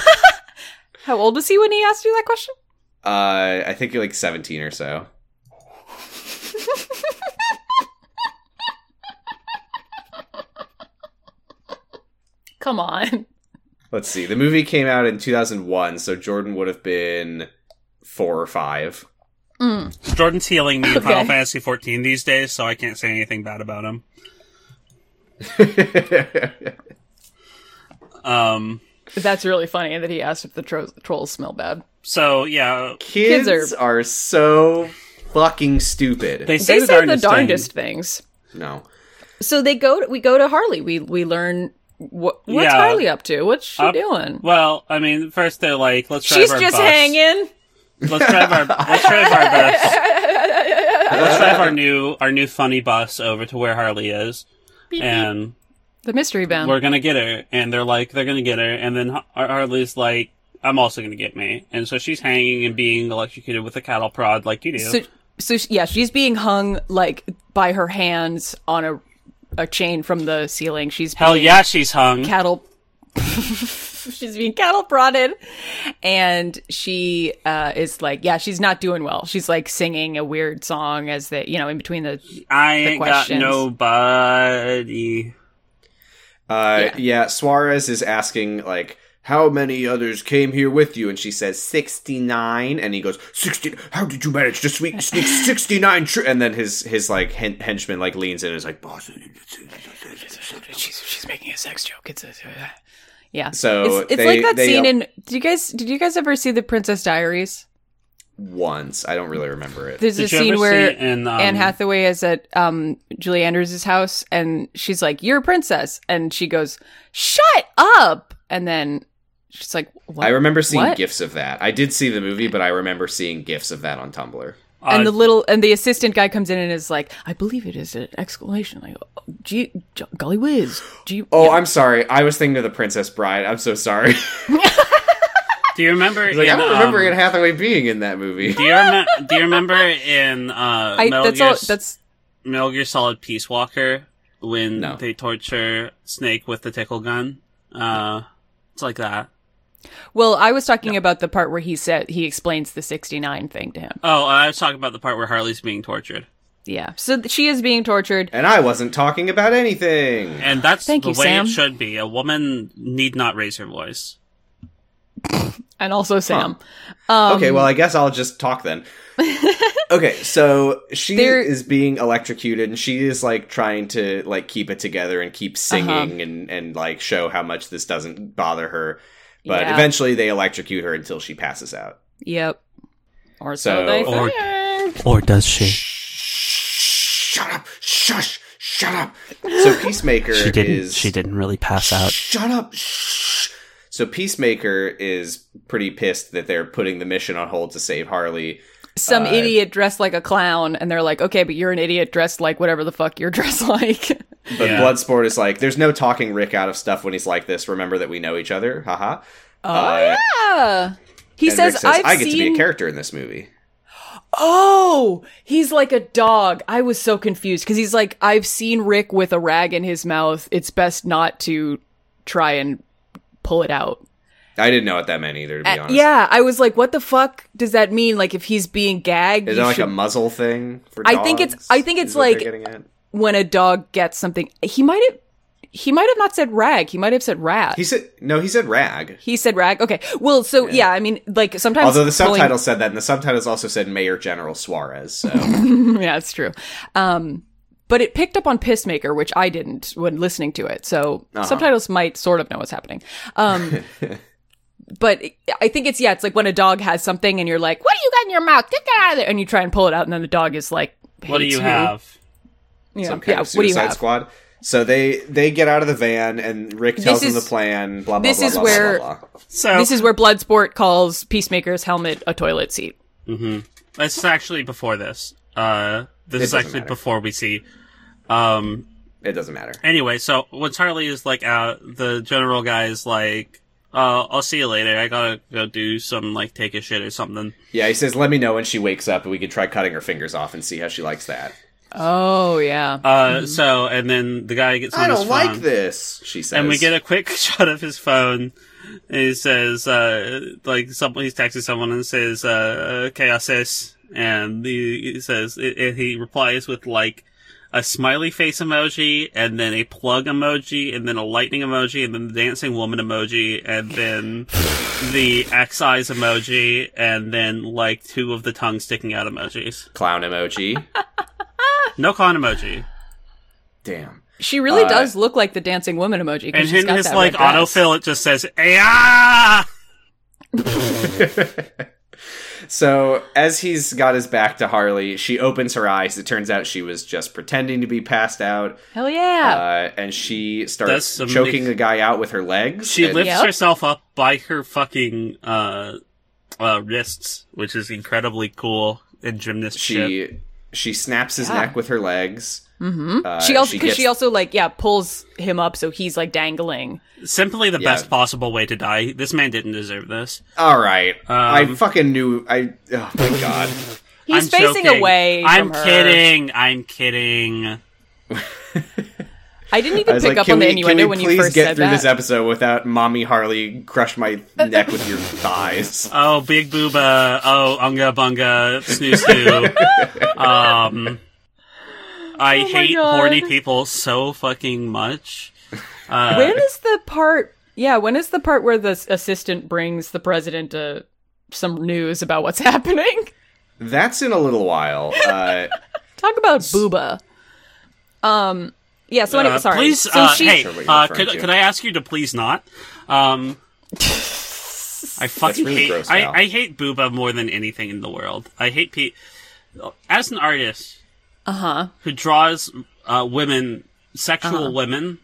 [SPEAKER 1] How old was he when he asked you that question?
[SPEAKER 3] Uh, I think like 17 or so.
[SPEAKER 1] Come on.
[SPEAKER 3] Let's see. The movie came out in 2001, so Jordan would have been 4 or 5.
[SPEAKER 2] Jordan's healing me in Final
[SPEAKER 1] Okay.
[SPEAKER 2] Fantasy XIV these days, so I can't say anything bad about him. Um.
[SPEAKER 1] That's really funny that he asked if the tro- trolls smell bad.
[SPEAKER 2] So yeah,
[SPEAKER 3] Kids,
[SPEAKER 1] are-
[SPEAKER 3] are... so fucking stupid.
[SPEAKER 2] they
[SPEAKER 1] They
[SPEAKER 2] say the
[SPEAKER 1] say the
[SPEAKER 2] darndest. thing.
[SPEAKER 1] darndest things.
[SPEAKER 3] no.
[SPEAKER 1] So they go. To, we go to Harley. We we learn what what's
[SPEAKER 2] Yeah.
[SPEAKER 1] Harley up to. What's she
[SPEAKER 2] Up-
[SPEAKER 1] doing?
[SPEAKER 2] Well, I mean, first they're like, let's drive
[SPEAKER 1] She's
[SPEAKER 2] our
[SPEAKER 1] just
[SPEAKER 2] bus.
[SPEAKER 1] hanging.
[SPEAKER 2] Let's drive our let's drive our bus. let's drive our new our new funny bus over to where Harley is, and
[SPEAKER 1] The mystery bound.
[SPEAKER 2] we're gonna get her and they're like they're gonna get her and then Har- harley's like i'm also gonna get me and so she's hanging and being electrocuted with a cattle prod like you do
[SPEAKER 1] So so she- yeah, she's being hung like by her hands on a a chain from the ceiling. She's
[SPEAKER 2] hell
[SPEAKER 1] being
[SPEAKER 2] yeah she's hung
[SPEAKER 1] cattle. she's being cattle prodded, and she uh, is like, yeah, she's not doing well. She's like singing a weird song as they, you know, in between the
[SPEAKER 2] i ain't got
[SPEAKER 1] questions.
[SPEAKER 2] nobody
[SPEAKER 3] Uh,
[SPEAKER 1] Yeah.
[SPEAKER 3] yeah. Suarez is asking like how many others came here with you, and she says sixty nine, and he goes sixty. How did you manage to sneak sneak sixty nine? Tr-? And then his his like hen- henchman like leans in and is like boss.
[SPEAKER 1] She's, she's making a sex joke. It's a. yeah.
[SPEAKER 3] So
[SPEAKER 1] it's it's
[SPEAKER 3] they-
[SPEAKER 1] like that
[SPEAKER 3] they
[SPEAKER 1] scene
[SPEAKER 3] yell-
[SPEAKER 1] in. Did you guys did you guys ever see the Princess Diaries?
[SPEAKER 3] once. I don't really remember it.
[SPEAKER 1] There's a
[SPEAKER 2] Did you
[SPEAKER 1] scene
[SPEAKER 2] ever
[SPEAKER 1] where
[SPEAKER 2] see in, um,
[SPEAKER 1] Anne Hathaway is at um, Julie Andrews' house, and she's like, "You're a princess," and she goes, "Shut up!" And then she's like, "What?"
[SPEAKER 3] I remember seeing
[SPEAKER 1] What?
[SPEAKER 3] gifs of that. I did see the movie, but I remember seeing gifs of that on Tumblr.
[SPEAKER 1] and
[SPEAKER 2] uh,
[SPEAKER 1] the little and the assistant guy comes in and is like, "I believe it is an exclamation!" Like, oh, gee, j- golly whiz, gee,
[SPEAKER 3] Oh,
[SPEAKER 1] yeah.
[SPEAKER 3] I'm sorry. I was thinking of the Princess Bride. I'm so sorry.
[SPEAKER 2] do you remember?
[SPEAKER 3] like I
[SPEAKER 2] in,
[SPEAKER 3] don't remember
[SPEAKER 2] um,
[SPEAKER 3] Anne Hathaway being in that movie.
[SPEAKER 2] Do you, rem- do you remember in uh,
[SPEAKER 1] I,
[SPEAKER 2] Metal,
[SPEAKER 1] that's
[SPEAKER 2] Gear,
[SPEAKER 1] all.
[SPEAKER 2] S-
[SPEAKER 1] That's
[SPEAKER 2] Metal Gear Solid Peace Walker when
[SPEAKER 3] No.
[SPEAKER 2] they torture Snake with the tickle gun? Uh, it's like that.
[SPEAKER 1] well. I was talking about the part where he said he explains the sixty nine thing to him.
[SPEAKER 2] Oh, I was talking about the part where Harley's being tortured,
[SPEAKER 1] Yeah, so th- she is being tortured.
[SPEAKER 3] And I wasn't talking about anything.
[SPEAKER 2] and that's
[SPEAKER 1] Thank
[SPEAKER 2] the
[SPEAKER 1] you,
[SPEAKER 2] way
[SPEAKER 1] Sam.
[SPEAKER 2] it should be. A woman need not raise her voice.
[SPEAKER 1] and also Sam.
[SPEAKER 3] okay, well, I
[SPEAKER 1] Um,
[SPEAKER 3] guess I'll just talk then. okay, so she
[SPEAKER 1] There-
[SPEAKER 3] is being electrocuted, and she is like trying to like keep it together and
[SPEAKER 1] Uh-huh.
[SPEAKER 3] keep singing and and like show how much this doesn't bother her. But
[SPEAKER 1] Yeah.
[SPEAKER 3] eventually, they electrocute her until she passes out.
[SPEAKER 1] Yep. Or so,
[SPEAKER 3] So-
[SPEAKER 1] they
[SPEAKER 2] Or-
[SPEAKER 1] think.
[SPEAKER 2] Or does she?
[SPEAKER 3] Shut up! Shush! Shut up! So Peacemaker is
[SPEAKER 2] didn't really pass out.
[SPEAKER 3] Shut up. Shh. So Peacemaker is pretty pissed that they're putting the mission on hold to save Harley.
[SPEAKER 1] Some
[SPEAKER 3] Uh,
[SPEAKER 1] idiot dressed like a clown, and they're like, okay, but you're an idiot dressed like whatever the fuck you're dressed like.
[SPEAKER 3] But
[SPEAKER 2] Yeah.
[SPEAKER 3] Bloodsport is like, there's no talking Rick out of stuff when he's like this. Remember that we know each other. Haha.
[SPEAKER 1] oh, yeah. He
[SPEAKER 3] and Rick
[SPEAKER 1] says, I've
[SPEAKER 3] I get to
[SPEAKER 1] seen.
[SPEAKER 3] be a character in this movie.
[SPEAKER 1] Oh, he's like a dog. I was so confused because he's like, I've seen Rick with a rag in his mouth. It's best not to try and pull it out.
[SPEAKER 3] I didn't know what that meant either, to be
[SPEAKER 1] Uh,
[SPEAKER 3] honest.
[SPEAKER 1] yeah, I was like, what the fuck does that mean? Like, if he's being gagged,
[SPEAKER 3] Is
[SPEAKER 1] you
[SPEAKER 3] that like
[SPEAKER 1] should
[SPEAKER 3] a muzzle thing for
[SPEAKER 1] I think it's-
[SPEAKER 3] dogs?
[SPEAKER 1] I think it's
[SPEAKER 3] Is what they're
[SPEAKER 1] like-
[SPEAKER 3] getting at?
[SPEAKER 1] when a dog gets something he might have he might have not said rag he might have said rat
[SPEAKER 3] He said no. He said rag.
[SPEAKER 1] he said rag okay well so yeah, i mean like sometimes
[SPEAKER 3] Although the
[SPEAKER 1] pulling-
[SPEAKER 3] subtitle said that, and the subtitles also said Mayor General Suarez. So
[SPEAKER 1] yeah it's true um but it picked up on pissmaker which i didn't when listening to it so
[SPEAKER 3] Uh-huh.
[SPEAKER 1] subtitles might sort of know what's happening um but i think it's yeah it's like when a dog has something and you're like what do you got in your mouth get that out of there and you try and pull it out and then the dog is like
[SPEAKER 2] What do
[SPEAKER 1] hates
[SPEAKER 2] you have?
[SPEAKER 1] yeah,
[SPEAKER 3] some kind
[SPEAKER 1] yeah
[SPEAKER 3] of
[SPEAKER 1] what do you
[SPEAKER 3] Suicide
[SPEAKER 1] have
[SPEAKER 3] Squad. So they they get out of the van, and Rick tells
[SPEAKER 1] This
[SPEAKER 3] them
[SPEAKER 1] is-
[SPEAKER 3] the plan. Blah blah.
[SPEAKER 1] this
[SPEAKER 3] blah,
[SPEAKER 1] is
[SPEAKER 3] blah,
[SPEAKER 1] where-
[SPEAKER 3] blah, blah, blah.
[SPEAKER 2] So
[SPEAKER 1] this is where bloodsport calls peacemaker's helmet a toilet seat
[SPEAKER 2] This is actually before this. Uh, this
[SPEAKER 3] It
[SPEAKER 2] is
[SPEAKER 3] doesn't
[SPEAKER 2] actually
[SPEAKER 3] matter.
[SPEAKER 2] before we see. Um.
[SPEAKER 3] it doesn't matter.
[SPEAKER 2] Anyway, so once Harley is like out, the general guy is like, uh, "I'll see you later. I gotta go do some like take a shit or something."
[SPEAKER 3] Yeah, he says, "Let me know when she wakes up, and we can try cutting her fingers off and see how she likes that."
[SPEAKER 1] oh yeah
[SPEAKER 2] Uh. So and then the guy gets. On
[SPEAKER 3] I don't
[SPEAKER 2] his
[SPEAKER 3] like
[SPEAKER 2] phone,
[SPEAKER 3] this, she says.
[SPEAKER 2] And we get a quick shot of his phone. And he says, uh, like, someone, he's texting someone and says, uh, chaos is. And he, he says, and he replies with, like, a smiley face emoji, and then a plug emoji, and then a lightning emoji, and then the dancing woman emoji, and then the X eyes emoji, and then, like, two of the tongue sticking out emojis.
[SPEAKER 3] clown emoji.
[SPEAKER 2] No con emoji.
[SPEAKER 3] Damn.
[SPEAKER 1] She really
[SPEAKER 3] Uh,
[SPEAKER 1] does look like the dancing woman emoji. 'cause
[SPEAKER 2] And
[SPEAKER 1] she's
[SPEAKER 2] in
[SPEAKER 1] got
[SPEAKER 2] his,
[SPEAKER 1] that
[SPEAKER 2] like,
[SPEAKER 1] red dress.
[SPEAKER 2] autofill, it just says, ah!
[SPEAKER 3] So as he's got his back to Harley, she opens her eyes. It turns out she was just pretending to be passed out,
[SPEAKER 1] Hell yeah!
[SPEAKER 3] uh, and she
[SPEAKER 2] That's
[SPEAKER 3] starts
[SPEAKER 2] some-
[SPEAKER 3] choking the guy out with her legs.
[SPEAKER 2] She
[SPEAKER 3] and-
[SPEAKER 2] lifts
[SPEAKER 1] Yep.
[SPEAKER 2] herself up by her fucking uh, uh, wrists, which is incredibly cool in gymnast shit.
[SPEAKER 3] she she snaps his
[SPEAKER 1] Yeah.
[SPEAKER 3] neck with her legs. Mm-hmm.
[SPEAKER 1] she also because she, also like yeah pulls him up so he's like dangling.
[SPEAKER 2] Simply the
[SPEAKER 3] Yeah.
[SPEAKER 2] best possible way to die. This man didn't deserve this.
[SPEAKER 3] all right. I
[SPEAKER 2] Um,
[SPEAKER 3] fucking knew. I oh my god.
[SPEAKER 1] He's
[SPEAKER 2] I'm
[SPEAKER 1] facing
[SPEAKER 2] joking.
[SPEAKER 1] away.
[SPEAKER 2] I'm
[SPEAKER 1] from her.
[SPEAKER 2] kidding. I'm kidding.
[SPEAKER 1] I didn't
[SPEAKER 3] I
[SPEAKER 1] even
[SPEAKER 3] was
[SPEAKER 1] pick
[SPEAKER 3] like,
[SPEAKER 1] up
[SPEAKER 3] can
[SPEAKER 1] on the
[SPEAKER 3] we, can we
[SPEAKER 1] innuendo when you
[SPEAKER 3] please
[SPEAKER 1] first
[SPEAKER 3] get
[SPEAKER 1] said
[SPEAKER 3] through
[SPEAKER 1] that.
[SPEAKER 3] this episode without mommy Harley crush my neck with your thighs?
[SPEAKER 2] Oh, big booba. Oh, unga bunga. Snoo snoo. um, I
[SPEAKER 1] my
[SPEAKER 2] hate
[SPEAKER 1] God.
[SPEAKER 2] horny people so fucking much. Uh,
[SPEAKER 1] when is the part? Yeah, when is the part where the s- assistant brings the president uh, some news about what's happening?
[SPEAKER 3] That's in a little while. Uh,
[SPEAKER 1] Talk about booba. Um. Yeah. So anyway,
[SPEAKER 2] uh,
[SPEAKER 1] sorry.
[SPEAKER 2] Please,
[SPEAKER 1] so
[SPEAKER 2] uh,
[SPEAKER 1] she.
[SPEAKER 2] hey,
[SPEAKER 3] Sure what you're
[SPEAKER 2] uh,
[SPEAKER 3] referring
[SPEAKER 2] could,
[SPEAKER 3] to.
[SPEAKER 2] could I ask you to please not? Um, I fucking
[SPEAKER 3] really
[SPEAKER 2] hate.
[SPEAKER 3] gross, Val.
[SPEAKER 2] I, I hate Booba more than anything in the world. I hate Pete. As an artist
[SPEAKER 1] Uh huh.
[SPEAKER 2] who draws uh, women, sexual women,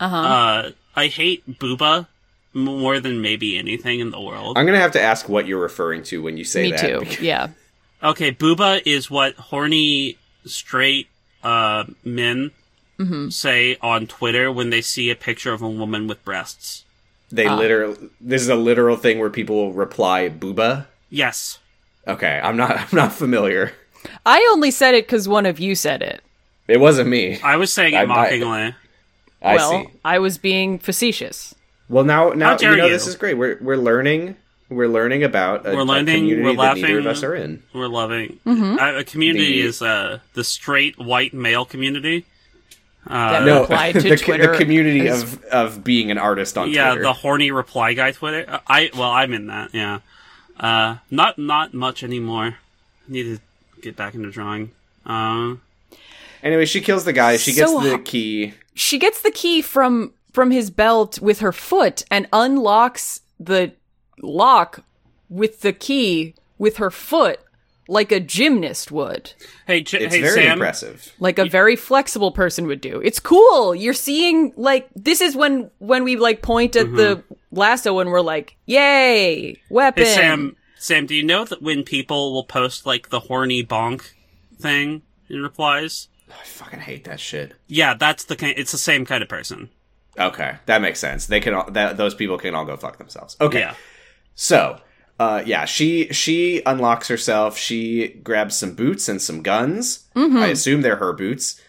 [SPEAKER 2] uh-huh. I hate Booba m- more than maybe anything in the world.
[SPEAKER 3] I'm gonna have to ask what you're referring to when you say
[SPEAKER 1] Me
[SPEAKER 3] that.
[SPEAKER 1] too.
[SPEAKER 3] because-
[SPEAKER 1] Yeah.
[SPEAKER 2] Okay, booba is what horny straight uh, men
[SPEAKER 1] Mm-hmm.
[SPEAKER 2] say on Twitter when they see a picture of a woman with breasts.
[SPEAKER 3] They
[SPEAKER 1] Ah.
[SPEAKER 3] literally. This is a literal thing where people reply "booba."
[SPEAKER 2] Yes.
[SPEAKER 3] Okay, I'm not. I'm not familiar.
[SPEAKER 1] I only said it because one of you said it.
[SPEAKER 3] It wasn't me.
[SPEAKER 2] I was saying it
[SPEAKER 3] I- I-
[SPEAKER 2] mockingly.
[SPEAKER 3] I
[SPEAKER 1] well,
[SPEAKER 3] see.
[SPEAKER 1] I was being facetious.
[SPEAKER 3] Well, now, now
[SPEAKER 2] dare
[SPEAKER 3] you know
[SPEAKER 2] you.
[SPEAKER 3] this is great. We're we're learning. We're learning about a,
[SPEAKER 2] We're
[SPEAKER 3] a
[SPEAKER 2] learning,
[SPEAKER 3] community
[SPEAKER 2] we're
[SPEAKER 3] that neither of
[SPEAKER 2] laughing.
[SPEAKER 3] us are in.
[SPEAKER 2] We're loving. Uh, a community
[SPEAKER 3] The-
[SPEAKER 2] is uh, the straight white male community. Uh,
[SPEAKER 1] That
[SPEAKER 3] No,
[SPEAKER 1] Applied to
[SPEAKER 3] the, co-
[SPEAKER 1] Twitter
[SPEAKER 3] the community
[SPEAKER 1] is-
[SPEAKER 3] of of being an artist on
[SPEAKER 2] yeah,
[SPEAKER 3] Twitter.
[SPEAKER 2] the horny reply guy Twitter. Uh, I well, I'm in that. Yeah, uh, not not much anymore. Need to get back into drawing. Um,
[SPEAKER 3] Anyway, she kills the guy. She gets
[SPEAKER 1] So
[SPEAKER 3] the
[SPEAKER 1] ho-
[SPEAKER 3] key.
[SPEAKER 1] She gets the key from from his belt with her foot and unlocks the lock with the key with her foot like a gymnast would.
[SPEAKER 2] hey, J-
[SPEAKER 3] It's
[SPEAKER 2] hey,
[SPEAKER 3] very
[SPEAKER 2] Sam.
[SPEAKER 3] impressive.
[SPEAKER 1] like a very flexible person would do. It's cool. You're seeing like this is when when we like point at the lasso and we're like, "Yay, weapon!"
[SPEAKER 2] Hey, Sam, Sam, do you know that when people will post like the horny bonk thing in replies?
[SPEAKER 3] I fucking hate that shit.
[SPEAKER 2] Yeah, that's the kind. It's the same kind of person.
[SPEAKER 3] Okay, that makes sense. They can all, that those people can all go fuck themselves. Okay,
[SPEAKER 2] Yeah,
[SPEAKER 3] so uh, yeah, she she unlocks herself. She grabs some boots and some guns. I assume they're her boots.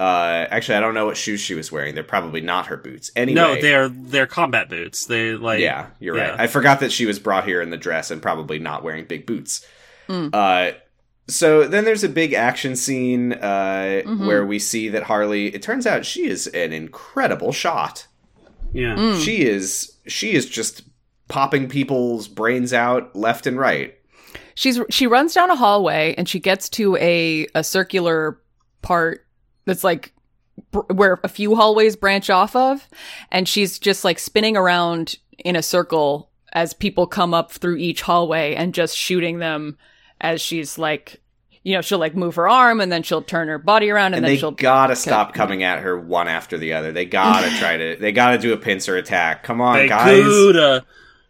[SPEAKER 3] Uh, actually, I don't know what shoes she was wearing. They're probably not her boots. Anyway,
[SPEAKER 2] no, they're they're combat boots. They like
[SPEAKER 3] yeah, you're
[SPEAKER 2] yeah.
[SPEAKER 3] right. I forgot that she was brought here in the dress and probably not wearing big boots.
[SPEAKER 1] Hmm.
[SPEAKER 3] Uh, so then there's a big action scene uh,
[SPEAKER 1] Mm-hmm.
[SPEAKER 3] where we see that Harley. It turns out she is an incredible shot.
[SPEAKER 2] yeah.
[SPEAKER 1] Hmm.
[SPEAKER 3] She is she is just popping people's brains out left and right.
[SPEAKER 1] She's she runs down a hallway and she gets to a a circular part that's like br- where a few hallways branch off of and she's just like spinning around in a circle as people come up through each hallway and just shooting them as she's like you know she'll like move her arm and then she'll turn her body around and,
[SPEAKER 3] And,
[SPEAKER 1] then
[SPEAKER 3] they
[SPEAKER 1] she'll
[SPEAKER 3] gotta stop coming at her one after the other. They gotta try to they gotta do a pincer attack. Come on, guys.
[SPEAKER 2] Barracuda.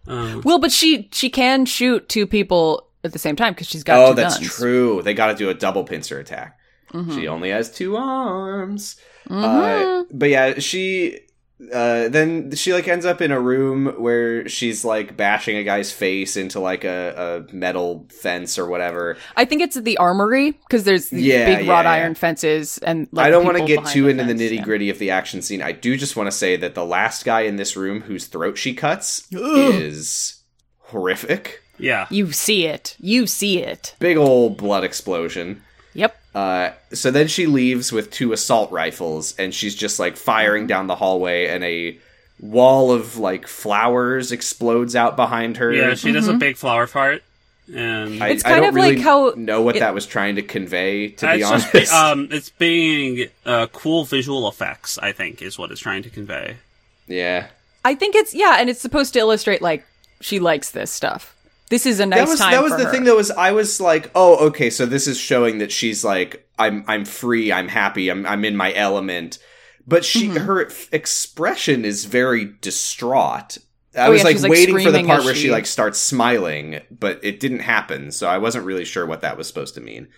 [SPEAKER 2] Um,
[SPEAKER 1] Well, but she she can shoot two people at the same time because she's got.
[SPEAKER 3] Oh,
[SPEAKER 1] two
[SPEAKER 3] that's
[SPEAKER 1] guns. Mm-hmm.
[SPEAKER 3] true. They gotta do a double pincer attack. She only has two arms. Uh,
[SPEAKER 1] Mm-hmm.
[SPEAKER 3] but yeah, she uh, then she like ends up in a room where she's like bashing a guy's face into like a, a metal fence or whatever.
[SPEAKER 1] I think it's at the armory because there's these
[SPEAKER 3] Yeah,
[SPEAKER 1] big
[SPEAKER 3] yeah,
[SPEAKER 1] wrought
[SPEAKER 3] yeah.
[SPEAKER 1] iron fences and. Like,
[SPEAKER 3] I don't
[SPEAKER 1] want to
[SPEAKER 3] get too into the nitty gritty of the action scene. I do just want to say that the last guy in this room whose throat she cuts is horrific.
[SPEAKER 2] yeah.
[SPEAKER 1] You see it. You see it.
[SPEAKER 3] Big old blood explosion.
[SPEAKER 1] Yep.
[SPEAKER 3] Uh, so then she leaves with two assault rifles, and she's just like firing down the hallway, and a wall of like flowers explodes out behind her.
[SPEAKER 2] Yeah, she does a big flower fart, and
[SPEAKER 3] Mm-hmm. I,
[SPEAKER 1] It's
[SPEAKER 3] I
[SPEAKER 1] kind
[SPEAKER 3] don't
[SPEAKER 1] of
[SPEAKER 3] really
[SPEAKER 1] like how-
[SPEAKER 3] know what
[SPEAKER 1] it-
[SPEAKER 3] that was trying to convey. To
[SPEAKER 2] it's
[SPEAKER 3] be honest,
[SPEAKER 2] just be- um, it's being uh, cool visual effects. I think is what it's trying to convey.
[SPEAKER 3] yeah,
[SPEAKER 1] I think it's yeah, and it's supposed to illustrate like she likes this stuff. This is a nice
[SPEAKER 3] that was
[SPEAKER 1] time.
[SPEAKER 3] that was
[SPEAKER 1] for
[SPEAKER 3] the
[SPEAKER 1] her.
[SPEAKER 3] thing that was I was like, oh, okay, so this is showing that she's like, I'm I'm free, I'm happy, I'm I'm in my element. But she
[SPEAKER 1] Mm-hmm.
[SPEAKER 3] her f- expression is very distraught. I
[SPEAKER 1] Oh,
[SPEAKER 3] was
[SPEAKER 1] yeah,
[SPEAKER 3] like
[SPEAKER 1] she's, like,
[SPEAKER 3] waiting for the
[SPEAKER 1] screaming
[SPEAKER 3] part
[SPEAKER 1] as
[SPEAKER 3] where she...
[SPEAKER 1] she-
[SPEAKER 3] like starts smiling, but it didn't happen, so I wasn't really sure what that was supposed to mean.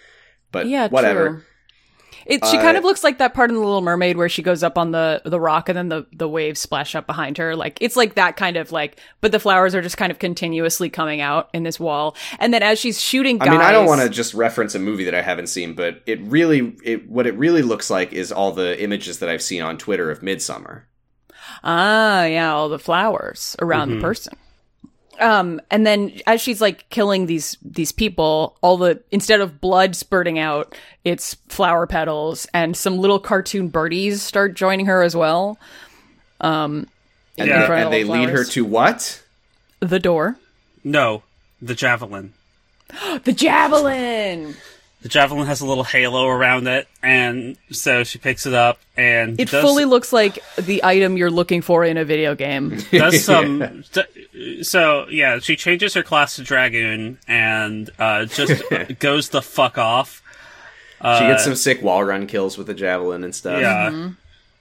[SPEAKER 3] But
[SPEAKER 1] Yeah.
[SPEAKER 3] whatever.
[SPEAKER 1] True. It, she
[SPEAKER 3] Uh,
[SPEAKER 1] kind of looks like that part in The Little Mermaid where she goes up on the, the rock and then the, the waves splash up behind her. Like, it's like that kind of like, but the flowers are just kind of continuously coming out in this wall. And then as she's shooting guys.
[SPEAKER 3] I mean, I don't want to just reference a movie that I haven't seen, but it really it what it really looks like is all the images that I've seen on Twitter of Midsummer.
[SPEAKER 1] Ah, yeah, all the flowers around
[SPEAKER 2] Mm-hmm.
[SPEAKER 1] the person. Um, and then as she's like killing these these people, all the instead of blood spurting out, it's flower petals and some little cartoon birdies start joining her as well. um,
[SPEAKER 3] And,
[SPEAKER 2] Yeah.
[SPEAKER 3] they- and they lead her
[SPEAKER 1] flowers.
[SPEAKER 3] to what?
[SPEAKER 1] the door,
[SPEAKER 2] No, the javelin.
[SPEAKER 1] the javelin.
[SPEAKER 2] The javelin has a little halo around it, and so she picks it up and
[SPEAKER 1] It
[SPEAKER 2] does,
[SPEAKER 1] fully looks like the item you're looking for in a video game.
[SPEAKER 2] does some. d- so yeah, she changes her class to dragoon and uh, just goes the fuck off.
[SPEAKER 3] She gets some sick wall run kills with the javelin and stuff.
[SPEAKER 2] Yeah,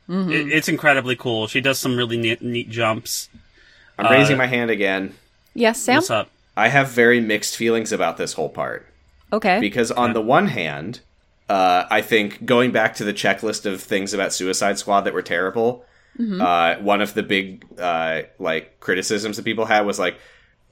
[SPEAKER 1] Mm-hmm.
[SPEAKER 2] It- it's incredibly cool. She does some really neat, neat jumps.
[SPEAKER 3] I'm raising my hand again.
[SPEAKER 1] Yes, Sam.
[SPEAKER 2] What's up?
[SPEAKER 3] I have very mixed feelings about this whole part.
[SPEAKER 1] Okay.
[SPEAKER 3] Because on the one hand, uh, I think going back to the checklist of things about Suicide Squad that were terrible,
[SPEAKER 1] Mm-hmm.
[SPEAKER 3] uh, one of the big uh, like criticisms that people had was like,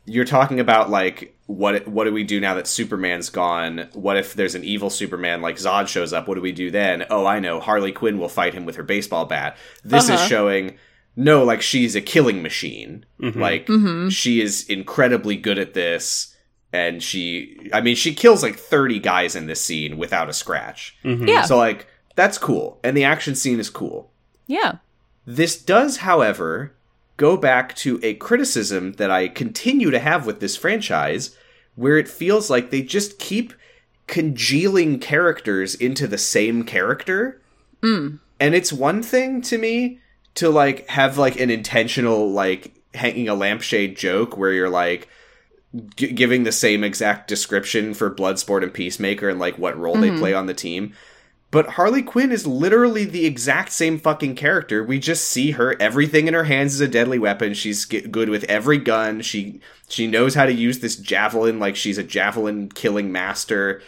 [SPEAKER 3] you're talking about like what what do we do now that Superman's gone? What if there's an evil Superman like Zod shows up? What do we do then? Oh, I know. Harley Quinn will fight him with her baseball bat. This
[SPEAKER 1] Uh-huh.
[SPEAKER 3] is showing no, like she's a killing machine. Like she is incredibly good at this and she I mean she kills like 30 guys in this scene without a scratch.
[SPEAKER 1] yeah.
[SPEAKER 2] Mm-hmm.
[SPEAKER 3] So like that's cool and the action scene is cool.
[SPEAKER 1] yeah.
[SPEAKER 3] This does, however, go back to a criticism that I continue to have with this franchise, where it feels like they just keep congealing characters into the same character. And it's one thing to me to like have like an intentional like hanging a lampshade joke where you're like g- giving the same exact description for Bloodsport and Peacemaker and like what role they play on the team. But Harley Quinn is literally the exact same fucking character. We just see her everything in her hands is a deadly weapon. She's g- good with every gun. She she knows how to use this javelin like she's a javelin killing master.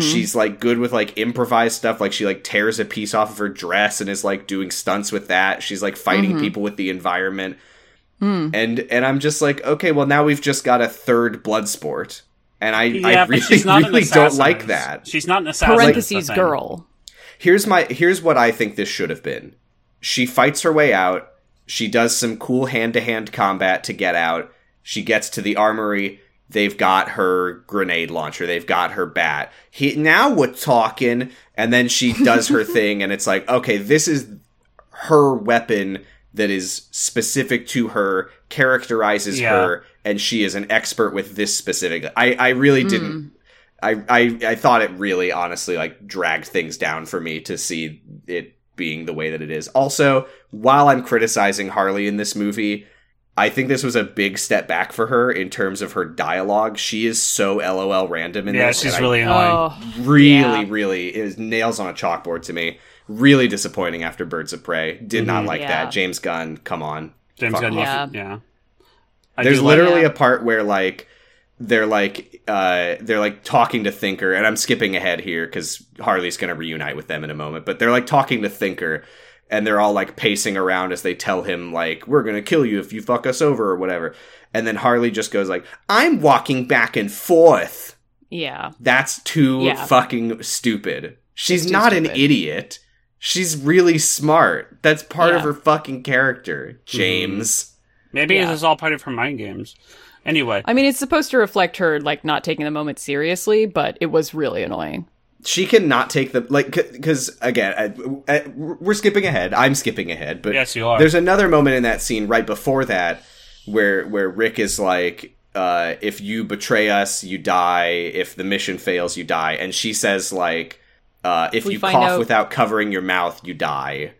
[SPEAKER 3] She's like good with like improvised stuff like she like tears a piece off of her dress and is like doing stunts with that. She's like fighting people with the environment. And and I'm just like, okay, well now we've just got a third blood sport. And I, I
[SPEAKER 2] Yeah, but
[SPEAKER 3] really,
[SPEAKER 2] she's not
[SPEAKER 3] really
[SPEAKER 2] an
[SPEAKER 3] don't
[SPEAKER 2] assassin.
[SPEAKER 3] like that.
[SPEAKER 2] She's not an assassin. is the
[SPEAKER 1] Parentheses,
[SPEAKER 2] thing.
[SPEAKER 1] girl.
[SPEAKER 3] Here's my here's what I think this should have been. She fights her way out. She does some cool hand-to-hand combat to get out. She gets to the armory. They've got her grenade launcher. They've got her bat. He, now we're talking. And then she does her thing, and it's like, okay, this is her weapon that is specific to her, characterizes
[SPEAKER 2] Yeah.
[SPEAKER 3] her, and she is an expert with this specific. I, I really didn't I, I I thought it really honestly like dragged things down for me to see it being the way that it is. Also, while I'm criticizing Harley in this movie, I think this was a big step back for her in terms of her dialogue. She is so LOL random in
[SPEAKER 2] Yeah,
[SPEAKER 3] this.
[SPEAKER 2] she's
[SPEAKER 3] and I
[SPEAKER 2] really annoying.
[SPEAKER 1] Oh,
[SPEAKER 3] really,
[SPEAKER 1] yeah.
[SPEAKER 3] really it was nails on a chalkboard to me. Really disappointing after Birds of Prey. Did not like
[SPEAKER 1] Mm-hmm. Yeah.
[SPEAKER 3] that. James Gunn, come on.
[SPEAKER 2] James
[SPEAKER 3] Fuck
[SPEAKER 2] Gunn.
[SPEAKER 3] off.
[SPEAKER 2] Yeah.
[SPEAKER 1] off.
[SPEAKER 2] yeah. I
[SPEAKER 3] There's
[SPEAKER 2] do like-
[SPEAKER 3] literally
[SPEAKER 1] Yeah.
[SPEAKER 3] a part where like they're like uh they're like talking to Thinker, and I'm skipping ahead here because Harley's gonna reunite with them in a moment. But they're like talking to Thinker, and they're all like pacing around as they tell him like we're gonna kill you if you fuck us over or whatever. And then Harley just goes like I'm walking back and forth.
[SPEAKER 1] yeah.
[SPEAKER 3] That's too
[SPEAKER 1] Yeah.
[SPEAKER 3] fucking stupid. She's
[SPEAKER 1] too
[SPEAKER 3] not an
[SPEAKER 1] stupid.
[SPEAKER 3] idiot. She's really smart. That's part
[SPEAKER 1] Yeah.
[SPEAKER 3] of
[SPEAKER 1] Mm-hmm.
[SPEAKER 3] her fucking character, James.
[SPEAKER 2] Maybe
[SPEAKER 1] Yeah.
[SPEAKER 2] this is all part of her mind games. Anyway,
[SPEAKER 1] I mean, it's supposed to reflect her like not taking the moment seriously, but it was really annoying.
[SPEAKER 3] she cannot take the like because again I, I- we're skipping ahead i'm skipping ahead but
[SPEAKER 2] Yes, you are.
[SPEAKER 3] there's another moment in that scene right before that where where rick is like uh, if you betray us you die if the mission fails you die and she says like uh, if
[SPEAKER 1] We
[SPEAKER 3] you
[SPEAKER 1] find
[SPEAKER 3] cough
[SPEAKER 1] out-
[SPEAKER 3] without covering your mouth you die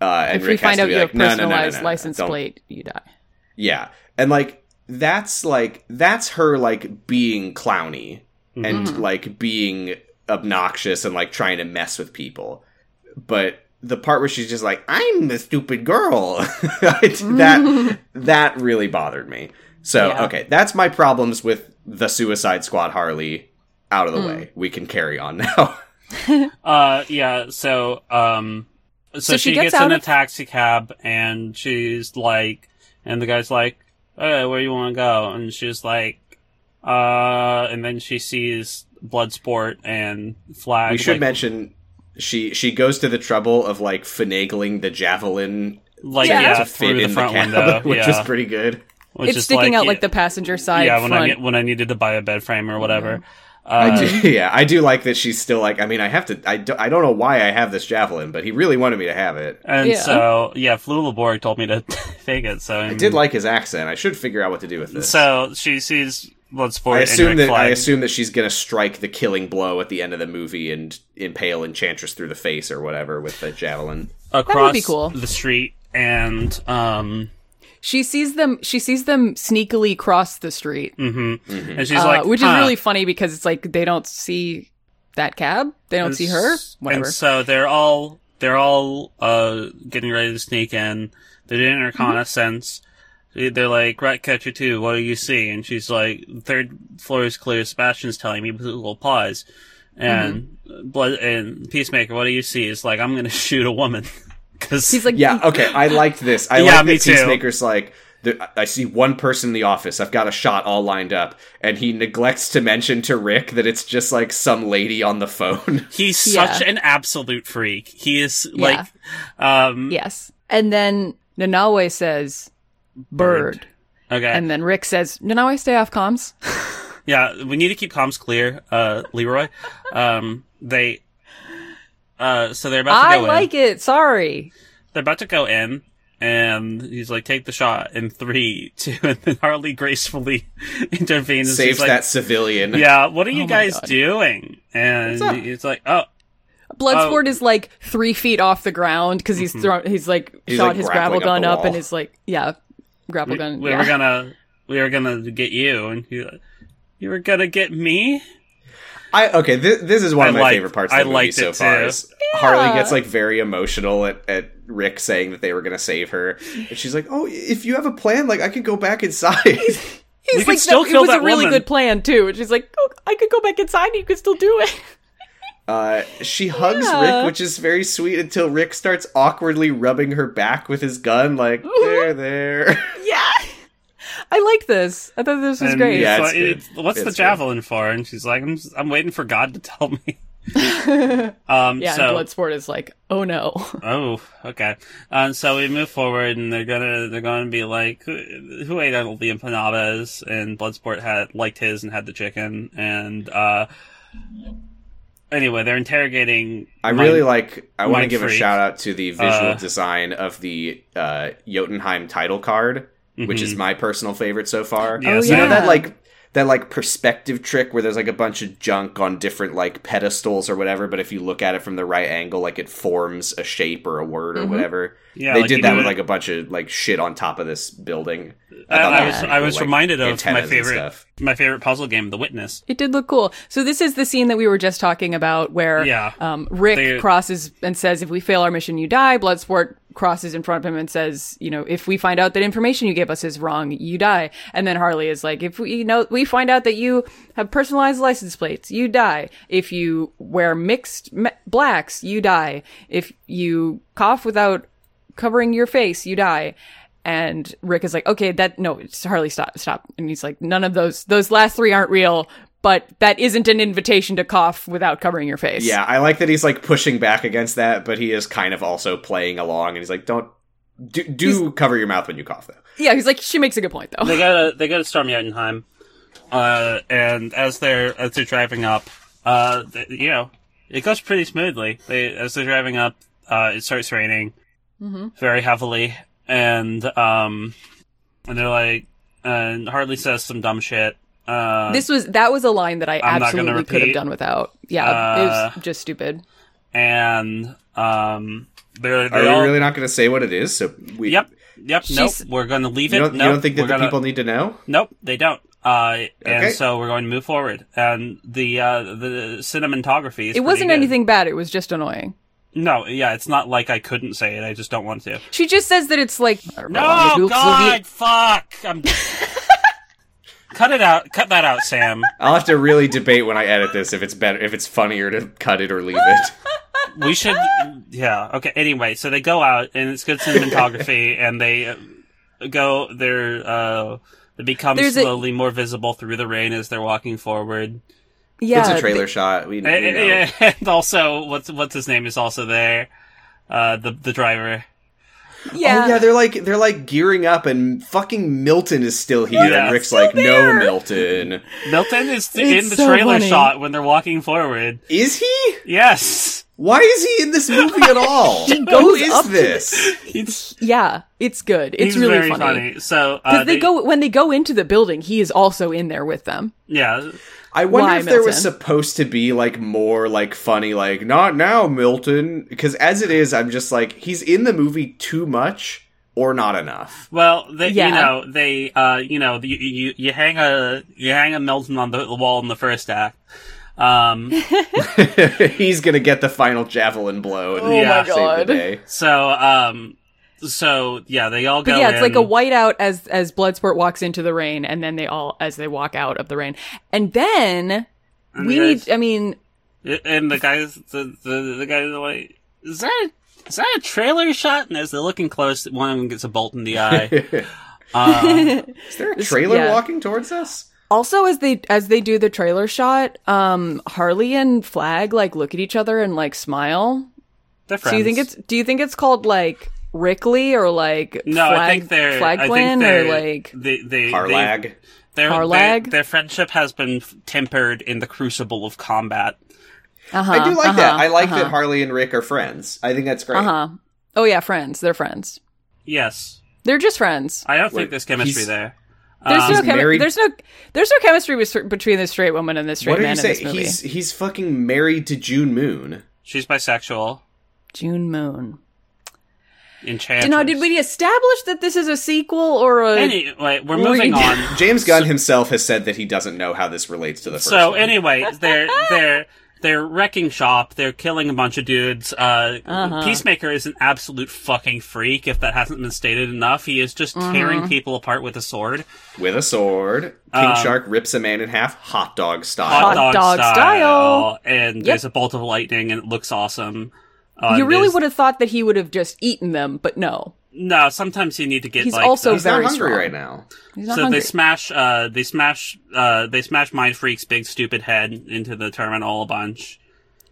[SPEAKER 3] uh, and
[SPEAKER 1] if
[SPEAKER 3] rick
[SPEAKER 1] we find
[SPEAKER 3] has
[SPEAKER 1] out
[SPEAKER 3] to be
[SPEAKER 1] you
[SPEAKER 3] like,
[SPEAKER 1] have
[SPEAKER 3] "No, no, no, no,
[SPEAKER 1] personalized
[SPEAKER 3] no, no,
[SPEAKER 1] license
[SPEAKER 3] don't-
[SPEAKER 1] plate, you die.
[SPEAKER 3] yeah. And like that's like that's her like being clowny and like being obnoxious and like trying to mess with people. But the part where she's just like, I'm the stupid girl I- that that really bothered me. So
[SPEAKER 1] Yeah.
[SPEAKER 3] okay, that's my problems with the Suicide Squad Harley out of the way. We can carry on now.
[SPEAKER 2] uh, yeah. So, um, so,
[SPEAKER 1] So
[SPEAKER 2] she,
[SPEAKER 1] she
[SPEAKER 2] gets,
[SPEAKER 1] gets
[SPEAKER 2] in
[SPEAKER 1] out
[SPEAKER 2] a
[SPEAKER 1] of-
[SPEAKER 2] taxi cab, and she's like, and the guy's like, "Hey, where you want to go?" And she's like, "Uh," and then she sees Bloodsport and Flag.
[SPEAKER 3] we should
[SPEAKER 2] like,
[SPEAKER 3] mention she she goes to the trouble of like finagling the javelin
[SPEAKER 2] like
[SPEAKER 1] Yeah.
[SPEAKER 2] yeah,
[SPEAKER 3] to fit
[SPEAKER 2] through
[SPEAKER 3] in
[SPEAKER 2] the
[SPEAKER 3] the,
[SPEAKER 2] front
[SPEAKER 3] cab,
[SPEAKER 2] window,
[SPEAKER 3] which
[SPEAKER 2] yeah,
[SPEAKER 3] is pretty good.
[SPEAKER 2] which
[SPEAKER 1] it's
[SPEAKER 2] is
[SPEAKER 1] sticking out
[SPEAKER 2] yeah.
[SPEAKER 1] like the passenger side
[SPEAKER 2] yeah when
[SPEAKER 1] front.
[SPEAKER 2] I ne- when I needed to buy a bed frame or whatever. Uh,
[SPEAKER 3] I do, yeah, I do like that she's still like. I mean, I have to. I, do, I don't know why I have this javelin, but he really wanted me to have it.
[SPEAKER 2] And
[SPEAKER 1] Yeah.
[SPEAKER 2] so, yeah, Flew Laborg told me to fake it. So
[SPEAKER 3] I did like his accent. I should figure out what to do with this.
[SPEAKER 2] Mm. So she sees Bloodsport.
[SPEAKER 3] I assume
[SPEAKER 2] and
[SPEAKER 3] that
[SPEAKER 2] Rick
[SPEAKER 3] I
[SPEAKER 2] Flag.
[SPEAKER 3] assume that she's gonna strike the killing blow at the end of the movie and impale Enchantress through the face or whatever with the javelin.
[SPEAKER 2] across
[SPEAKER 1] be cool.
[SPEAKER 2] the street, and um,
[SPEAKER 1] She sees them. She sees them sneakily cross the street,
[SPEAKER 2] mm-hmm.
[SPEAKER 3] Mm-hmm.
[SPEAKER 2] and she's
[SPEAKER 1] uh,
[SPEAKER 2] like,
[SPEAKER 1] which
[SPEAKER 2] "Huh."
[SPEAKER 1] is really funny because it's like they don't see that cab. They don't see her.
[SPEAKER 2] s-
[SPEAKER 1] Whatever.
[SPEAKER 2] And so they're all they're all uh getting ready to sneak in. They're doing
[SPEAKER 1] Mm-hmm.
[SPEAKER 2] reconnaissance. They're like, Ratcatcher 2, what do you see? And she's like, third floor is clear. Sebastian's telling me with a little pause. And
[SPEAKER 1] Mm-hmm.
[SPEAKER 2] blood and Peacemaker, what do you see? It's like, I'm gonna shoot a woman. Cause
[SPEAKER 1] He's like,
[SPEAKER 3] Yeah, okay, I liked this. I
[SPEAKER 2] Yeah,
[SPEAKER 3] like
[SPEAKER 2] me
[SPEAKER 3] that
[SPEAKER 2] too.
[SPEAKER 3] Peacemaker's like. "There- I see one person in the office. I've got a shot all lined up, and he neglects to mention to Rick that it's just like some lady on the phone.
[SPEAKER 2] he's
[SPEAKER 1] Yeah.
[SPEAKER 2] such an absolute freak. He is
[SPEAKER 1] Yeah.
[SPEAKER 2] like, um,
[SPEAKER 1] yes. And then Nanawe says, "Bird,",
[SPEAKER 2] okay.
[SPEAKER 1] and then Rick says, "Nanawe, stay off comms."
[SPEAKER 2] Yeah, we need to keep comms clear, uh, Leroy. Um, they, uh, so they're about to
[SPEAKER 1] I
[SPEAKER 2] go
[SPEAKER 1] like
[SPEAKER 2] in.
[SPEAKER 1] it. Sorry.
[SPEAKER 2] They're about to go in, and he's like, "Take the shot." In three, two, and then Harley gracefully intervenes. and
[SPEAKER 3] Saves
[SPEAKER 2] she's like,
[SPEAKER 3] that civilian.
[SPEAKER 2] Yeah, what are you
[SPEAKER 1] Oh my
[SPEAKER 2] guys
[SPEAKER 1] God.
[SPEAKER 2] doing? And
[SPEAKER 3] up?
[SPEAKER 2] it's like, "Oh,
[SPEAKER 1] Bloodsport is like three feet off the ground because
[SPEAKER 2] Mm-hmm.
[SPEAKER 1] he's thrown. He's like
[SPEAKER 3] He's,
[SPEAKER 1] shot
[SPEAKER 3] like,
[SPEAKER 1] his gravel
[SPEAKER 3] grappling up
[SPEAKER 1] gun
[SPEAKER 3] the
[SPEAKER 1] up,
[SPEAKER 3] wall.
[SPEAKER 1] and is like, yeah, grapple
[SPEAKER 2] we,
[SPEAKER 1] gun.
[SPEAKER 2] we
[SPEAKER 1] yeah.
[SPEAKER 2] were gonna, we were gonna get you," and he, "You were gonna get me."
[SPEAKER 3] I okay. This, this is one
[SPEAKER 2] I
[SPEAKER 3] of my
[SPEAKER 2] liked-
[SPEAKER 3] favorite parts of
[SPEAKER 2] I
[SPEAKER 3] the movie
[SPEAKER 2] liked
[SPEAKER 3] so
[SPEAKER 2] it
[SPEAKER 3] far.
[SPEAKER 2] too.
[SPEAKER 3] Is Harley gets like very emotional at, at Rick saying that they were going to save her, and she's like, "Oh, if you have a plan, like I could go back inside."
[SPEAKER 1] He's
[SPEAKER 2] You could
[SPEAKER 1] like,
[SPEAKER 2] still
[SPEAKER 1] that, it
[SPEAKER 2] kill
[SPEAKER 1] was
[SPEAKER 2] that
[SPEAKER 1] a really
[SPEAKER 2] woman.
[SPEAKER 1] good plan too. And she's like, oh, I could go back inside and you could still do it.
[SPEAKER 3] uh, she hugs
[SPEAKER 1] Yeah.
[SPEAKER 3] Rick, which is very sweet, until Rick starts awkwardly rubbing her back with his gun, like there, there.
[SPEAKER 1] yeah. I like this. I thought this was
[SPEAKER 2] And
[SPEAKER 1] great.
[SPEAKER 2] he's
[SPEAKER 3] Yeah, it's
[SPEAKER 2] like,
[SPEAKER 3] good.
[SPEAKER 2] "It's- What's the
[SPEAKER 3] It's good.
[SPEAKER 2] javelin for? And she's like, "I'm, just- I'm waiting for God to tell me." um,
[SPEAKER 1] Yeah,
[SPEAKER 2] so
[SPEAKER 1] and Bloodsport is like, oh no.
[SPEAKER 2] Oh, okay. Um, so we move forward, and they're gonna they're gonna be like, who, who ate all the empanadas? And Bloodsport had liked his and had the chicken. And uh, anyway, they're interrogating.
[SPEAKER 3] I
[SPEAKER 2] Mike.
[SPEAKER 3] really like. I want to
[SPEAKER 2] Mind
[SPEAKER 3] give a
[SPEAKER 2] Freak.
[SPEAKER 3] shout out to the visual
[SPEAKER 2] Uh,
[SPEAKER 3] design of the uh, Jotunheim title card, which is
[SPEAKER 2] Mhm.
[SPEAKER 3] my personal favorite so far.
[SPEAKER 2] Yeah,
[SPEAKER 1] Oh,
[SPEAKER 2] so-
[SPEAKER 3] You know that
[SPEAKER 1] Yeah.
[SPEAKER 3] like that like perspective trick where there's like a bunch of junk on different like pedestals or whatever, but if you look at it from the right angle, like it forms a shape or a word or
[SPEAKER 1] Mhm.
[SPEAKER 3] whatever.
[SPEAKER 2] yeah,
[SPEAKER 3] they
[SPEAKER 2] like, you
[SPEAKER 3] did that
[SPEAKER 2] know,
[SPEAKER 3] with like a bunch of like shit on top of this building.
[SPEAKER 2] I,
[SPEAKER 3] thought
[SPEAKER 2] I
[SPEAKER 3] that
[SPEAKER 2] was
[SPEAKER 3] pretty
[SPEAKER 2] I
[SPEAKER 3] cool,
[SPEAKER 2] was
[SPEAKER 3] like,
[SPEAKER 2] reminded of
[SPEAKER 3] antennas
[SPEAKER 2] my
[SPEAKER 3] and
[SPEAKER 2] favorite
[SPEAKER 3] stuff.
[SPEAKER 2] my favorite puzzle game, The Witness.
[SPEAKER 1] It did look cool. So this is the scene that we were just talking about where
[SPEAKER 2] Yeah.
[SPEAKER 1] um, Rick
[SPEAKER 2] They-
[SPEAKER 1] crosses and says, if we fail our mission, you die. Bloodsport crosses in front of him and says, you know, if we find out that information you gave us is wrong, you die. And then Harley is like, if we, you know, we find out that you have personalized license plates, you die. If you wear mixed me- blacks, you die. If you cough without covering your face, you die. And Rick is like, okay, that no, it's Harley, stop, stop. And he's like, none of those, those last three aren't real, but that isn't an invitation to cough without covering your face.
[SPEAKER 3] Yeah, I like that he's like pushing back against that, but he is kind of also playing along and he's like, Don't do, do cover your mouth when you cough though.
[SPEAKER 1] yeah. He's like, she makes a good point though.
[SPEAKER 2] they go to they go to Storm Jotunheim, uh, and as they're as they're driving up, uh, th- you know, it goes pretty smoothly. They as they're driving up, uh, it starts raining
[SPEAKER 1] Mm-hmm.
[SPEAKER 2] very heavily, and um, and they're like, and Hartley says some dumb shit. Uh,
[SPEAKER 1] this was that was a line that I
[SPEAKER 2] I'm not gonna
[SPEAKER 1] absolutely could have
[SPEAKER 2] repeat. Uh,
[SPEAKER 1] done without. Yeah, it was just stupid.
[SPEAKER 2] and um, they're
[SPEAKER 3] Are
[SPEAKER 2] they
[SPEAKER 3] we
[SPEAKER 2] all
[SPEAKER 3] really not gonna say what it is? So we
[SPEAKER 2] yep yep nope.
[SPEAKER 1] She's-
[SPEAKER 2] We're gonna leave
[SPEAKER 3] You
[SPEAKER 2] it.
[SPEAKER 3] don't, you
[SPEAKER 2] nope,
[SPEAKER 3] don't think that
[SPEAKER 2] we're
[SPEAKER 3] the
[SPEAKER 2] gonna-
[SPEAKER 3] people need to know?
[SPEAKER 2] Nope, they don't. Uh,
[SPEAKER 3] Okay.
[SPEAKER 2] and so we're going to move forward. And the uh, the cinematography. Is
[SPEAKER 1] It
[SPEAKER 2] pretty
[SPEAKER 1] wasn't
[SPEAKER 2] good.
[SPEAKER 1] anything bad. It was just annoying.
[SPEAKER 2] No, yeah, it's not like I couldn't say it. I just don't want to.
[SPEAKER 1] She just says that it's like
[SPEAKER 2] No, Oh, God, fuck! I'm. cut it out. Cut that out, Sam.
[SPEAKER 3] I'll have to really debate when I edit this if it's better if it's funnier to cut it or leave it.
[SPEAKER 2] We should. Yeah. Okay. Anyway, so they go out and it's good cinematography, and they uh, go. They're. Uh, they become
[SPEAKER 1] There's a-
[SPEAKER 2] slowly more visible through the rain as they're walking forward.
[SPEAKER 1] Yeah,
[SPEAKER 3] it's a trailer shot. We, we know.
[SPEAKER 2] And, and- and also, what's what's his name is also there. Uh, the the driver.
[SPEAKER 1] Yeah.
[SPEAKER 3] Oh yeah, they're like they're like gearing up, and fucking Milton is still here,
[SPEAKER 2] Yeah.
[SPEAKER 3] and Rick's
[SPEAKER 1] Still
[SPEAKER 3] like,
[SPEAKER 1] there.
[SPEAKER 3] "No, Milton,
[SPEAKER 2] Milton is
[SPEAKER 1] It's
[SPEAKER 2] in the
[SPEAKER 1] so
[SPEAKER 2] trailer
[SPEAKER 1] funny.
[SPEAKER 2] shot when they're walking forward.
[SPEAKER 3] is he?
[SPEAKER 2] Yes,
[SPEAKER 3] Why is he in this movie at all?
[SPEAKER 1] He goes
[SPEAKER 3] Who is
[SPEAKER 1] up to
[SPEAKER 3] this?
[SPEAKER 2] it's
[SPEAKER 1] Yeah, it's good. It's
[SPEAKER 2] he's
[SPEAKER 1] really
[SPEAKER 2] very funny. So uh,
[SPEAKER 1] Because they, go when they go into the building, he is also in there with them.
[SPEAKER 2] yeah.
[SPEAKER 3] I wonder
[SPEAKER 1] Why,
[SPEAKER 3] if there was
[SPEAKER 1] Milton?
[SPEAKER 3] supposed to be like more like funny, like not now, Milton, because as it is, I'm just like he's in the movie too much or not enough.
[SPEAKER 2] Well, they,
[SPEAKER 1] Yeah.
[SPEAKER 2] you know, they, uh, you know, you, you you hang a you hang a Milton on the wall in the first act. Um,
[SPEAKER 3] he's gonna get the final javelin blow. And
[SPEAKER 1] Oh my
[SPEAKER 3] yeah, save the
[SPEAKER 1] God.
[SPEAKER 3] day.
[SPEAKER 2] so um, so yeah, they all
[SPEAKER 1] But
[SPEAKER 2] go.
[SPEAKER 1] yeah, it's like
[SPEAKER 2] in.
[SPEAKER 1] a whiteout as as Bloodsport walks into the rain, and then they all as they walk out of the rain, and then
[SPEAKER 2] And
[SPEAKER 1] we
[SPEAKER 2] the
[SPEAKER 1] need. I mean,
[SPEAKER 2] guys- and the guys, the the, the guys are like, is that is that a trailer shot? And as they're looking close, one of them gets a bolt in the eye. Uh,
[SPEAKER 3] Is there a trailer
[SPEAKER 1] yeah.
[SPEAKER 3] walking towards us?
[SPEAKER 1] also as they as they do the trailer shot, um, Harley and Flag like look at each other and like smile.
[SPEAKER 2] they're
[SPEAKER 1] So you think
[SPEAKER 2] friends.
[SPEAKER 1] it's do you think it's called like Rickley or like
[SPEAKER 2] no?
[SPEAKER 1] Flag,
[SPEAKER 2] I think they're. I think
[SPEAKER 1] Flagplan
[SPEAKER 2] they're
[SPEAKER 1] or like
[SPEAKER 2] they they they
[SPEAKER 3] Harlag.
[SPEAKER 2] Their,
[SPEAKER 1] Harlag?
[SPEAKER 2] their, their friendship has been f- tempered in the crucible of combat.
[SPEAKER 1] uh-huh,
[SPEAKER 3] I do like
[SPEAKER 1] uh-huh,
[SPEAKER 3] that. I like
[SPEAKER 1] uh-huh,
[SPEAKER 3] that Harley and Rick are friends. I think that's great.
[SPEAKER 1] Uh-huh. Oh yeah, friends. They're friends.
[SPEAKER 2] Yes.
[SPEAKER 1] They're just friends.
[SPEAKER 2] I don't
[SPEAKER 3] Wait,
[SPEAKER 2] think there's chemistry
[SPEAKER 3] he's-
[SPEAKER 2] there.
[SPEAKER 1] There's
[SPEAKER 2] Um,
[SPEAKER 1] no
[SPEAKER 3] he's
[SPEAKER 1] chemi-
[SPEAKER 3] married-
[SPEAKER 1] there's no there's no chemistry with- between the straight woman and the straight
[SPEAKER 3] What did
[SPEAKER 1] man
[SPEAKER 3] you say?
[SPEAKER 1] in this movie.
[SPEAKER 3] He's he's fucking married to June Moon.
[SPEAKER 2] she's bisexual.
[SPEAKER 1] June Moon.
[SPEAKER 2] Enchantress.
[SPEAKER 1] Now, did we establish that this is a sequel or a?
[SPEAKER 2] Anyway,
[SPEAKER 1] Were
[SPEAKER 2] we're moving
[SPEAKER 1] you-
[SPEAKER 2] on.
[SPEAKER 3] James Gunn himself has said that he doesn't know how this relates to the first.
[SPEAKER 2] so
[SPEAKER 3] one.
[SPEAKER 2] anyway, they're they're they're wrecking shop. They're killing a bunch of dudes. Uh,
[SPEAKER 1] Uh-huh.
[SPEAKER 2] Peacemaker is an absolute fucking freak. If that hasn't been stated enough, he is
[SPEAKER 1] Mm-hmm.
[SPEAKER 2] just tearing people apart with a sword.
[SPEAKER 3] with a sword, King
[SPEAKER 2] Um,
[SPEAKER 3] Shark rips a man in half, hot dog style.
[SPEAKER 1] Hot dog style.
[SPEAKER 2] And
[SPEAKER 1] Yep.
[SPEAKER 2] there's a bolt of lightning, and it looks awesome. Uh,
[SPEAKER 1] you really
[SPEAKER 2] there's-
[SPEAKER 1] would have thought that he would have just eaten them, but no,
[SPEAKER 2] No, sometimes you need to get
[SPEAKER 1] He's
[SPEAKER 2] like
[SPEAKER 1] also
[SPEAKER 2] the-
[SPEAKER 3] He's not
[SPEAKER 1] very
[SPEAKER 3] hungry
[SPEAKER 1] strong.
[SPEAKER 3] right now.
[SPEAKER 1] he's not
[SPEAKER 2] so
[SPEAKER 1] hungry.
[SPEAKER 2] they smash uh they smash uh they smash Mind Freak's big stupid head into the terminal a bunch.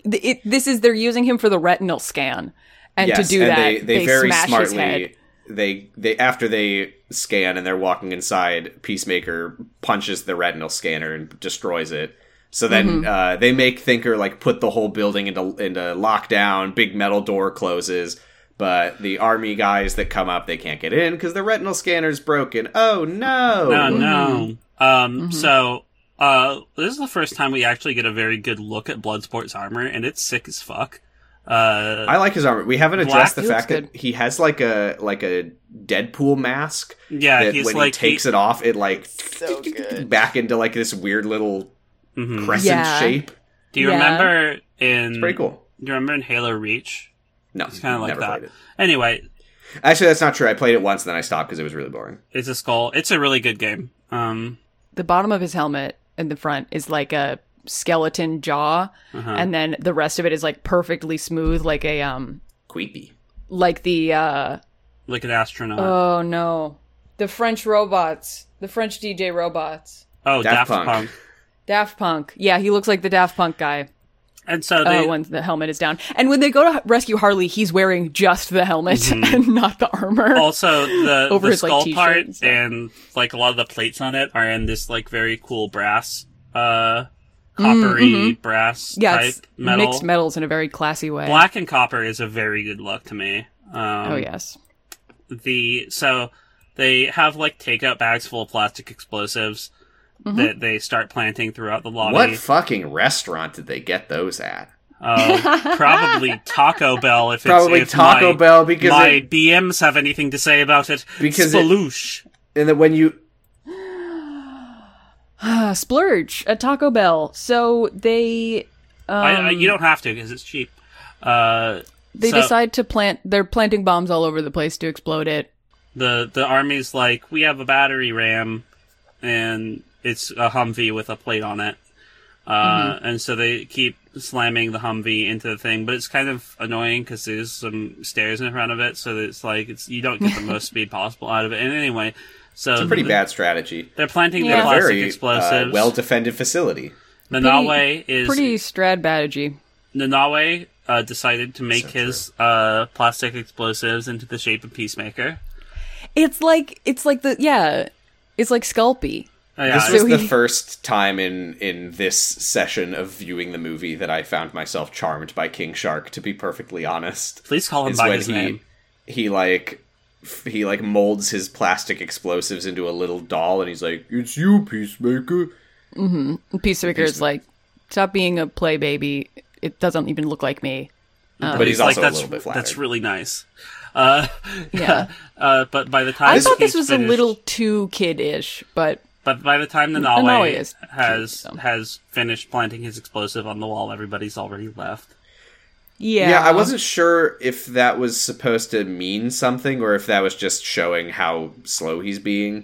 [SPEAKER 1] Th- it- this is they're using him for the retinal scan, and to
[SPEAKER 3] Yes,
[SPEAKER 1] do
[SPEAKER 3] and
[SPEAKER 1] that,
[SPEAKER 3] they, they, very
[SPEAKER 1] smash his head.
[SPEAKER 3] smartly they they after they scan and they're walking inside, Peacemaker punches the retinal scanner and destroys it. So
[SPEAKER 1] Mm-hmm.
[SPEAKER 3] then uh, they make Thinker like put the whole building into into lockdown. Big metal door closes, but the army guys that come up they can't get in because the retinal scanner's broken. Oh no!
[SPEAKER 2] No, no. Um so uh this is the first time we actually get a very good look at Bloodsport's armor and it's sick as fuck. Uh
[SPEAKER 3] I like his armor. We haven't
[SPEAKER 2] Black-
[SPEAKER 3] addressed the
[SPEAKER 1] He looks
[SPEAKER 3] fact that he has like a like a Deadpool mask
[SPEAKER 2] yeah,
[SPEAKER 3] that
[SPEAKER 2] he's
[SPEAKER 3] when
[SPEAKER 2] like
[SPEAKER 3] he takes it off, it like
[SPEAKER 1] So good.
[SPEAKER 3] back into like this weird little
[SPEAKER 2] Mhm.
[SPEAKER 3] crescent
[SPEAKER 1] Yeah.
[SPEAKER 3] shape.
[SPEAKER 2] Do you
[SPEAKER 1] Yeah.
[SPEAKER 2] remember in
[SPEAKER 3] Pretty cool.
[SPEAKER 2] Do you remember in Halo Reach?
[SPEAKER 3] No,
[SPEAKER 2] Mm. It's kind of like
[SPEAKER 3] never
[SPEAKER 2] that.
[SPEAKER 3] played it.
[SPEAKER 2] Anyway,
[SPEAKER 3] Actually, that's not true. I played it once and then I stopped because it was really boring.
[SPEAKER 2] it's a skull. It's a really good game. Um
[SPEAKER 1] The bottom of his helmet and the front is like a skeleton jaw,
[SPEAKER 2] Uh-huh.
[SPEAKER 1] and then the rest of it is like perfectly smooth, like a um,
[SPEAKER 3] Creepy.
[SPEAKER 1] like the uh,
[SPEAKER 2] like an astronaut.
[SPEAKER 1] oh no, the French robots, the French DJ robots.
[SPEAKER 2] oh,
[SPEAKER 3] Daft
[SPEAKER 2] Daft,
[SPEAKER 3] Punk.
[SPEAKER 2] Punk.
[SPEAKER 1] Daft Punk. Yeah, he looks like the Daft Punk guy
[SPEAKER 2] And so
[SPEAKER 1] uh,
[SPEAKER 2] they
[SPEAKER 1] when the helmet is down. And when they go to h- rescue Harley, he's wearing just the helmet
[SPEAKER 2] Mm-hmm.
[SPEAKER 1] and not the armor.
[SPEAKER 2] also the,
[SPEAKER 1] Over
[SPEAKER 2] the
[SPEAKER 1] his, like,
[SPEAKER 2] skull
[SPEAKER 1] t-shirt
[SPEAKER 2] part
[SPEAKER 1] and
[SPEAKER 2] and,
[SPEAKER 1] stuff.
[SPEAKER 2] like a lot of the plates on it are in this like very cool brass uh coppery brass
[SPEAKER 1] Mm-hmm. yeah,
[SPEAKER 2] type
[SPEAKER 1] it's
[SPEAKER 2] metal
[SPEAKER 1] mixed metals in a very classy way.
[SPEAKER 2] black and copper is a very good look to me um
[SPEAKER 1] oh yes.
[SPEAKER 2] the so they have like takeout bags full of plastic explosives
[SPEAKER 1] Mm-hmm.
[SPEAKER 2] that they start planting throughout the lobby
[SPEAKER 3] What fucking restaurant did they get those at?
[SPEAKER 2] Um, probably taco bell if
[SPEAKER 3] Probably
[SPEAKER 2] it's, if
[SPEAKER 3] Taco
[SPEAKER 2] my,
[SPEAKER 3] Bell because
[SPEAKER 2] my
[SPEAKER 3] it-
[SPEAKER 2] bms have anything to say about it
[SPEAKER 3] Because it-
[SPEAKER 2] Sploosh.
[SPEAKER 3] And then when you
[SPEAKER 1] Uh, splurge at Taco Bell. So they
[SPEAKER 2] I, I, you don't have to because it's cheap uh
[SPEAKER 1] Um, they
[SPEAKER 2] so-
[SPEAKER 1] decide to plant. They're planting bombs all over the place to explode it.
[SPEAKER 2] the the army's like we have a battery ram and it's a humvee with a plate on it uh,
[SPEAKER 1] Mm-hmm.
[SPEAKER 2] and so they keep slamming the humvee into the thing but it's kind of annoying because there's some stairs in front of it so it's like it's you don't get the most speed possible out of it and anyway so
[SPEAKER 3] it's a pretty
[SPEAKER 2] th-
[SPEAKER 3] bad strategy.
[SPEAKER 2] they're planting
[SPEAKER 1] Yeah.
[SPEAKER 2] the plastic
[SPEAKER 3] Very
[SPEAKER 2] Uh,
[SPEAKER 3] uh,
[SPEAKER 2] explosives
[SPEAKER 3] well defended facility.
[SPEAKER 2] the Nawe is
[SPEAKER 1] Pretty Stradbagy.
[SPEAKER 2] the Nawe uh, uh, decided to make
[SPEAKER 3] So
[SPEAKER 2] his uh, plastic explosives into the shape of Peacemaker.
[SPEAKER 1] It's like it's like the yeah, it's like Sculpey.
[SPEAKER 2] Oh, yeah,
[SPEAKER 3] This
[SPEAKER 2] I-
[SPEAKER 3] was
[SPEAKER 1] So
[SPEAKER 3] the
[SPEAKER 1] he-
[SPEAKER 3] first time in in this session of viewing the movie that I found myself charmed by King Shark. To be perfectly honest,
[SPEAKER 2] please call him
[SPEAKER 3] is
[SPEAKER 2] by
[SPEAKER 3] when
[SPEAKER 2] his
[SPEAKER 3] he
[SPEAKER 2] name.
[SPEAKER 3] he like f- he like molds his plastic explosives into a little doll, and he's like, "It's you, Peacemaker."
[SPEAKER 1] And Peacemaker is like, stop being a play baby. It doesn't even look like me.
[SPEAKER 3] but he's
[SPEAKER 2] like,
[SPEAKER 3] also a
[SPEAKER 2] that's,
[SPEAKER 3] little bit flattered.
[SPEAKER 2] that's really nice. Uh,
[SPEAKER 1] Yeah.
[SPEAKER 2] uh, but by the time
[SPEAKER 1] I thought this
[SPEAKER 2] he's
[SPEAKER 1] was a
[SPEAKER 2] finished-
[SPEAKER 1] little too kid-ish, but
[SPEAKER 2] But by the time
[SPEAKER 1] Nanawe
[SPEAKER 2] Nanawe
[SPEAKER 1] is
[SPEAKER 2] has
[SPEAKER 1] cute, so.
[SPEAKER 2] has finished planting his explosive on the wall, everybody's already left.
[SPEAKER 1] yeah,
[SPEAKER 3] Yeah, I wasn't sure if that was supposed to mean something or if that was just showing how slow he's being.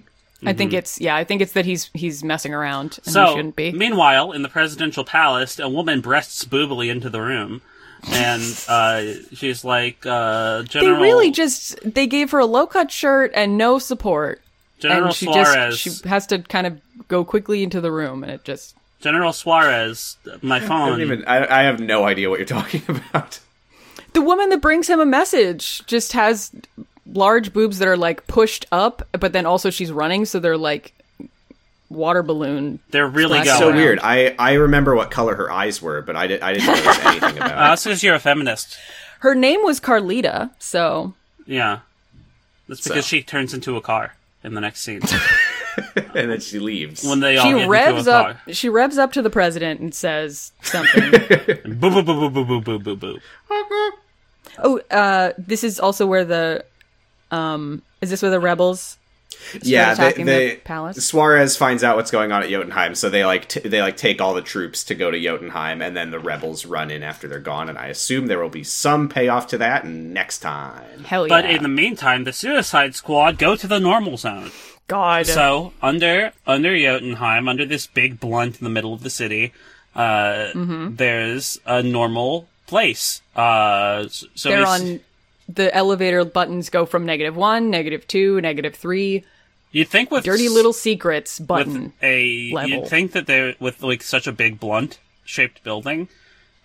[SPEAKER 1] I think it's yeah. I think it's that he's he's messing around and he
[SPEAKER 2] Mm-hmm. so,
[SPEAKER 1] shouldn't be.
[SPEAKER 2] meanwhile, in the presidential palace, a woman breasts boobily into the room, and uh, she's like, uh,
[SPEAKER 1] they
[SPEAKER 2] "General,
[SPEAKER 1] really just they gave her a low cut shirt and no support,
[SPEAKER 2] General
[SPEAKER 1] and she
[SPEAKER 2] Suarez,
[SPEAKER 1] just she has to kind of go quickly into the room, and it just
[SPEAKER 2] General Suarez, my phone."
[SPEAKER 3] I don't even. I, I have no idea what you're talking about.
[SPEAKER 1] the woman that brings him a message just has large boobs that are like pushed up, but then also she's running, so they're like water balloon.
[SPEAKER 2] They're really
[SPEAKER 1] Splash
[SPEAKER 2] going.
[SPEAKER 1] Oh,
[SPEAKER 3] so
[SPEAKER 1] wow.
[SPEAKER 3] weird. I I remember what color her eyes were, but I, did, I didn't notice anything
[SPEAKER 2] Uh,
[SPEAKER 3] about it.
[SPEAKER 2] that's because you're a feminist.
[SPEAKER 1] Her name was Carlita, so
[SPEAKER 2] Yeah, that's because
[SPEAKER 3] So.
[SPEAKER 2] she turns into a car in the next scene
[SPEAKER 3] and then she leaves.
[SPEAKER 2] when they all
[SPEAKER 1] she
[SPEAKER 2] get
[SPEAKER 1] revs
[SPEAKER 2] into a
[SPEAKER 1] up.
[SPEAKER 2] car.
[SPEAKER 1] She revs up to the president and says something.
[SPEAKER 2] Boo boo boo boo boo boo boo boo.
[SPEAKER 1] oh, uh, this is also where the um, is this where the rebels?
[SPEAKER 3] yeah, they,
[SPEAKER 1] attacking the
[SPEAKER 3] they
[SPEAKER 1] palace?
[SPEAKER 3] Suarez finds out what's going on at Jotunheim, so they like t- they like take all the troops to go to Jotunheim, and then the rebels run in after they're gone. And I assume there will be some payoff to that next time.
[SPEAKER 1] Hell yeah!
[SPEAKER 2] But in the meantime, the Suicide Squad go to the normal zone.
[SPEAKER 1] God,
[SPEAKER 2] So under under Jotunheim, under this big blunt in the middle of the city, uh,
[SPEAKER 1] Mm-hmm.
[SPEAKER 2] there's a normal place. Uh, s- so
[SPEAKER 1] they're
[SPEAKER 2] it's-
[SPEAKER 1] on the elevator buttons go from negative one, negative two, negative three.
[SPEAKER 2] You'd think with
[SPEAKER 1] Dirty
[SPEAKER 2] s-
[SPEAKER 1] little secrets button.
[SPEAKER 2] with a
[SPEAKER 1] level.
[SPEAKER 2] you'd think that they with like such a big blunt shaped building,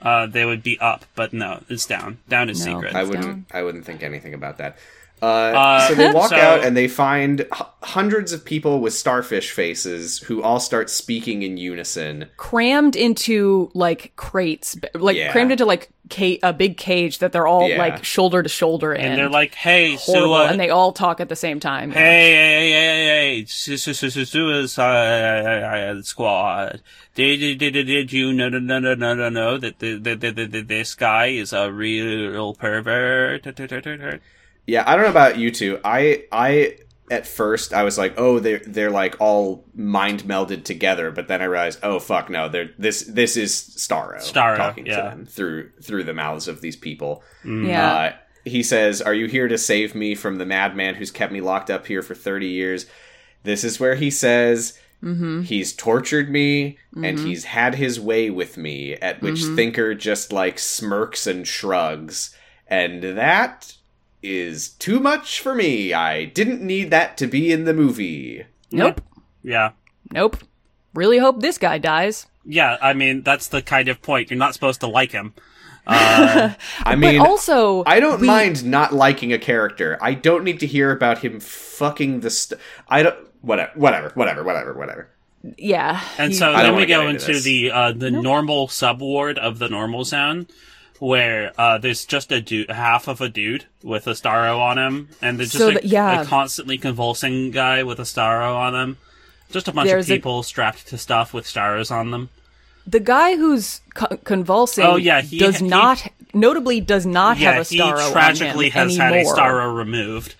[SPEAKER 2] uh, they would be up, but no, it's down. Down is
[SPEAKER 1] No.
[SPEAKER 2] secret.
[SPEAKER 3] I wouldn't. I wouldn't think anything about that. Uh, so they walk
[SPEAKER 2] so-
[SPEAKER 3] out and they find h- hundreds of people with starfish faces who all start speaking in unison.
[SPEAKER 1] crammed into like crates, b- like
[SPEAKER 3] Yeah.
[SPEAKER 1] crammed into like ca- a big cage that they're all
[SPEAKER 3] Yeah.
[SPEAKER 1] like shoulder to shoulder in.
[SPEAKER 2] and they're like, "Hey,
[SPEAKER 1] horrible,
[SPEAKER 2] so uh,
[SPEAKER 1] and they all talk at the same time.
[SPEAKER 2] Hey, hey, hey, hey, hey, su- su- su- su- Suicide Squad. Did, did, did, did- did you know, no, no, no, no, no, no, that the, the, the, the, the, this guy is a real pervert?
[SPEAKER 3] Yeah, I don't know about you two. I I at first I was like, oh, they're they're like all mind melded together, but then I realized, oh fuck no, they're this this is Starro,
[SPEAKER 2] Starro,
[SPEAKER 3] talking to
[SPEAKER 2] yeah.
[SPEAKER 3] them through through the mouths of these people.
[SPEAKER 1] Yeah.
[SPEAKER 3] Uh, he says, "Are you here to save me from the madman who's kept me locked up here for thirty years?" This is where he says
[SPEAKER 1] Mm-hmm.
[SPEAKER 3] he's tortured me and he's had his way with me. At which
[SPEAKER 1] Mm-hmm.
[SPEAKER 3] Thinker just like smirks and shrugs, and that is too much for me. I didn't need that to be in the movie.
[SPEAKER 1] nope,
[SPEAKER 2] Yeah.
[SPEAKER 1] nope. Really hope this guy dies.
[SPEAKER 2] Yeah, I mean, that's the kind of point. You're not supposed to like him. Uh,
[SPEAKER 3] I mean,
[SPEAKER 1] but also,
[SPEAKER 3] I don't
[SPEAKER 1] we-
[SPEAKER 3] mind not liking a character. I don't need to hear about him fucking the. St- I don't. Whatever. Whatever. Whatever. Whatever. Whatever.
[SPEAKER 1] Yeah,
[SPEAKER 2] and
[SPEAKER 1] he-
[SPEAKER 2] so
[SPEAKER 3] I
[SPEAKER 2] then we
[SPEAKER 3] don't wanna
[SPEAKER 2] go
[SPEAKER 3] get into
[SPEAKER 2] into
[SPEAKER 3] this.
[SPEAKER 2] the, uh, the normal subward of the normal zone. Where uh, there's just a dude, half of a dude with a Starro on him, and there's just
[SPEAKER 1] So
[SPEAKER 2] a,
[SPEAKER 1] that- yeah.
[SPEAKER 2] a constantly convulsing guy with a Starro on him. Just a bunch
[SPEAKER 1] There's a-
[SPEAKER 2] of people strapped to stuff with Starros on them.
[SPEAKER 1] the guy who's co- convulsing,
[SPEAKER 2] Oh, yeah, he-
[SPEAKER 1] does
[SPEAKER 2] he-
[SPEAKER 1] not, notably, does not
[SPEAKER 2] yeah,
[SPEAKER 1] have a
[SPEAKER 2] he
[SPEAKER 1] star
[SPEAKER 2] tragically
[SPEAKER 1] on him
[SPEAKER 2] has had a
[SPEAKER 1] anymore.
[SPEAKER 2] Starro removed.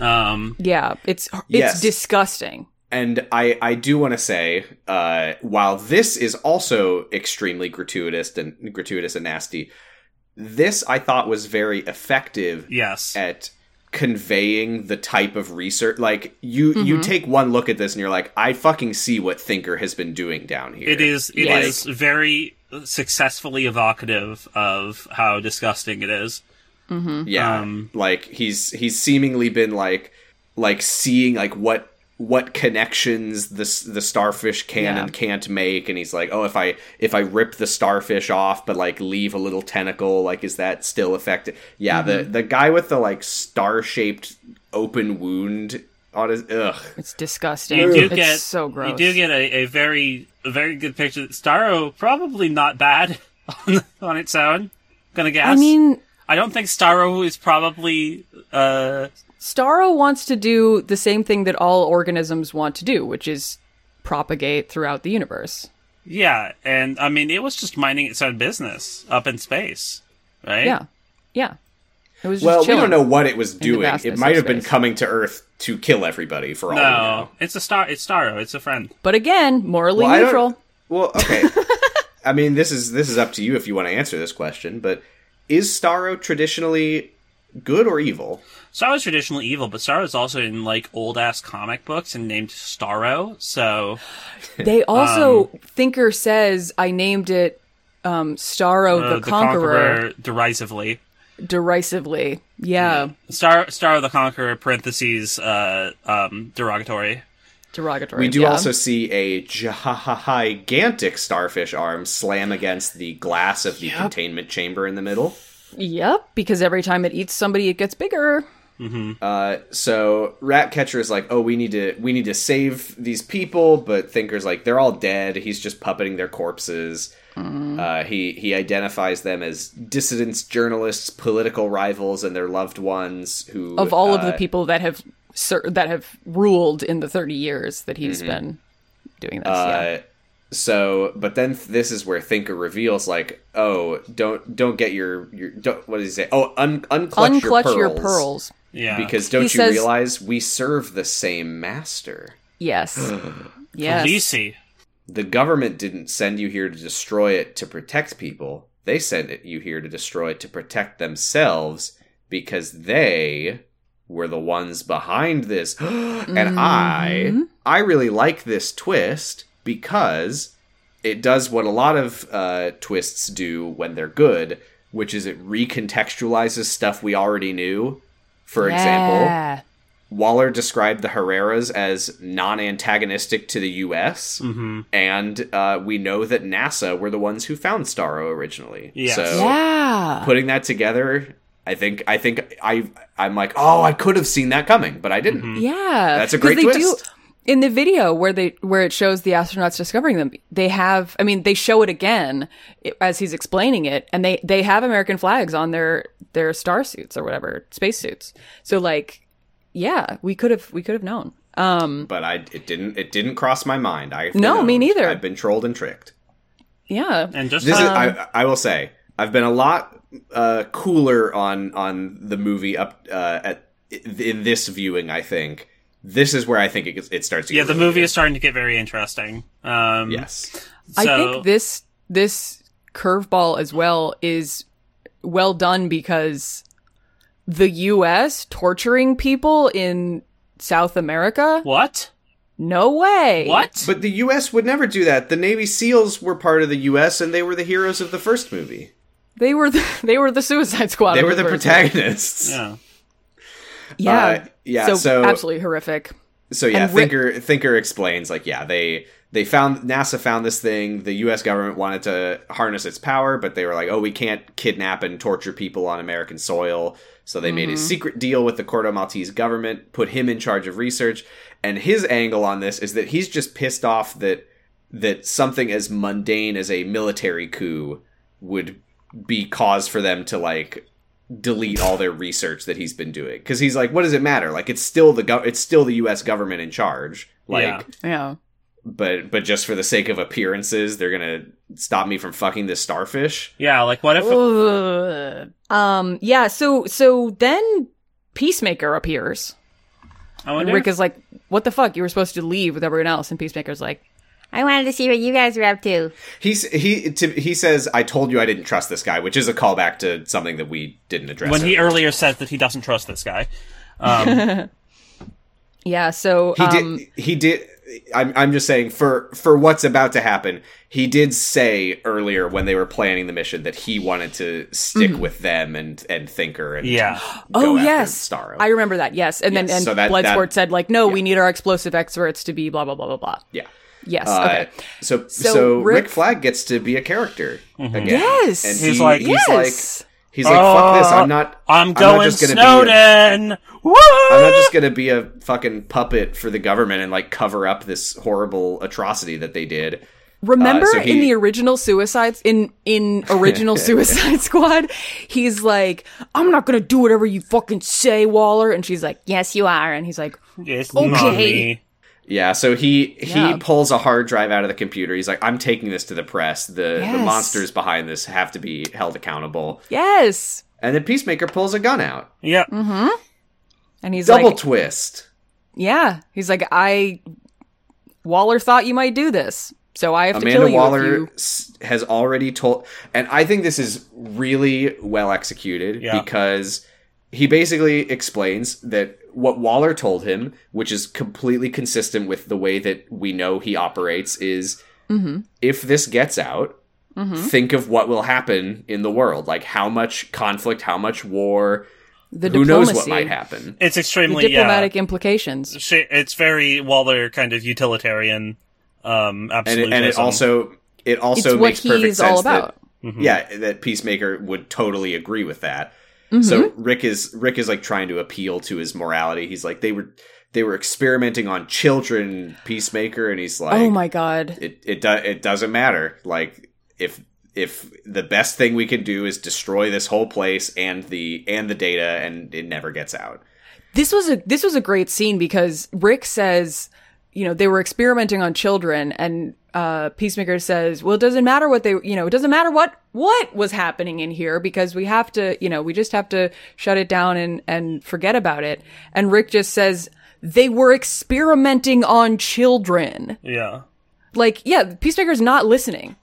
[SPEAKER 2] Um,
[SPEAKER 1] Yeah, it's it's
[SPEAKER 3] Yes.
[SPEAKER 1] disgusting.
[SPEAKER 3] And I, I do want to say, uh, while this is also extremely gratuitous and gratuitous and nasty, this I thought was very effective
[SPEAKER 2] yes,
[SPEAKER 3] at conveying the type of research. Like you, you take one look at this and you're like, I fucking see what Thinker has been doing down here.
[SPEAKER 2] it is. It is
[SPEAKER 1] Like-
[SPEAKER 2] very successfully evocative of how disgusting it is.
[SPEAKER 3] Yeah.
[SPEAKER 2] Um,
[SPEAKER 3] like he's he's seemingly been like like seeing like what what connections the s- the starfish can
[SPEAKER 1] Yeah.
[SPEAKER 3] and can't make, and he's like, oh, if I if I rip the starfish off, but like leave a little tentacle, like is that still effective? Yeah, the
[SPEAKER 1] Mm-hmm.
[SPEAKER 3] the guy with the like star shaped open wound on his ugh.
[SPEAKER 1] It's disgusting.
[SPEAKER 2] You do
[SPEAKER 1] it's
[SPEAKER 2] get
[SPEAKER 1] so gross.
[SPEAKER 2] You do get a, a very a very good picture. Starro probably not bad on, on its own. Gonna guess.
[SPEAKER 1] I mean,
[SPEAKER 2] I don't think Starro is probably uh
[SPEAKER 1] Starro wants to do the same thing that all organisms want to do, which is propagate throughout the universe.
[SPEAKER 2] yeah, and I mean it was just minding its own business up in space. Right?
[SPEAKER 1] Yeah. Yeah. It was just
[SPEAKER 3] Well, we
[SPEAKER 1] chilling.
[SPEAKER 3] don't know what it was doing. It
[SPEAKER 1] vastness
[SPEAKER 3] might
[SPEAKER 1] of
[SPEAKER 3] have been
[SPEAKER 1] space.
[SPEAKER 3] coming to Earth to kill everybody for all we know.
[SPEAKER 2] No. It's a star it's Starro, it's a friend.
[SPEAKER 1] But again, morally
[SPEAKER 3] Well, I don't-
[SPEAKER 1] neutral.
[SPEAKER 3] Well, okay. I mean, this is this is up to you if you want to answer this question, but is Starro traditionally good or evil?
[SPEAKER 2] Starro's traditionally evil, but Starro's also in like old ass comic books and named Starro, so
[SPEAKER 1] They also
[SPEAKER 2] Um,
[SPEAKER 1] Thinker says I named it um Starro
[SPEAKER 2] uh,
[SPEAKER 1] the, Conqueror,
[SPEAKER 2] derisively.
[SPEAKER 1] derisively. Yeah,
[SPEAKER 2] Star Star of the Conqueror parentheses uh um derogatory.
[SPEAKER 1] derogatory.
[SPEAKER 3] We do
[SPEAKER 1] yeah.
[SPEAKER 3] also see a gigantic starfish arm slam against the glass of the containment chamber in the middle.
[SPEAKER 1] Yep, because every time it eats somebody it gets bigger.
[SPEAKER 3] Uh, so Ratcatcher is like, "Oh, we need to we need to save these people," but Thinker's like, "They're all dead. He's just puppeting their corpses."
[SPEAKER 1] Mm.
[SPEAKER 3] Uh, he he identifies them as dissidents, journalists, political rivals, and their loved ones who
[SPEAKER 1] Of all of
[SPEAKER 3] uh,
[SPEAKER 1] the people that have ser- that have ruled in the 30 years that he's been doing this. yeah.
[SPEAKER 3] Mm-hmm. Uh, so but then th- this is where thinker reveals like oh don't don't get your your don't what does he say oh un, unclutch,
[SPEAKER 1] Unclutch your pearls.
[SPEAKER 2] Yeah.
[SPEAKER 3] because don't
[SPEAKER 1] He
[SPEAKER 3] you
[SPEAKER 1] says-
[SPEAKER 3] realize we serve the same master
[SPEAKER 1] Yes. yes.
[SPEAKER 2] Khaleesi.
[SPEAKER 3] the government didn't send you here to destroy it to protect people they sent it, you here to destroy it to protect themselves because they were the ones behind this and i
[SPEAKER 1] Mhm.
[SPEAKER 3] I really like this twist because it does what a lot of uh, twists do when they're good, which is it recontextualizes stuff we already knew. For example,
[SPEAKER 1] Yeah.
[SPEAKER 3] Waller described the Herreras as non antagonistic to the US,
[SPEAKER 2] Mm-hmm.
[SPEAKER 3] and uh, we know that NASA were the ones who found Starro originally.
[SPEAKER 2] Yes.
[SPEAKER 3] So
[SPEAKER 1] yeah.
[SPEAKER 3] putting that together, I think I think I I'm like, oh, I could have seen that coming, but I didn't.
[SPEAKER 2] Mm-hmm.
[SPEAKER 1] Yeah,
[SPEAKER 3] Mm-hmm. That's a
[SPEAKER 1] 'cause
[SPEAKER 3] great
[SPEAKER 1] they
[SPEAKER 3] twist.
[SPEAKER 1] Do, in the video where they where it shows the astronauts discovering them, they have. I mean, they show it again i- as he's explaining it, and they they have American flags on their their star suits or whatever space suits. So like, yeah, we could have we could have known. Um,
[SPEAKER 3] but I it didn't it didn't cross my mind. I um,
[SPEAKER 1] No, me neither.
[SPEAKER 3] I've been trolled and tricked.
[SPEAKER 1] yeah,
[SPEAKER 2] And just
[SPEAKER 3] This is
[SPEAKER 2] uh,
[SPEAKER 1] Um,
[SPEAKER 3] I I will say I've been a lot uh, cooler on on the movie up uh, at in this viewing. I think this is where I think it gets, it starts. To
[SPEAKER 2] yeah,
[SPEAKER 3] get
[SPEAKER 2] the
[SPEAKER 3] really
[SPEAKER 2] movie
[SPEAKER 3] good.
[SPEAKER 2] is starting to get very interesting. Um
[SPEAKER 3] yes.
[SPEAKER 2] so,
[SPEAKER 1] I think this this curveball as well is well done because the U.S. torturing people in South America?
[SPEAKER 2] what?
[SPEAKER 1] No way.
[SPEAKER 2] What?
[SPEAKER 3] But the U.S. would never do that. The Navy SEALs were part of the U.S. and they were the heroes of the first movie.
[SPEAKER 1] They were the, they were the Suicide Squad.
[SPEAKER 3] They were the
[SPEAKER 1] members.
[SPEAKER 3] protagonists.
[SPEAKER 2] yeah.
[SPEAKER 1] Yeah,
[SPEAKER 3] Uh, yeah,
[SPEAKER 1] So,
[SPEAKER 3] so-
[SPEAKER 1] absolutely horrific.
[SPEAKER 3] So yeah,
[SPEAKER 1] And ri-
[SPEAKER 3] Thinker Thinker explains like yeah they they found NASA found this thing. The U.S. government wanted to harness its power, but they were like, oh, we can't kidnap and torture people on American soil. So they
[SPEAKER 1] Mm-hmm.
[SPEAKER 3] made a secret deal with the Cordo Maltese government, put him in charge of research, and his angle on this is that he's just pissed off that that something as mundane as a military coup would be cause for them to like delete all their research that he's been doing because he's like what does it matter like it's still the gov it's still the us government in charge like
[SPEAKER 2] Yeah.
[SPEAKER 1] Yeah,
[SPEAKER 3] but but just for the sake of appearances they're gonna stop me from fucking this starfish
[SPEAKER 2] Yeah, like what if
[SPEAKER 1] Oh, Ugh. um, yeah. So so then Peacemaker appears,
[SPEAKER 2] I
[SPEAKER 1] and
[SPEAKER 2] wonder
[SPEAKER 1] Rick is like, "What the fuck? You were supposed to leave with everyone else." And Peacemaker's like,
[SPEAKER 5] I wanted to see what you guys were up to.
[SPEAKER 3] he's he to, he says i told you i didn't trust this guy which is a callback to something that we didn't address
[SPEAKER 2] when he
[SPEAKER 3] earlier.
[SPEAKER 2] earlier says that he doesn't trust this guy. Um,
[SPEAKER 1] "Yeah." So
[SPEAKER 3] he
[SPEAKER 1] um,
[SPEAKER 3] did he did I'm I'm just saying for for what's about to happen. He did say earlier when they were planning the mission that he wanted to stick with them and and Thinker and
[SPEAKER 2] Yeah.
[SPEAKER 3] go
[SPEAKER 1] Mm-hmm. Oh,
[SPEAKER 3] after
[SPEAKER 1] yes.
[SPEAKER 3] Starro.
[SPEAKER 1] I remember that. Yes, and then
[SPEAKER 3] Yes,
[SPEAKER 1] and
[SPEAKER 3] so that-
[SPEAKER 1] Bloodsport
[SPEAKER 3] that-
[SPEAKER 1] said like, no, we need our explosive experts to be blah blah blah blah blah.
[SPEAKER 3] yeah.
[SPEAKER 1] Yes.
[SPEAKER 3] Uh,
[SPEAKER 1] okay.
[SPEAKER 3] So so,
[SPEAKER 1] So
[SPEAKER 3] Rick,
[SPEAKER 1] Rick-
[SPEAKER 3] Flag gets to be a character again.
[SPEAKER 1] Yes.
[SPEAKER 3] And
[SPEAKER 2] Mm-hmm. He's
[SPEAKER 3] he-
[SPEAKER 2] like- Uh,
[SPEAKER 3] he's
[SPEAKER 1] yes.
[SPEAKER 3] like he's like fuck this. I'm not
[SPEAKER 2] I'm
[SPEAKER 3] not
[SPEAKER 2] going
[SPEAKER 3] just gonna be a-
[SPEAKER 2] Snowden. Woo!
[SPEAKER 3] I'm not just gonna be a fucking puppet for the government and like cover up this horrible atrocity that they did.
[SPEAKER 1] Remember
[SPEAKER 3] so he-
[SPEAKER 1] in the original Suicides in in original Suicide Squad, he's like, "I'm not gonna do whatever you fucking say, Waller," and she's like, "Yes, you are," and he's like,
[SPEAKER 2] It's
[SPEAKER 1] Okay.
[SPEAKER 2] not me.
[SPEAKER 3] Yeah, so he he
[SPEAKER 1] Yeah.
[SPEAKER 3] pulls a hard drive out of the computer. He's like, I'm taking this to the press. The the
[SPEAKER 1] Yes.
[SPEAKER 3] monsters behind this have to be held accountable.
[SPEAKER 1] "Yes,"
[SPEAKER 3] And then Peacemaker pulls a gun out.
[SPEAKER 2] Yeah.
[SPEAKER 1] Mm-hmm. and he's
[SPEAKER 3] Double
[SPEAKER 1] like,
[SPEAKER 3] twist.
[SPEAKER 1] "Yeah," he's like, "I Waller thought you might do this, so I have to
[SPEAKER 3] Amanda
[SPEAKER 1] kill you." if
[SPEAKER 3] Waller
[SPEAKER 1] you-
[SPEAKER 3] s has already told, and I think this is really well executed
[SPEAKER 2] Yeah.
[SPEAKER 3] because he basically explains that what Waller told him, which is completely consistent with the way that we know he operates, is
[SPEAKER 1] Mm-hmm.
[SPEAKER 3] if this gets out, think of what will happen in the world, like how much conflict, how much war,
[SPEAKER 1] the
[SPEAKER 3] who knows
[SPEAKER 1] diplomacy,
[SPEAKER 3] what might happen.
[SPEAKER 2] It's
[SPEAKER 1] the
[SPEAKER 2] extremely
[SPEAKER 1] diplomatic implications.
[SPEAKER 2] yeah. She, it's very Waller kind of utilitarian. Um,
[SPEAKER 3] And
[SPEAKER 2] absolutely.
[SPEAKER 3] it, and it also it also
[SPEAKER 1] it's what
[SPEAKER 3] makes perfect
[SPEAKER 1] he's
[SPEAKER 3] sense
[SPEAKER 1] all
[SPEAKER 3] that-
[SPEAKER 1] about.
[SPEAKER 3] yeah that peacemaker would totally agree with that
[SPEAKER 1] Mm-hmm.
[SPEAKER 3] so rick is rick is like trying to appeal to his morality he's like they were they were experimenting on children peacemaker and he's like
[SPEAKER 1] oh my god.
[SPEAKER 3] it it, do- it doesn't matter like if if the best thing we can do is destroy this whole place and the and the data and it never gets out
[SPEAKER 1] This was a this was a great scene because Rick says, you know, they were experimenting on children and uh Peacemaker says, "Well, it doesn't matter what they, you know, it doesn't matter what what was happening in here because we have to, you know, we just have to shut it down and and forget about it." And Rick just says, "They were experimenting on children."
[SPEAKER 2] Yeah.
[SPEAKER 1] Like, yeah, Peacemaker's not listening.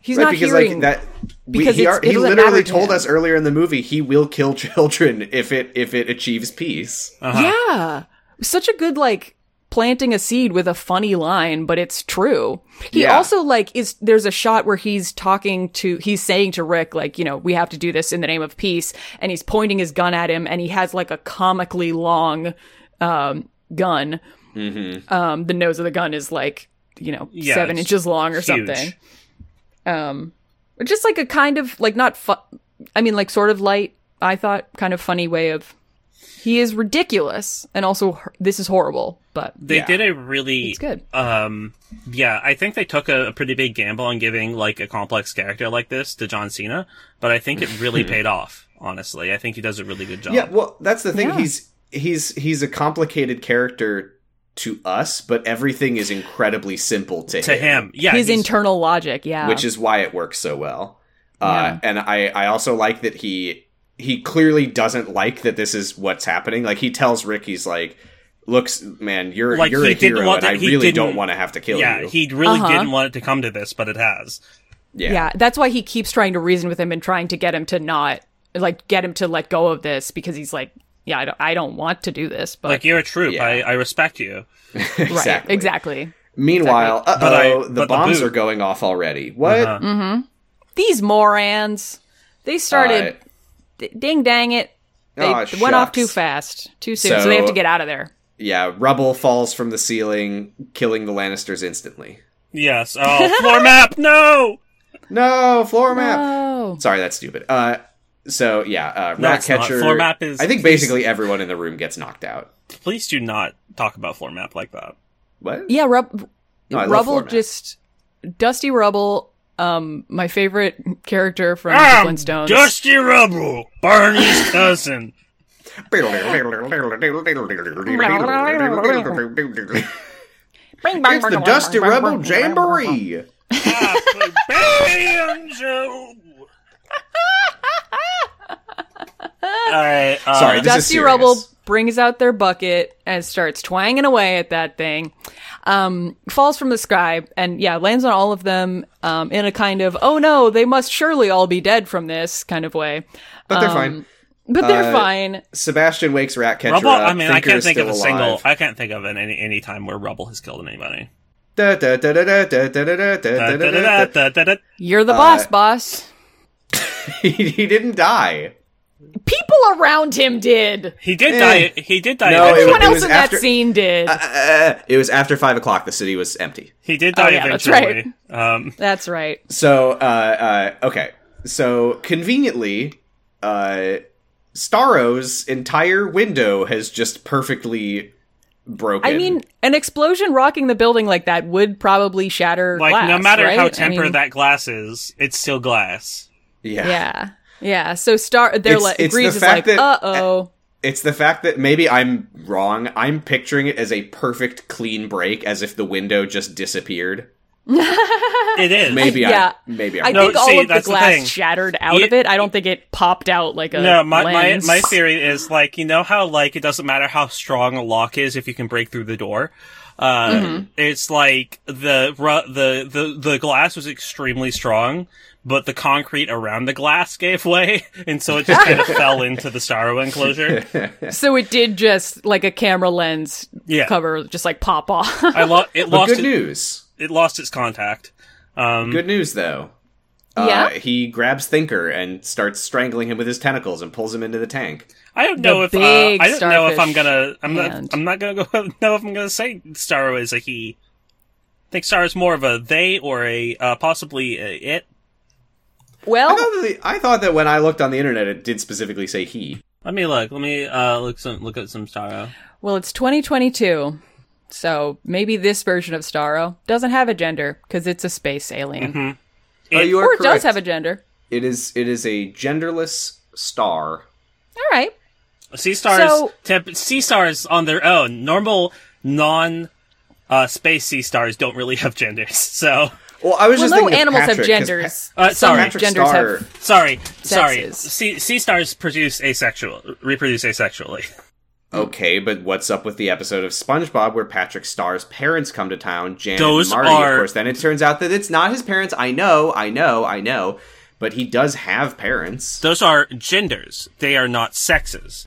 [SPEAKER 1] He's not hearing
[SPEAKER 3] that we-
[SPEAKER 1] because
[SPEAKER 3] he,
[SPEAKER 1] it's-
[SPEAKER 3] are-
[SPEAKER 1] it
[SPEAKER 3] he
[SPEAKER 1] doesn't
[SPEAKER 3] literally
[SPEAKER 1] matter to
[SPEAKER 3] told
[SPEAKER 1] him.
[SPEAKER 3] us earlier in the movie he will kill children if it if it achieves peace
[SPEAKER 2] Uh-huh.
[SPEAKER 1] Yeah. Such a good like planting a seed with a funny line, but it's true. He
[SPEAKER 3] Yeah.
[SPEAKER 1] also like is there's a shot where he's talking to he's saying to Rick like, you know, we have to do this in the name of peace and he's pointing his gun at him and he has like a comically long um gun. Um the nose of the gun is like, you know,
[SPEAKER 2] Mm-hmm. Yeah,
[SPEAKER 1] 7
[SPEAKER 2] it's
[SPEAKER 1] inches long or
[SPEAKER 2] huge.
[SPEAKER 1] something. Um but just like a kind of like not fu- I mean like sort of light, I thought kind of funny way of he is ridiculous, and also h- this is horrible. But
[SPEAKER 2] They
[SPEAKER 3] Yeah.
[SPEAKER 2] did a really
[SPEAKER 1] It's good.
[SPEAKER 2] Um, yeah, I think they took a, a pretty big gamble on giving like a complex character like this to John Cena, but I think it really paid off. Honestly, I think he does a really good job.
[SPEAKER 3] Yeah, well, that's the thing.
[SPEAKER 1] Um, Yeah.
[SPEAKER 3] He's he's he's a complicated character to us, but everything is incredibly simple to,
[SPEAKER 2] to him, yeah,
[SPEAKER 1] his
[SPEAKER 2] he's-
[SPEAKER 1] internal logic, yeah,
[SPEAKER 3] which is why it works so well. Uh, and I I also like that he he clearly doesn't like that this is what's happening. Like he tells Rick, he's like, "Looks, man, you're
[SPEAKER 2] Like,
[SPEAKER 3] you're
[SPEAKER 2] he
[SPEAKER 3] a
[SPEAKER 2] didn't
[SPEAKER 3] hero,
[SPEAKER 2] want
[SPEAKER 3] and I
[SPEAKER 2] that- he
[SPEAKER 3] really don't
[SPEAKER 2] didn't-
[SPEAKER 3] want to have to kill
[SPEAKER 2] yeah,
[SPEAKER 3] you."
[SPEAKER 2] he really
[SPEAKER 1] Uh-huh.
[SPEAKER 2] didn't want it to come to this, but it has.
[SPEAKER 1] yeah. That's why he keeps trying to reason with him and trying to get him to not like get him to let go of this because he's like, yeah, I don't, I don't want to do this, but
[SPEAKER 2] Like you're a troop,
[SPEAKER 3] Yeah.
[SPEAKER 2] I, I respect you.
[SPEAKER 1] right,
[SPEAKER 3] exactly.
[SPEAKER 1] exactly.
[SPEAKER 3] Meanwhile,
[SPEAKER 2] But I-
[SPEAKER 3] uh oh,
[SPEAKER 2] but
[SPEAKER 3] the
[SPEAKER 2] the
[SPEAKER 3] bombs
[SPEAKER 2] boot- Uh-huh.
[SPEAKER 3] are going off already. What?
[SPEAKER 1] These morons, they started
[SPEAKER 3] Uh,
[SPEAKER 1] d- ding dang it. They
[SPEAKER 3] Aw,
[SPEAKER 1] went off
[SPEAKER 3] Oh, shucks.
[SPEAKER 1] too fast, too soon, so, they have
[SPEAKER 3] So-
[SPEAKER 1] to get out of there.
[SPEAKER 3] yeah, rubble falls from the ceiling, killing the Lannisters instantly.
[SPEAKER 2] Yes. Oh, floor map. No.
[SPEAKER 3] No, floor map.
[SPEAKER 1] Oh,
[SPEAKER 3] Sorry, that's stupid. Uh, so yeah, uh,
[SPEAKER 2] No, it's not.
[SPEAKER 3] Ratcatcher.
[SPEAKER 2] Floor map is-
[SPEAKER 3] I think basically everyone in the room gets knocked out.
[SPEAKER 2] Please do not talk about floor map like that.
[SPEAKER 3] What?
[SPEAKER 1] yeah, rub-
[SPEAKER 3] No, I love
[SPEAKER 1] Rubble
[SPEAKER 3] Floor Map.
[SPEAKER 1] just Dusty Rubble. Um, my favorite character from
[SPEAKER 2] Ah,
[SPEAKER 1] the Flintstones.
[SPEAKER 2] Dusty Rubble, Barney's cousin.
[SPEAKER 6] It's
[SPEAKER 3] It's the Dusty Rebel Jamboree.
[SPEAKER 2] Papa Banjo. Alright, uh,
[SPEAKER 3] Sorry, this is
[SPEAKER 1] Dusty
[SPEAKER 3] serious.
[SPEAKER 1] Rubble brings out their bucket and starts twanging away at that thing. Um, falls from the sky and yeah, lands on all of them. Um, in a kind of oh no, they must surely all be dead from this kind of way.
[SPEAKER 3] but they're fine.
[SPEAKER 1] But they're
[SPEAKER 3] Uh,
[SPEAKER 1] fine.
[SPEAKER 3] Sebastian wakes Ratcatcher
[SPEAKER 2] Rubble.
[SPEAKER 1] uh,
[SPEAKER 3] up.
[SPEAKER 2] I mean, I
[SPEAKER 3] Thinker
[SPEAKER 2] can't
[SPEAKER 3] is
[SPEAKER 2] think of a
[SPEAKER 3] still
[SPEAKER 2] single.
[SPEAKER 3] alive.
[SPEAKER 2] I can't think of an, any any time where Rubble has killed anybody.
[SPEAKER 3] Da, da, da, da, da, da, da, da, da, da, da, da, da.
[SPEAKER 2] Da-da-da-da-da-da.
[SPEAKER 1] You're the
[SPEAKER 3] uh,
[SPEAKER 1] boss, boss.
[SPEAKER 3] He he didn't die.
[SPEAKER 1] People around him did.
[SPEAKER 2] He did
[SPEAKER 3] Eh.
[SPEAKER 2] die. He did die.
[SPEAKER 3] No, it
[SPEAKER 2] eventually.
[SPEAKER 1] Everyone else
[SPEAKER 3] was
[SPEAKER 1] in
[SPEAKER 3] after-
[SPEAKER 1] that scene did.
[SPEAKER 3] Uh, it was after five o'clock. The city was empty.
[SPEAKER 2] he did die
[SPEAKER 1] Oh, yeah, that's
[SPEAKER 2] eventually. Um,
[SPEAKER 1] That's right.
[SPEAKER 3] So, uh, uh, okay. So conveniently, uh, Starro's entire window has just perfectly broken.
[SPEAKER 1] I mean, an explosion rocking the building like that would probably shatter
[SPEAKER 2] like
[SPEAKER 1] glass,
[SPEAKER 2] no matter
[SPEAKER 1] right?
[SPEAKER 2] how
[SPEAKER 1] I
[SPEAKER 2] tempered
[SPEAKER 1] mean,
[SPEAKER 2] that glass is, it's still glass.
[SPEAKER 3] yeah.
[SPEAKER 1] Yeah. Yeah. So Star they're
[SPEAKER 3] It's-
[SPEAKER 1] like
[SPEAKER 3] it's the
[SPEAKER 1] Grease is
[SPEAKER 3] fact
[SPEAKER 1] like,
[SPEAKER 3] that-
[SPEAKER 1] uh oh.
[SPEAKER 3] It's the fact that maybe I'm wrong. I'm picturing it as a perfect clean break, as if the window just disappeared.
[SPEAKER 2] It is.
[SPEAKER 3] Maybe
[SPEAKER 1] Yeah.
[SPEAKER 3] I maybe I'm
[SPEAKER 1] I
[SPEAKER 2] No,
[SPEAKER 1] think all
[SPEAKER 2] see,
[SPEAKER 1] of the
[SPEAKER 2] that's the
[SPEAKER 1] glass
[SPEAKER 2] thing.
[SPEAKER 1] shattered out
[SPEAKER 2] You-
[SPEAKER 1] of it. I don't think it popped out like a
[SPEAKER 2] No, my, my
[SPEAKER 1] lens.
[SPEAKER 2] my theory is like you know how like it doesn't matter how strong a lock is if you can break through the door. Uh,
[SPEAKER 1] Mm-hmm.
[SPEAKER 2] It's like the ru- the the the glass was extremely strong, but the concrete around the glass gave way, and so it just kind of fell into the Starro enclosure.
[SPEAKER 1] So it did just like a camera lens
[SPEAKER 2] Yeah.
[SPEAKER 1] cover just like pop off.
[SPEAKER 2] I lo- it
[SPEAKER 3] But
[SPEAKER 2] lost
[SPEAKER 3] good
[SPEAKER 2] it,
[SPEAKER 3] news.
[SPEAKER 2] it lost its contact. Um,
[SPEAKER 3] Good news though.
[SPEAKER 1] Yeah?
[SPEAKER 3] Uh, he grabs Thinker and starts strangling him with his tentacles and pulls him into the tank.
[SPEAKER 2] I don't know
[SPEAKER 1] The
[SPEAKER 2] if uh,
[SPEAKER 1] big
[SPEAKER 2] I don't know if I'm
[SPEAKER 1] starfish
[SPEAKER 2] gonna I'm
[SPEAKER 1] hand.
[SPEAKER 2] not I'm not gonna go know if I'm gonna say Starro is a he. I think Starro's more of a they or a uh, possibly a it.
[SPEAKER 3] I
[SPEAKER 1] Well,
[SPEAKER 3] thought, that the- I thought that when I looked on the internet, it did specifically say he.
[SPEAKER 2] Let me look. Let me uh, look some look at some Starro.
[SPEAKER 1] well, it's 2022. So maybe this version of Starro doesn't have a gender because it's a space alien.
[SPEAKER 2] Mm-hmm.
[SPEAKER 3] Oh,
[SPEAKER 2] It-
[SPEAKER 3] you are
[SPEAKER 1] Or it does
[SPEAKER 3] correct.
[SPEAKER 1] have a gender.
[SPEAKER 3] It is it is a genderless star.
[SPEAKER 1] All right.
[SPEAKER 2] Sea stars
[SPEAKER 1] So-
[SPEAKER 2] temp- sea stars on their own. Normal non uh, space sea stars don't really have genders. So
[SPEAKER 3] Well, I was
[SPEAKER 1] Well,
[SPEAKER 3] just
[SPEAKER 1] no
[SPEAKER 3] thinking of
[SPEAKER 1] animals
[SPEAKER 3] Patrick,
[SPEAKER 1] have
[SPEAKER 3] 'cause
[SPEAKER 1] genders.
[SPEAKER 2] Uh,
[SPEAKER 1] Some
[SPEAKER 2] sorry.
[SPEAKER 3] Patrick
[SPEAKER 1] genders
[SPEAKER 3] Star-
[SPEAKER 1] have.
[SPEAKER 2] sorry, sorry.
[SPEAKER 1] Sexes.
[SPEAKER 2] Sea sea stars produce asexual reproduce asexually.
[SPEAKER 3] Okay, but what's up with the episode of SpongeBob where Patrick Starr's parents come to town? Jan
[SPEAKER 2] Those
[SPEAKER 3] and Marty,
[SPEAKER 2] are-
[SPEAKER 3] of course. Then it turns out that it's not his parents. I know, I know, I know. But he does have parents.
[SPEAKER 2] Those are genders. They are not sexes.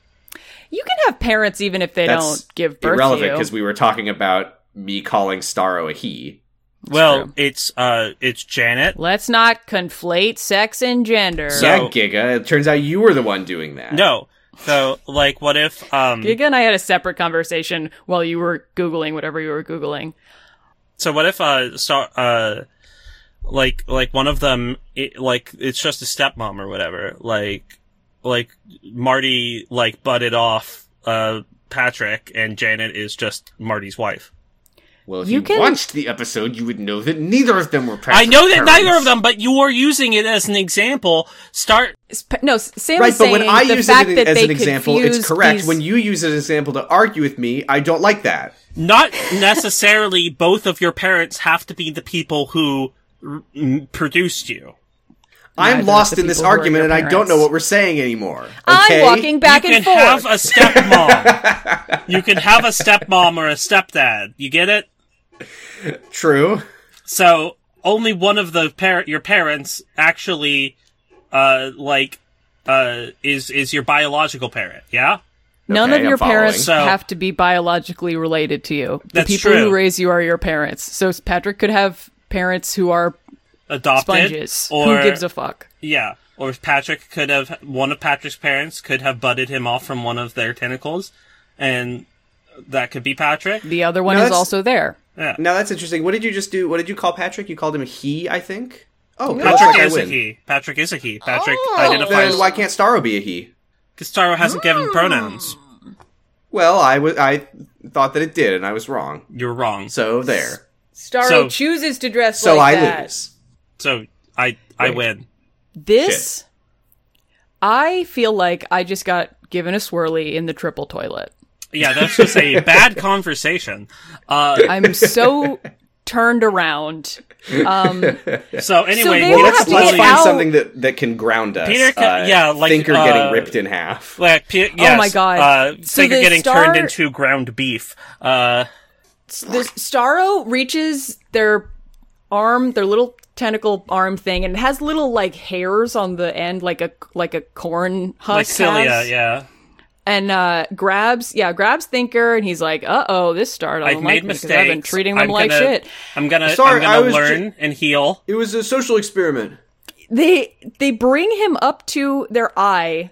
[SPEAKER 1] You can have parents even if they
[SPEAKER 3] That's
[SPEAKER 1] don't give birth
[SPEAKER 3] irrelevant
[SPEAKER 1] to you.
[SPEAKER 3] because we were talking about me calling Starro a he.
[SPEAKER 2] Well,
[SPEAKER 1] true.
[SPEAKER 2] it's uh, it's Janet.
[SPEAKER 1] Let's not conflate sex and gender.
[SPEAKER 2] So-
[SPEAKER 3] Yeah, Giga. It turns out you were the one doing that.
[SPEAKER 2] No, so like, what if um?
[SPEAKER 1] Giga and I had a separate conversation while you were googling whatever you were googling.
[SPEAKER 2] So what if uh, star uh, like like one of them, it, like it's just a stepmom or whatever. Like like Marty like butted off uh Patrick, and Janet is just Marty's wife.
[SPEAKER 3] Well, if
[SPEAKER 1] You
[SPEAKER 3] you,
[SPEAKER 1] can-
[SPEAKER 3] watched the episode, you would know that neither of them were
[SPEAKER 2] I
[SPEAKER 3] Patrick's
[SPEAKER 2] know that neither
[SPEAKER 3] parents.
[SPEAKER 2] of them, but you are using it as an example. Start
[SPEAKER 1] Sp- No, S- Sam
[SPEAKER 3] Right,
[SPEAKER 1] is
[SPEAKER 3] but
[SPEAKER 1] saying
[SPEAKER 3] when I
[SPEAKER 1] the
[SPEAKER 3] use
[SPEAKER 1] fact
[SPEAKER 3] it
[SPEAKER 1] that
[SPEAKER 3] as
[SPEAKER 1] they
[SPEAKER 3] an example, it's
[SPEAKER 1] confused
[SPEAKER 3] correct.
[SPEAKER 1] These...
[SPEAKER 3] When you use it as an example to argue with me, I don't like that.
[SPEAKER 2] not necessarily both of your parents have to be the people who r- m- produced you.
[SPEAKER 1] Neither
[SPEAKER 3] I'm
[SPEAKER 1] of
[SPEAKER 3] lost
[SPEAKER 1] the
[SPEAKER 3] in this
[SPEAKER 1] people who are
[SPEAKER 3] argument,
[SPEAKER 1] your
[SPEAKER 3] and I don't know
[SPEAKER 1] parents.
[SPEAKER 3] what we're saying anymore.
[SPEAKER 1] I'm
[SPEAKER 3] okay?
[SPEAKER 1] walking back
[SPEAKER 2] you
[SPEAKER 1] and
[SPEAKER 2] can
[SPEAKER 1] forth.
[SPEAKER 2] have a stepmom. you can have a stepmom or a stepdad. You get it?
[SPEAKER 3] True.
[SPEAKER 2] So only one of the parent, your parents, actually, uh, like, uh, is is your biological parent. Yeah.
[SPEAKER 1] None
[SPEAKER 3] Okay,
[SPEAKER 1] of
[SPEAKER 3] I'm
[SPEAKER 1] your parents
[SPEAKER 2] following. So-
[SPEAKER 1] have to be biologically related to you.
[SPEAKER 2] That's
[SPEAKER 1] the people
[SPEAKER 2] true.
[SPEAKER 1] who raise you are your parents. So Patrick could have parents who are
[SPEAKER 2] Adopted.
[SPEAKER 1] sponges.
[SPEAKER 2] Or
[SPEAKER 1] Who gives a fuck?
[SPEAKER 2] yeah. Or if Patrick could have one of Patrick's parents could have butted him off from one of their tentacles, and that could be Patrick.
[SPEAKER 1] The other one
[SPEAKER 3] No,
[SPEAKER 1] is
[SPEAKER 3] that's-
[SPEAKER 1] also there.
[SPEAKER 2] Yeah.
[SPEAKER 3] Now that's interesting. What did you just do? What did you call Patrick? You called him a he, I think. Oh,
[SPEAKER 2] Patrick
[SPEAKER 3] Patrick, I
[SPEAKER 2] is a
[SPEAKER 3] win.
[SPEAKER 2] he. Patrick is a he. Patrick
[SPEAKER 1] Oh.
[SPEAKER 2] identifies.
[SPEAKER 3] Then why can't Starro be a he?
[SPEAKER 2] Castaro hasn't
[SPEAKER 1] Hmm.
[SPEAKER 2] given pronouns.
[SPEAKER 3] Well, I was I thought that it did, and I was wrong.
[SPEAKER 2] You're wrong.
[SPEAKER 3] So there.
[SPEAKER 1] Starro
[SPEAKER 2] So-
[SPEAKER 1] chooses to dress
[SPEAKER 3] So
[SPEAKER 1] like
[SPEAKER 3] I
[SPEAKER 1] that.
[SPEAKER 3] lose.
[SPEAKER 2] So I I
[SPEAKER 3] Wait.
[SPEAKER 2] win.
[SPEAKER 1] This, I feel like I just got given a swirly in the triple toilet.
[SPEAKER 2] Yeah, that's just a bad conversation. Uh,
[SPEAKER 1] I'm so turned around. Um,
[SPEAKER 2] so anyway,
[SPEAKER 1] they
[SPEAKER 2] Peter
[SPEAKER 1] would
[SPEAKER 3] Well, let's
[SPEAKER 1] have to
[SPEAKER 3] let's
[SPEAKER 1] get
[SPEAKER 2] Capaldi-
[SPEAKER 3] find
[SPEAKER 1] out-
[SPEAKER 3] something that that can ground us.
[SPEAKER 2] Peter Ca- yeah, like,
[SPEAKER 3] thinker
[SPEAKER 2] uh,
[SPEAKER 3] getting ripped in half.
[SPEAKER 2] Like, Pe- yes,
[SPEAKER 1] Oh my God.
[SPEAKER 2] Uh,
[SPEAKER 1] So
[SPEAKER 2] Thinker
[SPEAKER 1] the
[SPEAKER 2] getting
[SPEAKER 1] star-
[SPEAKER 2] turned into ground beef. Uh,
[SPEAKER 1] the Starro reaches their arm, their little tentacle arm thing, and it has little like hairs on the end, like a like a corn husk.
[SPEAKER 2] like cilia,
[SPEAKER 1] has.
[SPEAKER 2] yeah.
[SPEAKER 1] And uh, grabs, yeah, grabs Thinker, and he's like, "Uh oh, this started.
[SPEAKER 2] I've made mistakes.
[SPEAKER 1] I've been treating them
[SPEAKER 2] I'm
[SPEAKER 1] like
[SPEAKER 2] gonna-
[SPEAKER 1] shit."
[SPEAKER 2] I'm gonna,
[SPEAKER 3] Sorry, I
[SPEAKER 2] I'm gonna
[SPEAKER 3] was
[SPEAKER 2] learn and heal.
[SPEAKER 3] It was a social experiment.
[SPEAKER 1] they they bring him up to their eye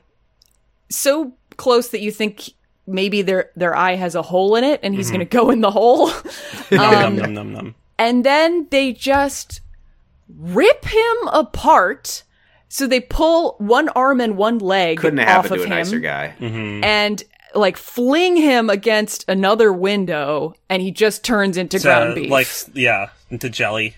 [SPEAKER 1] so close that you think maybe their their eye has a hole in it and
[SPEAKER 3] Mm-hmm.
[SPEAKER 1] he's going to go in the hole Um,
[SPEAKER 2] Num num num num num.
[SPEAKER 1] and then they just rip him apart so they pull one arm and one leg
[SPEAKER 3] Couldn't have
[SPEAKER 1] off
[SPEAKER 3] happened
[SPEAKER 1] of
[SPEAKER 3] to a
[SPEAKER 1] him Mm-hmm.
[SPEAKER 3] nicer guy. Mm.
[SPEAKER 1] and like fling him against another window and he just turns into ground
[SPEAKER 2] To,
[SPEAKER 1] beef
[SPEAKER 2] like yeah, into jelly.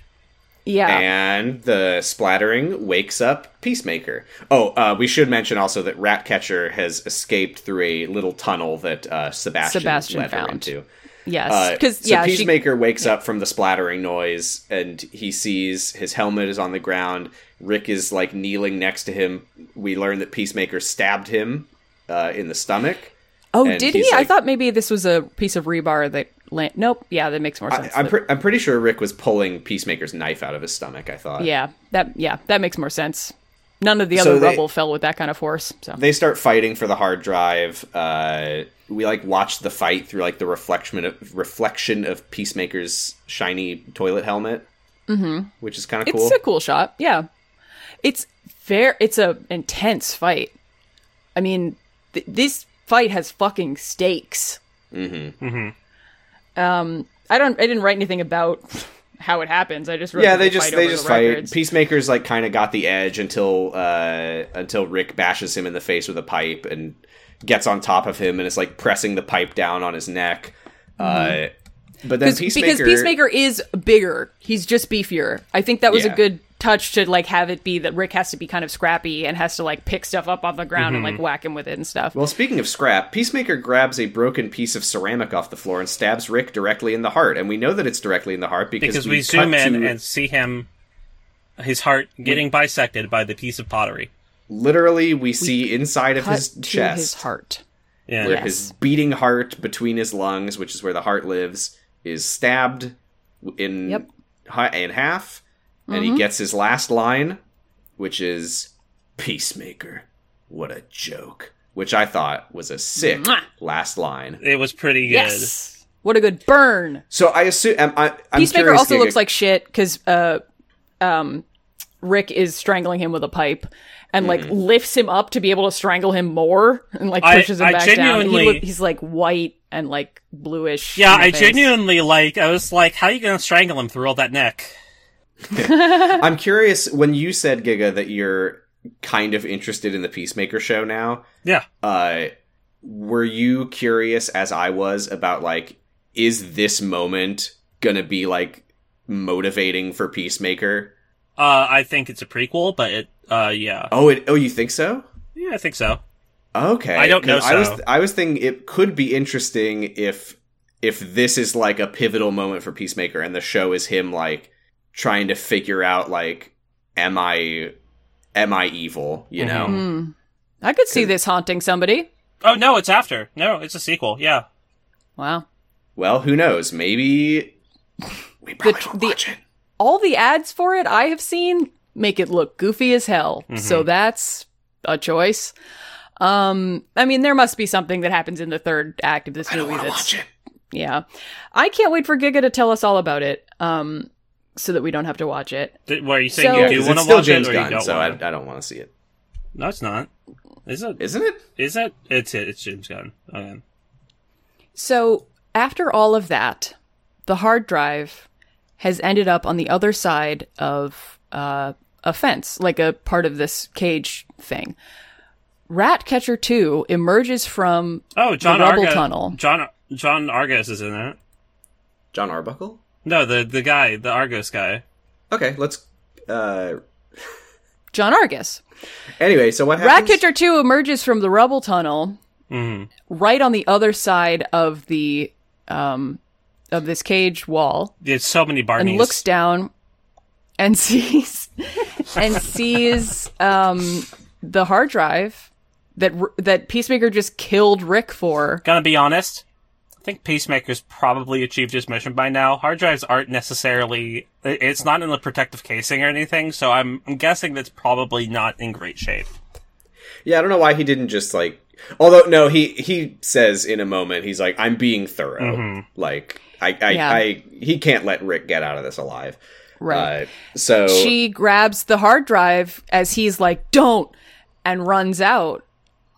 [SPEAKER 1] yeah
[SPEAKER 3] And the splattering wakes up Peacemaker. Oh, uh, we should mention also that Ratcatcher has escaped through a little tunnel that uh, Sebastian,
[SPEAKER 1] Sebastian
[SPEAKER 3] led her
[SPEAKER 1] found.
[SPEAKER 3] into.
[SPEAKER 1] yes
[SPEAKER 3] Uh,
[SPEAKER 1] because
[SPEAKER 3] so
[SPEAKER 1] yeah she-
[SPEAKER 3] Peacemaker wakes up from the splattering noise and he sees his helmet is on the ground. Rick is like kneeling next to him. We learn that Peacemaker stabbed him uh, in the stomach.
[SPEAKER 1] Oh,
[SPEAKER 3] And
[SPEAKER 1] did he?
[SPEAKER 3] he's
[SPEAKER 1] I
[SPEAKER 3] like-
[SPEAKER 1] thought maybe this was a piece of rebar that. Land- nope. Yeah, that makes more
[SPEAKER 3] I,
[SPEAKER 1] sense.
[SPEAKER 3] I'm,
[SPEAKER 1] That-
[SPEAKER 3] pre- I'm pretty sure Rick was pulling Peacemaker's knife out of his stomach. I thought.
[SPEAKER 1] yeah, that yeah that makes more sense. None of the
[SPEAKER 3] So
[SPEAKER 1] other
[SPEAKER 3] they-
[SPEAKER 1] rubble fell with that kind of force. So
[SPEAKER 3] They start fighting for the hard drive. Uh, we like watch the fight through like the reflection of reflection of Peacemaker's shiny toilet helmet, mm-hmm. which is kind of
[SPEAKER 1] it's
[SPEAKER 3] cool.
[SPEAKER 1] a cool shot. Yeah, it's fair. It's a intense fight. I mean, th- this fight has fucking stakes. Mm-hmm. Mm-hmm. Um, I don't. I didn't write anything about how it happens. I just wrote
[SPEAKER 3] yeah,
[SPEAKER 1] that
[SPEAKER 3] they just
[SPEAKER 1] fight
[SPEAKER 3] they
[SPEAKER 1] over
[SPEAKER 3] just
[SPEAKER 1] the
[SPEAKER 3] fight.
[SPEAKER 1] records.
[SPEAKER 3] Peacemaker's like kind of got the edge until uh, until Rick bashes him in the face with a pipe and gets on top of him and is like pressing the pipe down on his neck. Uh, but then
[SPEAKER 1] 'Cause-
[SPEAKER 3] Peacemaker,
[SPEAKER 1] Mm-hmm. because Peacemaker is bigger. He's just beefier. I think that was
[SPEAKER 3] Yeah.
[SPEAKER 1] a good touch to like have it be that Rick has to be kind of scrappy and has to like pick stuff up off the ground and like whack him with it and stuff.
[SPEAKER 3] Mm-hmm. Well, speaking of scrap, Peacemaker grabs a broken piece of ceramic off the floor and stabs Rick directly in the heart. And we know that it's directly in the heart because,
[SPEAKER 2] Because
[SPEAKER 3] we,
[SPEAKER 2] we zoom
[SPEAKER 3] cut
[SPEAKER 2] in
[SPEAKER 3] to
[SPEAKER 2] and see him, his heart getting bisected by the piece of pottery.
[SPEAKER 3] literally we see inside of
[SPEAKER 1] Cut
[SPEAKER 3] his
[SPEAKER 1] to
[SPEAKER 3] chest,
[SPEAKER 1] his heart.
[SPEAKER 2] Yeah.
[SPEAKER 3] where
[SPEAKER 1] Yes.
[SPEAKER 3] his beating heart between his lungs, which is where the heart lives, is stabbed in
[SPEAKER 1] Yep. Mm-hmm.
[SPEAKER 3] hi- in half, and he gets his last line, which is "Peacemaker, what a joke," which I thought was a sick
[SPEAKER 1] Mwah.
[SPEAKER 3] last line.
[SPEAKER 2] It was pretty good.
[SPEAKER 1] Yes. What a good burn.
[SPEAKER 3] So I assume am, I, I'm
[SPEAKER 1] Peacemaker
[SPEAKER 3] curious,
[SPEAKER 1] also
[SPEAKER 3] Giga-
[SPEAKER 1] looks like shit because uh, um, Rick is strangling him with a pipe and like
[SPEAKER 3] Mm.
[SPEAKER 1] lifts him up to be able to strangle him more and like
[SPEAKER 2] I-
[SPEAKER 1] pushes
[SPEAKER 2] I
[SPEAKER 1] him back down.
[SPEAKER 2] genuinely-
[SPEAKER 1] He look- he's like white and like bluish.
[SPEAKER 2] Yeah,
[SPEAKER 1] in the
[SPEAKER 2] I
[SPEAKER 1] face.
[SPEAKER 2] genuinely like. I was like, "How you gonna strangle him through all that neck?"
[SPEAKER 3] I'm curious when you said Giga that you're kind of interested in the Peacemaker show now.
[SPEAKER 2] Yeah.
[SPEAKER 3] Uh, were you curious as I was about like, is this moment gonna be like motivating for Peacemaker?
[SPEAKER 2] Uh, I think it's a prequel, but it. Uh, yeah,
[SPEAKER 3] Oh, it, oh, you think so?
[SPEAKER 2] yeah, I think so.
[SPEAKER 3] Okay,
[SPEAKER 2] I don't know
[SPEAKER 3] 'Cause I was
[SPEAKER 2] so.
[SPEAKER 3] I was thinking it could be interesting if if this is like a pivotal moment for Peacemaker and the show is him like trying to figure out like, am I am I evil? You
[SPEAKER 2] Mm-hmm.
[SPEAKER 3] know.
[SPEAKER 1] Hmm. I could see this haunting somebody.
[SPEAKER 2] Oh no, it's after. No, it's a sequel. Yeah,
[SPEAKER 1] Wow.
[SPEAKER 3] Well, who knows? Maybe we probably
[SPEAKER 1] tr-
[SPEAKER 3] won't
[SPEAKER 1] the-
[SPEAKER 3] watch it.
[SPEAKER 1] All the ads for it I have seen make it look goofy as hell.
[SPEAKER 3] Mm-hmm.
[SPEAKER 1] So that's a choice. Um, I mean, there must be something that happens in the third act of this
[SPEAKER 3] I don't
[SPEAKER 1] movie
[SPEAKER 3] want to
[SPEAKER 1] that's
[SPEAKER 3] watch it.
[SPEAKER 1] yeah. I can't wait for Giga to tell us all about it, um, so that we don't have to watch it.
[SPEAKER 2] Th- where you saying
[SPEAKER 1] So-
[SPEAKER 3] Yeah,
[SPEAKER 2] you
[SPEAKER 3] 'cause
[SPEAKER 2] do want
[SPEAKER 3] it's
[SPEAKER 2] to
[SPEAKER 3] still
[SPEAKER 2] watch
[SPEAKER 3] James
[SPEAKER 2] it or you
[SPEAKER 3] Gunn,
[SPEAKER 2] don't
[SPEAKER 3] so I,
[SPEAKER 2] want?
[SPEAKER 3] I don't want to see it.
[SPEAKER 2] No, it's not. Is it?
[SPEAKER 3] Isn't it?
[SPEAKER 2] Is it? It's it. It's James Gunn. Okay.
[SPEAKER 1] So after all of that, the hard drive has ended up on the other side of uh, a fence, like a part of this cage thing. Ratcatcher 2 emerges from
[SPEAKER 2] Oh, John
[SPEAKER 1] rubble
[SPEAKER 2] Arga-
[SPEAKER 1] tunnel.
[SPEAKER 2] John John Argos is in it.
[SPEAKER 3] John Arbuckle?
[SPEAKER 2] No, the the guy, the Argos guy.
[SPEAKER 3] Okay, let's. Uh,
[SPEAKER 1] John Argus.
[SPEAKER 3] anyway, so what happens?
[SPEAKER 1] Ratcatcher 2 emerges from the rubble tunnel
[SPEAKER 2] Mhm.
[SPEAKER 1] right on the other side of the um, of this cage wall.
[SPEAKER 2] There's so many Barneys.
[SPEAKER 1] and looks down and sees and sees um the hard drive that R- that peacemaker just killed rick for
[SPEAKER 2] Gonna be honest. think Peacemaker's probably achieved his mission by now. Hard drives aren't necessarily, it- it's not in the protective casing or anything, so I'm, I'm guessing that's probably not in great shape.
[SPEAKER 3] Yeah, I don't know why he didn't just like. Although no, he he says in a moment he's like, "I'm being thorough."
[SPEAKER 2] Mhm.
[SPEAKER 3] Like I I,
[SPEAKER 1] Yeah.
[SPEAKER 3] I he can't let Rick get out of this alive.
[SPEAKER 1] Right.
[SPEAKER 3] Uh, so
[SPEAKER 1] she grabs the hard drive as he's like, "Don't," and runs out,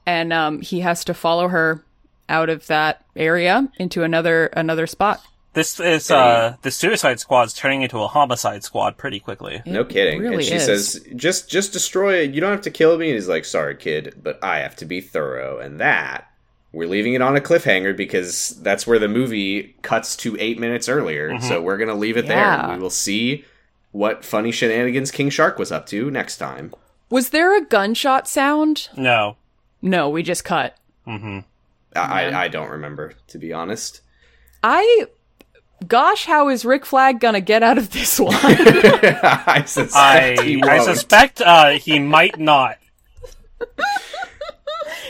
[SPEAKER 1] and um, he has to follow her out of that area into another another spot.
[SPEAKER 2] This is, uh, the Suicide Squad's turning into a homicide squad pretty quickly.
[SPEAKER 3] no kidding. and
[SPEAKER 1] really
[SPEAKER 3] she
[SPEAKER 1] is.
[SPEAKER 3] says, "Just just destroy it. You don't have to kill me." And he's like, "Sorry, kid, but I have to be thorough." And that we're leaving it on a cliffhanger because that's where the movie cuts to eight minutes earlier.
[SPEAKER 2] Mm-hmm.
[SPEAKER 3] So we're gonna leave it there.
[SPEAKER 1] Yeah.
[SPEAKER 3] We will see what funny shenanigans King Shark was up to next time.
[SPEAKER 1] Was there a gunshot sound?
[SPEAKER 2] No.
[SPEAKER 1] No, we just cut.
[SPEAKER 2] hmm
[SPEAKER 3] I, I I don't remember to be honest.
[SPEAKER 1] I, gosh, how is Rick Flag gonna get out of this one?
[SPEAKER 3] I suspect he
[SPEAKER 2] I, I
[SPEAKER 3] won't.
[SPEAKER 2] suspect, uh, he might not.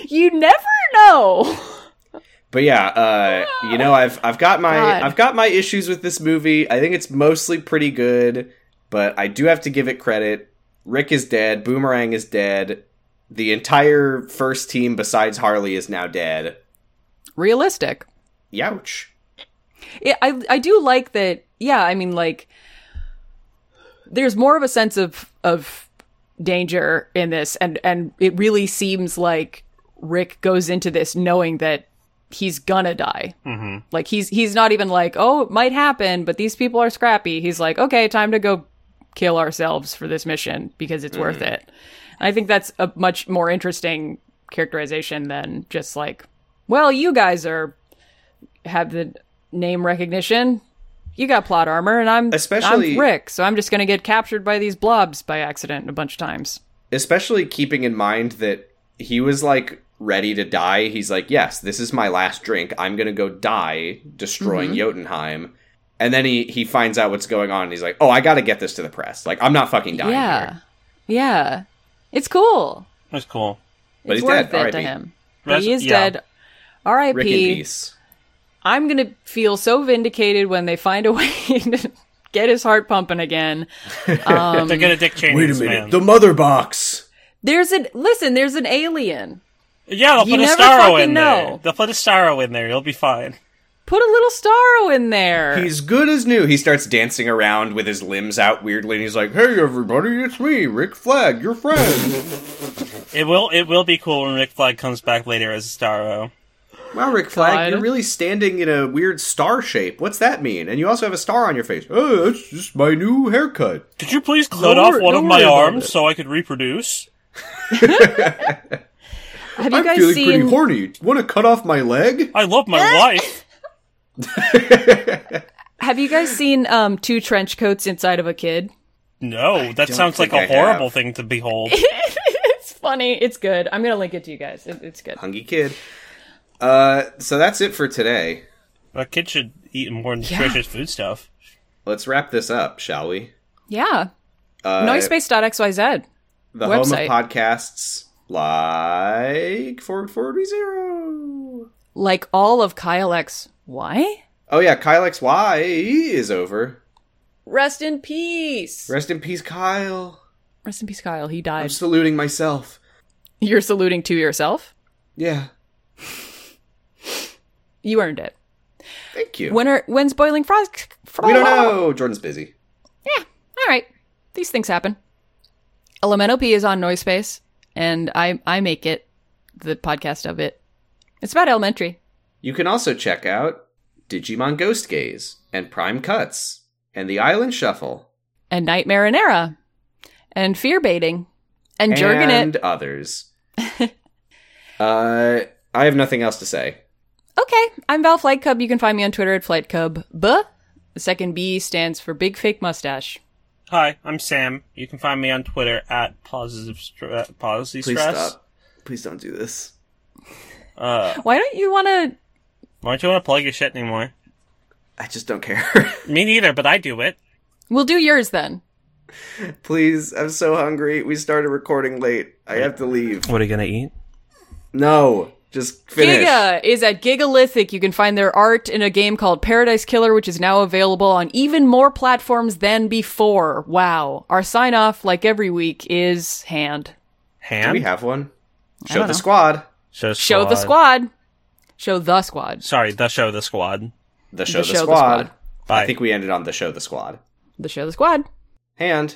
[SPEAKER 1] you never know.
[SPEAKER 3] But yeah, uh, you know, I've I've got my
[SPEAKER 1] God.
[SPEAKER 3] I've got my issues with this movie. I think it's mostly pretty good, but I do have to give it credit. Rick is dead. Boomerang is dead. The entire first team besides Harley is now dead.
[SPEAKER 1] Realistic.
[SPEAKER 3] Youch.
[SPEAKER 1] Yeah, I I do like that. Yeah, I mean, like, there's more of a sense of of danger in this, and and it really seems like Rick goes into this knowing that he's gonna die.
[SPEAKER 2] Mhm.
[SPEAKER 1] Like he's he's not even like, oh, it might happen, but these people are scrappy. He's like, okay, time to go kill ourselves for this mission because it's worth it. I think that's a much more interesting characterization than just like, well, you guys are have the name recognition. You got plot armor, and I'm
[SPEAKER 3] Especially-
[SPEAKER 1] I'm Rick, so I'm just gonna get captured by these blobs by accident a bunch of times.
[SPEAKER 3] Especially keeping in mind that he was like ready to die. He's like, "Yes, this is my last drink. I'm gonna go die destroying
[SPEAKER 1] Mm-hmm.
[SPEAKER 3] Jotunheim." And then he he finds out what's going on. and He's like, "Oh, I got to get this to the press. Like, I'm not fucking dying
[SPEAKER 1] yeah,
[SPEAKER 3] here."
[SPEAKER 1] yeah, it's cool.
[SPEAKER 2] That's cool.
[SPEAKER 3] But
[SPEAKER 1] it's
[SPEAKER 3] he's
[SPEAKER 1] worth it
[SPEAKER 3] dead,
[SPEAKER 1] to
[SPEAKER 3] R.I.P..
[SPEAKER 1] him. But
[SPEAKER 2] That's-
[SPEAKER 1] he is
[SPEAKER 2] yeah.
[SPEAKER 1] dead.
[SPEAKER 3] Rick in
[SPEAKER 1] R.I.P.
[SPEAKER 3] peace.
[SPEAKER 1] I'm gonna feel so vindicated when they find a way to get his heart pumping again. Um,
[SPEAKER 2] They're gonna Dick Cheney this man.
[SPEAKER 3] The mother box.
[SPEAKER 1] there's an listen. There's an alien.
[SPEAKER 2] yeah, they'll
[SPEAKER 1] You
[SPEAKER 2] put a
[SPEAKER 1] never
[SPEAKER 2] Starro
[SPEAKER 1] fucking
[SPEAKER 2] in there.
[SPEAKER 1] know.
[SPEAKER 2] They'll put a Starro in there. You'll be fine.
[SPEAKER 1] Put a little starro in there.
[SPEAKER 3] He's good as new. He starts dancing around with his limbs out weirdly, and he's like, "Hey, everybody, it's me, Rick Flag, your friend."
[SPEAKER 2] It will. It will be cool when Rick Flag comes back later as a Starro.
[SPEAKER 3] wow, Rick Flag,
[SPEAKER 1] God.
[SPEAKER 3] you're really standing in a weird star shape. What's that mean? And you also have a star on your face. Oh, that's just my new haircut.
[SPEAKER 2] Could you please cut
[SPEAKER 1] Don't
[SPEAKER 2] off
[SPEAKER 1] wor-
[SPEAKER 2] one of
[SPEAKER 1] don't
[SPEAKER 2] my
[SPEAKER 1] worry about
[SPEAKER 2] arms
[SPEAKER 1] it.
[SPEAKER 2] so I could reproduce?
[SPEAKER 1] Have you
[SPEAKER 3] I'm
[SPEAKER 1] guys
[SPEAKER 3] feeling pretty
[SPEAKER 1] seen?
[SPEAKER 3] horny. Want to cut off my leg?
[SPEAKER 2] I love my life.
[SPEAKER 1] Have you guys seen um, two trench coats inside of a kid?
[SPEAKER 2] No, that
[SPEAKER 3] don't
[SPEAKER 2] sounds like a
[SPEAKER 3] think I have.
[SPEAKER 2] horrible thing to behold.
[SPEAKER 1] It's funny. It's good. I'm gonna link it to you guys. It, it's good.
[SPEAKER 3] Hungy kid. Uh, so that's it for today.
[SPEAKER 2] a kid should eat more nutritious food stuff.
[SPEAKER 3] Let's wrap this up, shall we?
[SPEAKER 1] Yeah.
[SPEAKER 3] Uh,
[SPEAKER 1] Noisepace.xyz.
[SPEAKER 3] the
[SPEAKER 1] website.
[SPEAKER 3] home of podcasts like Forward Forward We Zero.
[SPEAKER 1] Like all of Kyle X. Why?
[SPEAKER 3] Oh yeah, Kyle XY is over.
[SPEAKER 1] Rest in peace.
[SPEAKER 3] Rest in peace, Kyle.
[SPEAKER 1] Rest in peace, Kyle. He
[SPEAKER 3] I'm
[SPEAKER 1] died.
[SPEAKER 3] saluting myself.
[SPEAKER 1] You're saluting to yourself.
[SPEAKER 3] Yeah,
[SPEAKER 1] You earned it.
[SPEAKER 3] thank you.
[SPEAKER 1] When are when's boiling frogs?
[SPEAKER 3] we don't know. Jordan's busy.
[SPEAKER 1] All right, these things happen. Elemental P is on Noise Space, and I I make it the podcast of it. It's about elementary.
[SPEAKER 3] You can also check out Digimon Ghost Gaze and Prime Cuts and The Island Shuffle
[SPEAKER 1] and Nightmare and Era and Fear Baiting and Jerkin
[SPEAKER 3] and
[SPEAKER 1] It.
[SPEAKER 3] others. uh, I have nothing else to say.
[SPEAKER 1] Okay, I'm Val Flight Cub. You can find me on Twitter at Flight Cub. Buh. The second B stands for Big Fake Mustache.
[SPEAKER 2] Hi, I'm Sam. You can find me on Twitter at positive stra- policy
[SPEAKER 3] Please
[SPEAKER 2] stress.
[SPEAKER 3] stop. Please don't do this.
[SPEAKER 2] Uh,
[SPEAKER 1] Why don't you want to?
[SPEAKER 2] why don't you want to plug your shit anymore?
[SPEAKER 3] I just don't care.
[SPEAKER 2] Me neither, but I do it.
[SPEAKER 1] We'll do yours then.
[SPEAKER 3] Please, I'm so hungry. We started recording late. I have to leave.
[SPEAKER 2] What are you gonna eat?
[SPEAKER 3] No. Just finish.
[SPEAKER 1] Giga is at Gigalithic. You can find their art in a game called Paradise Killer, which is now available on even more platforms than before. Wow. Our sign off, like every week, is hand.
[SPEAKER 3] Do
[SPEAKER 6] Ham.
[SPEAKER 3] we have one?
[SPEAKER 1] I
[SPEAKER 3] Show
[SPEAKER 1] don't
[SPEAKER 3] the
[SPEAKER 1] know.
[SPEAKER 3] squad.
[SPEAKER 6] show,
[SPEAKER 1] Show the squad. Show the squad.
[SPEAKER 6] Sorry, the show the squad.
[SPEAKER 3] The show the, squad.
[SPEAKER 6] Bye.
[SPEAKER 3] I think we ended on the show the squad.
[SPEAKER 1] The show the squad.
[SPEAKER 3] Hand.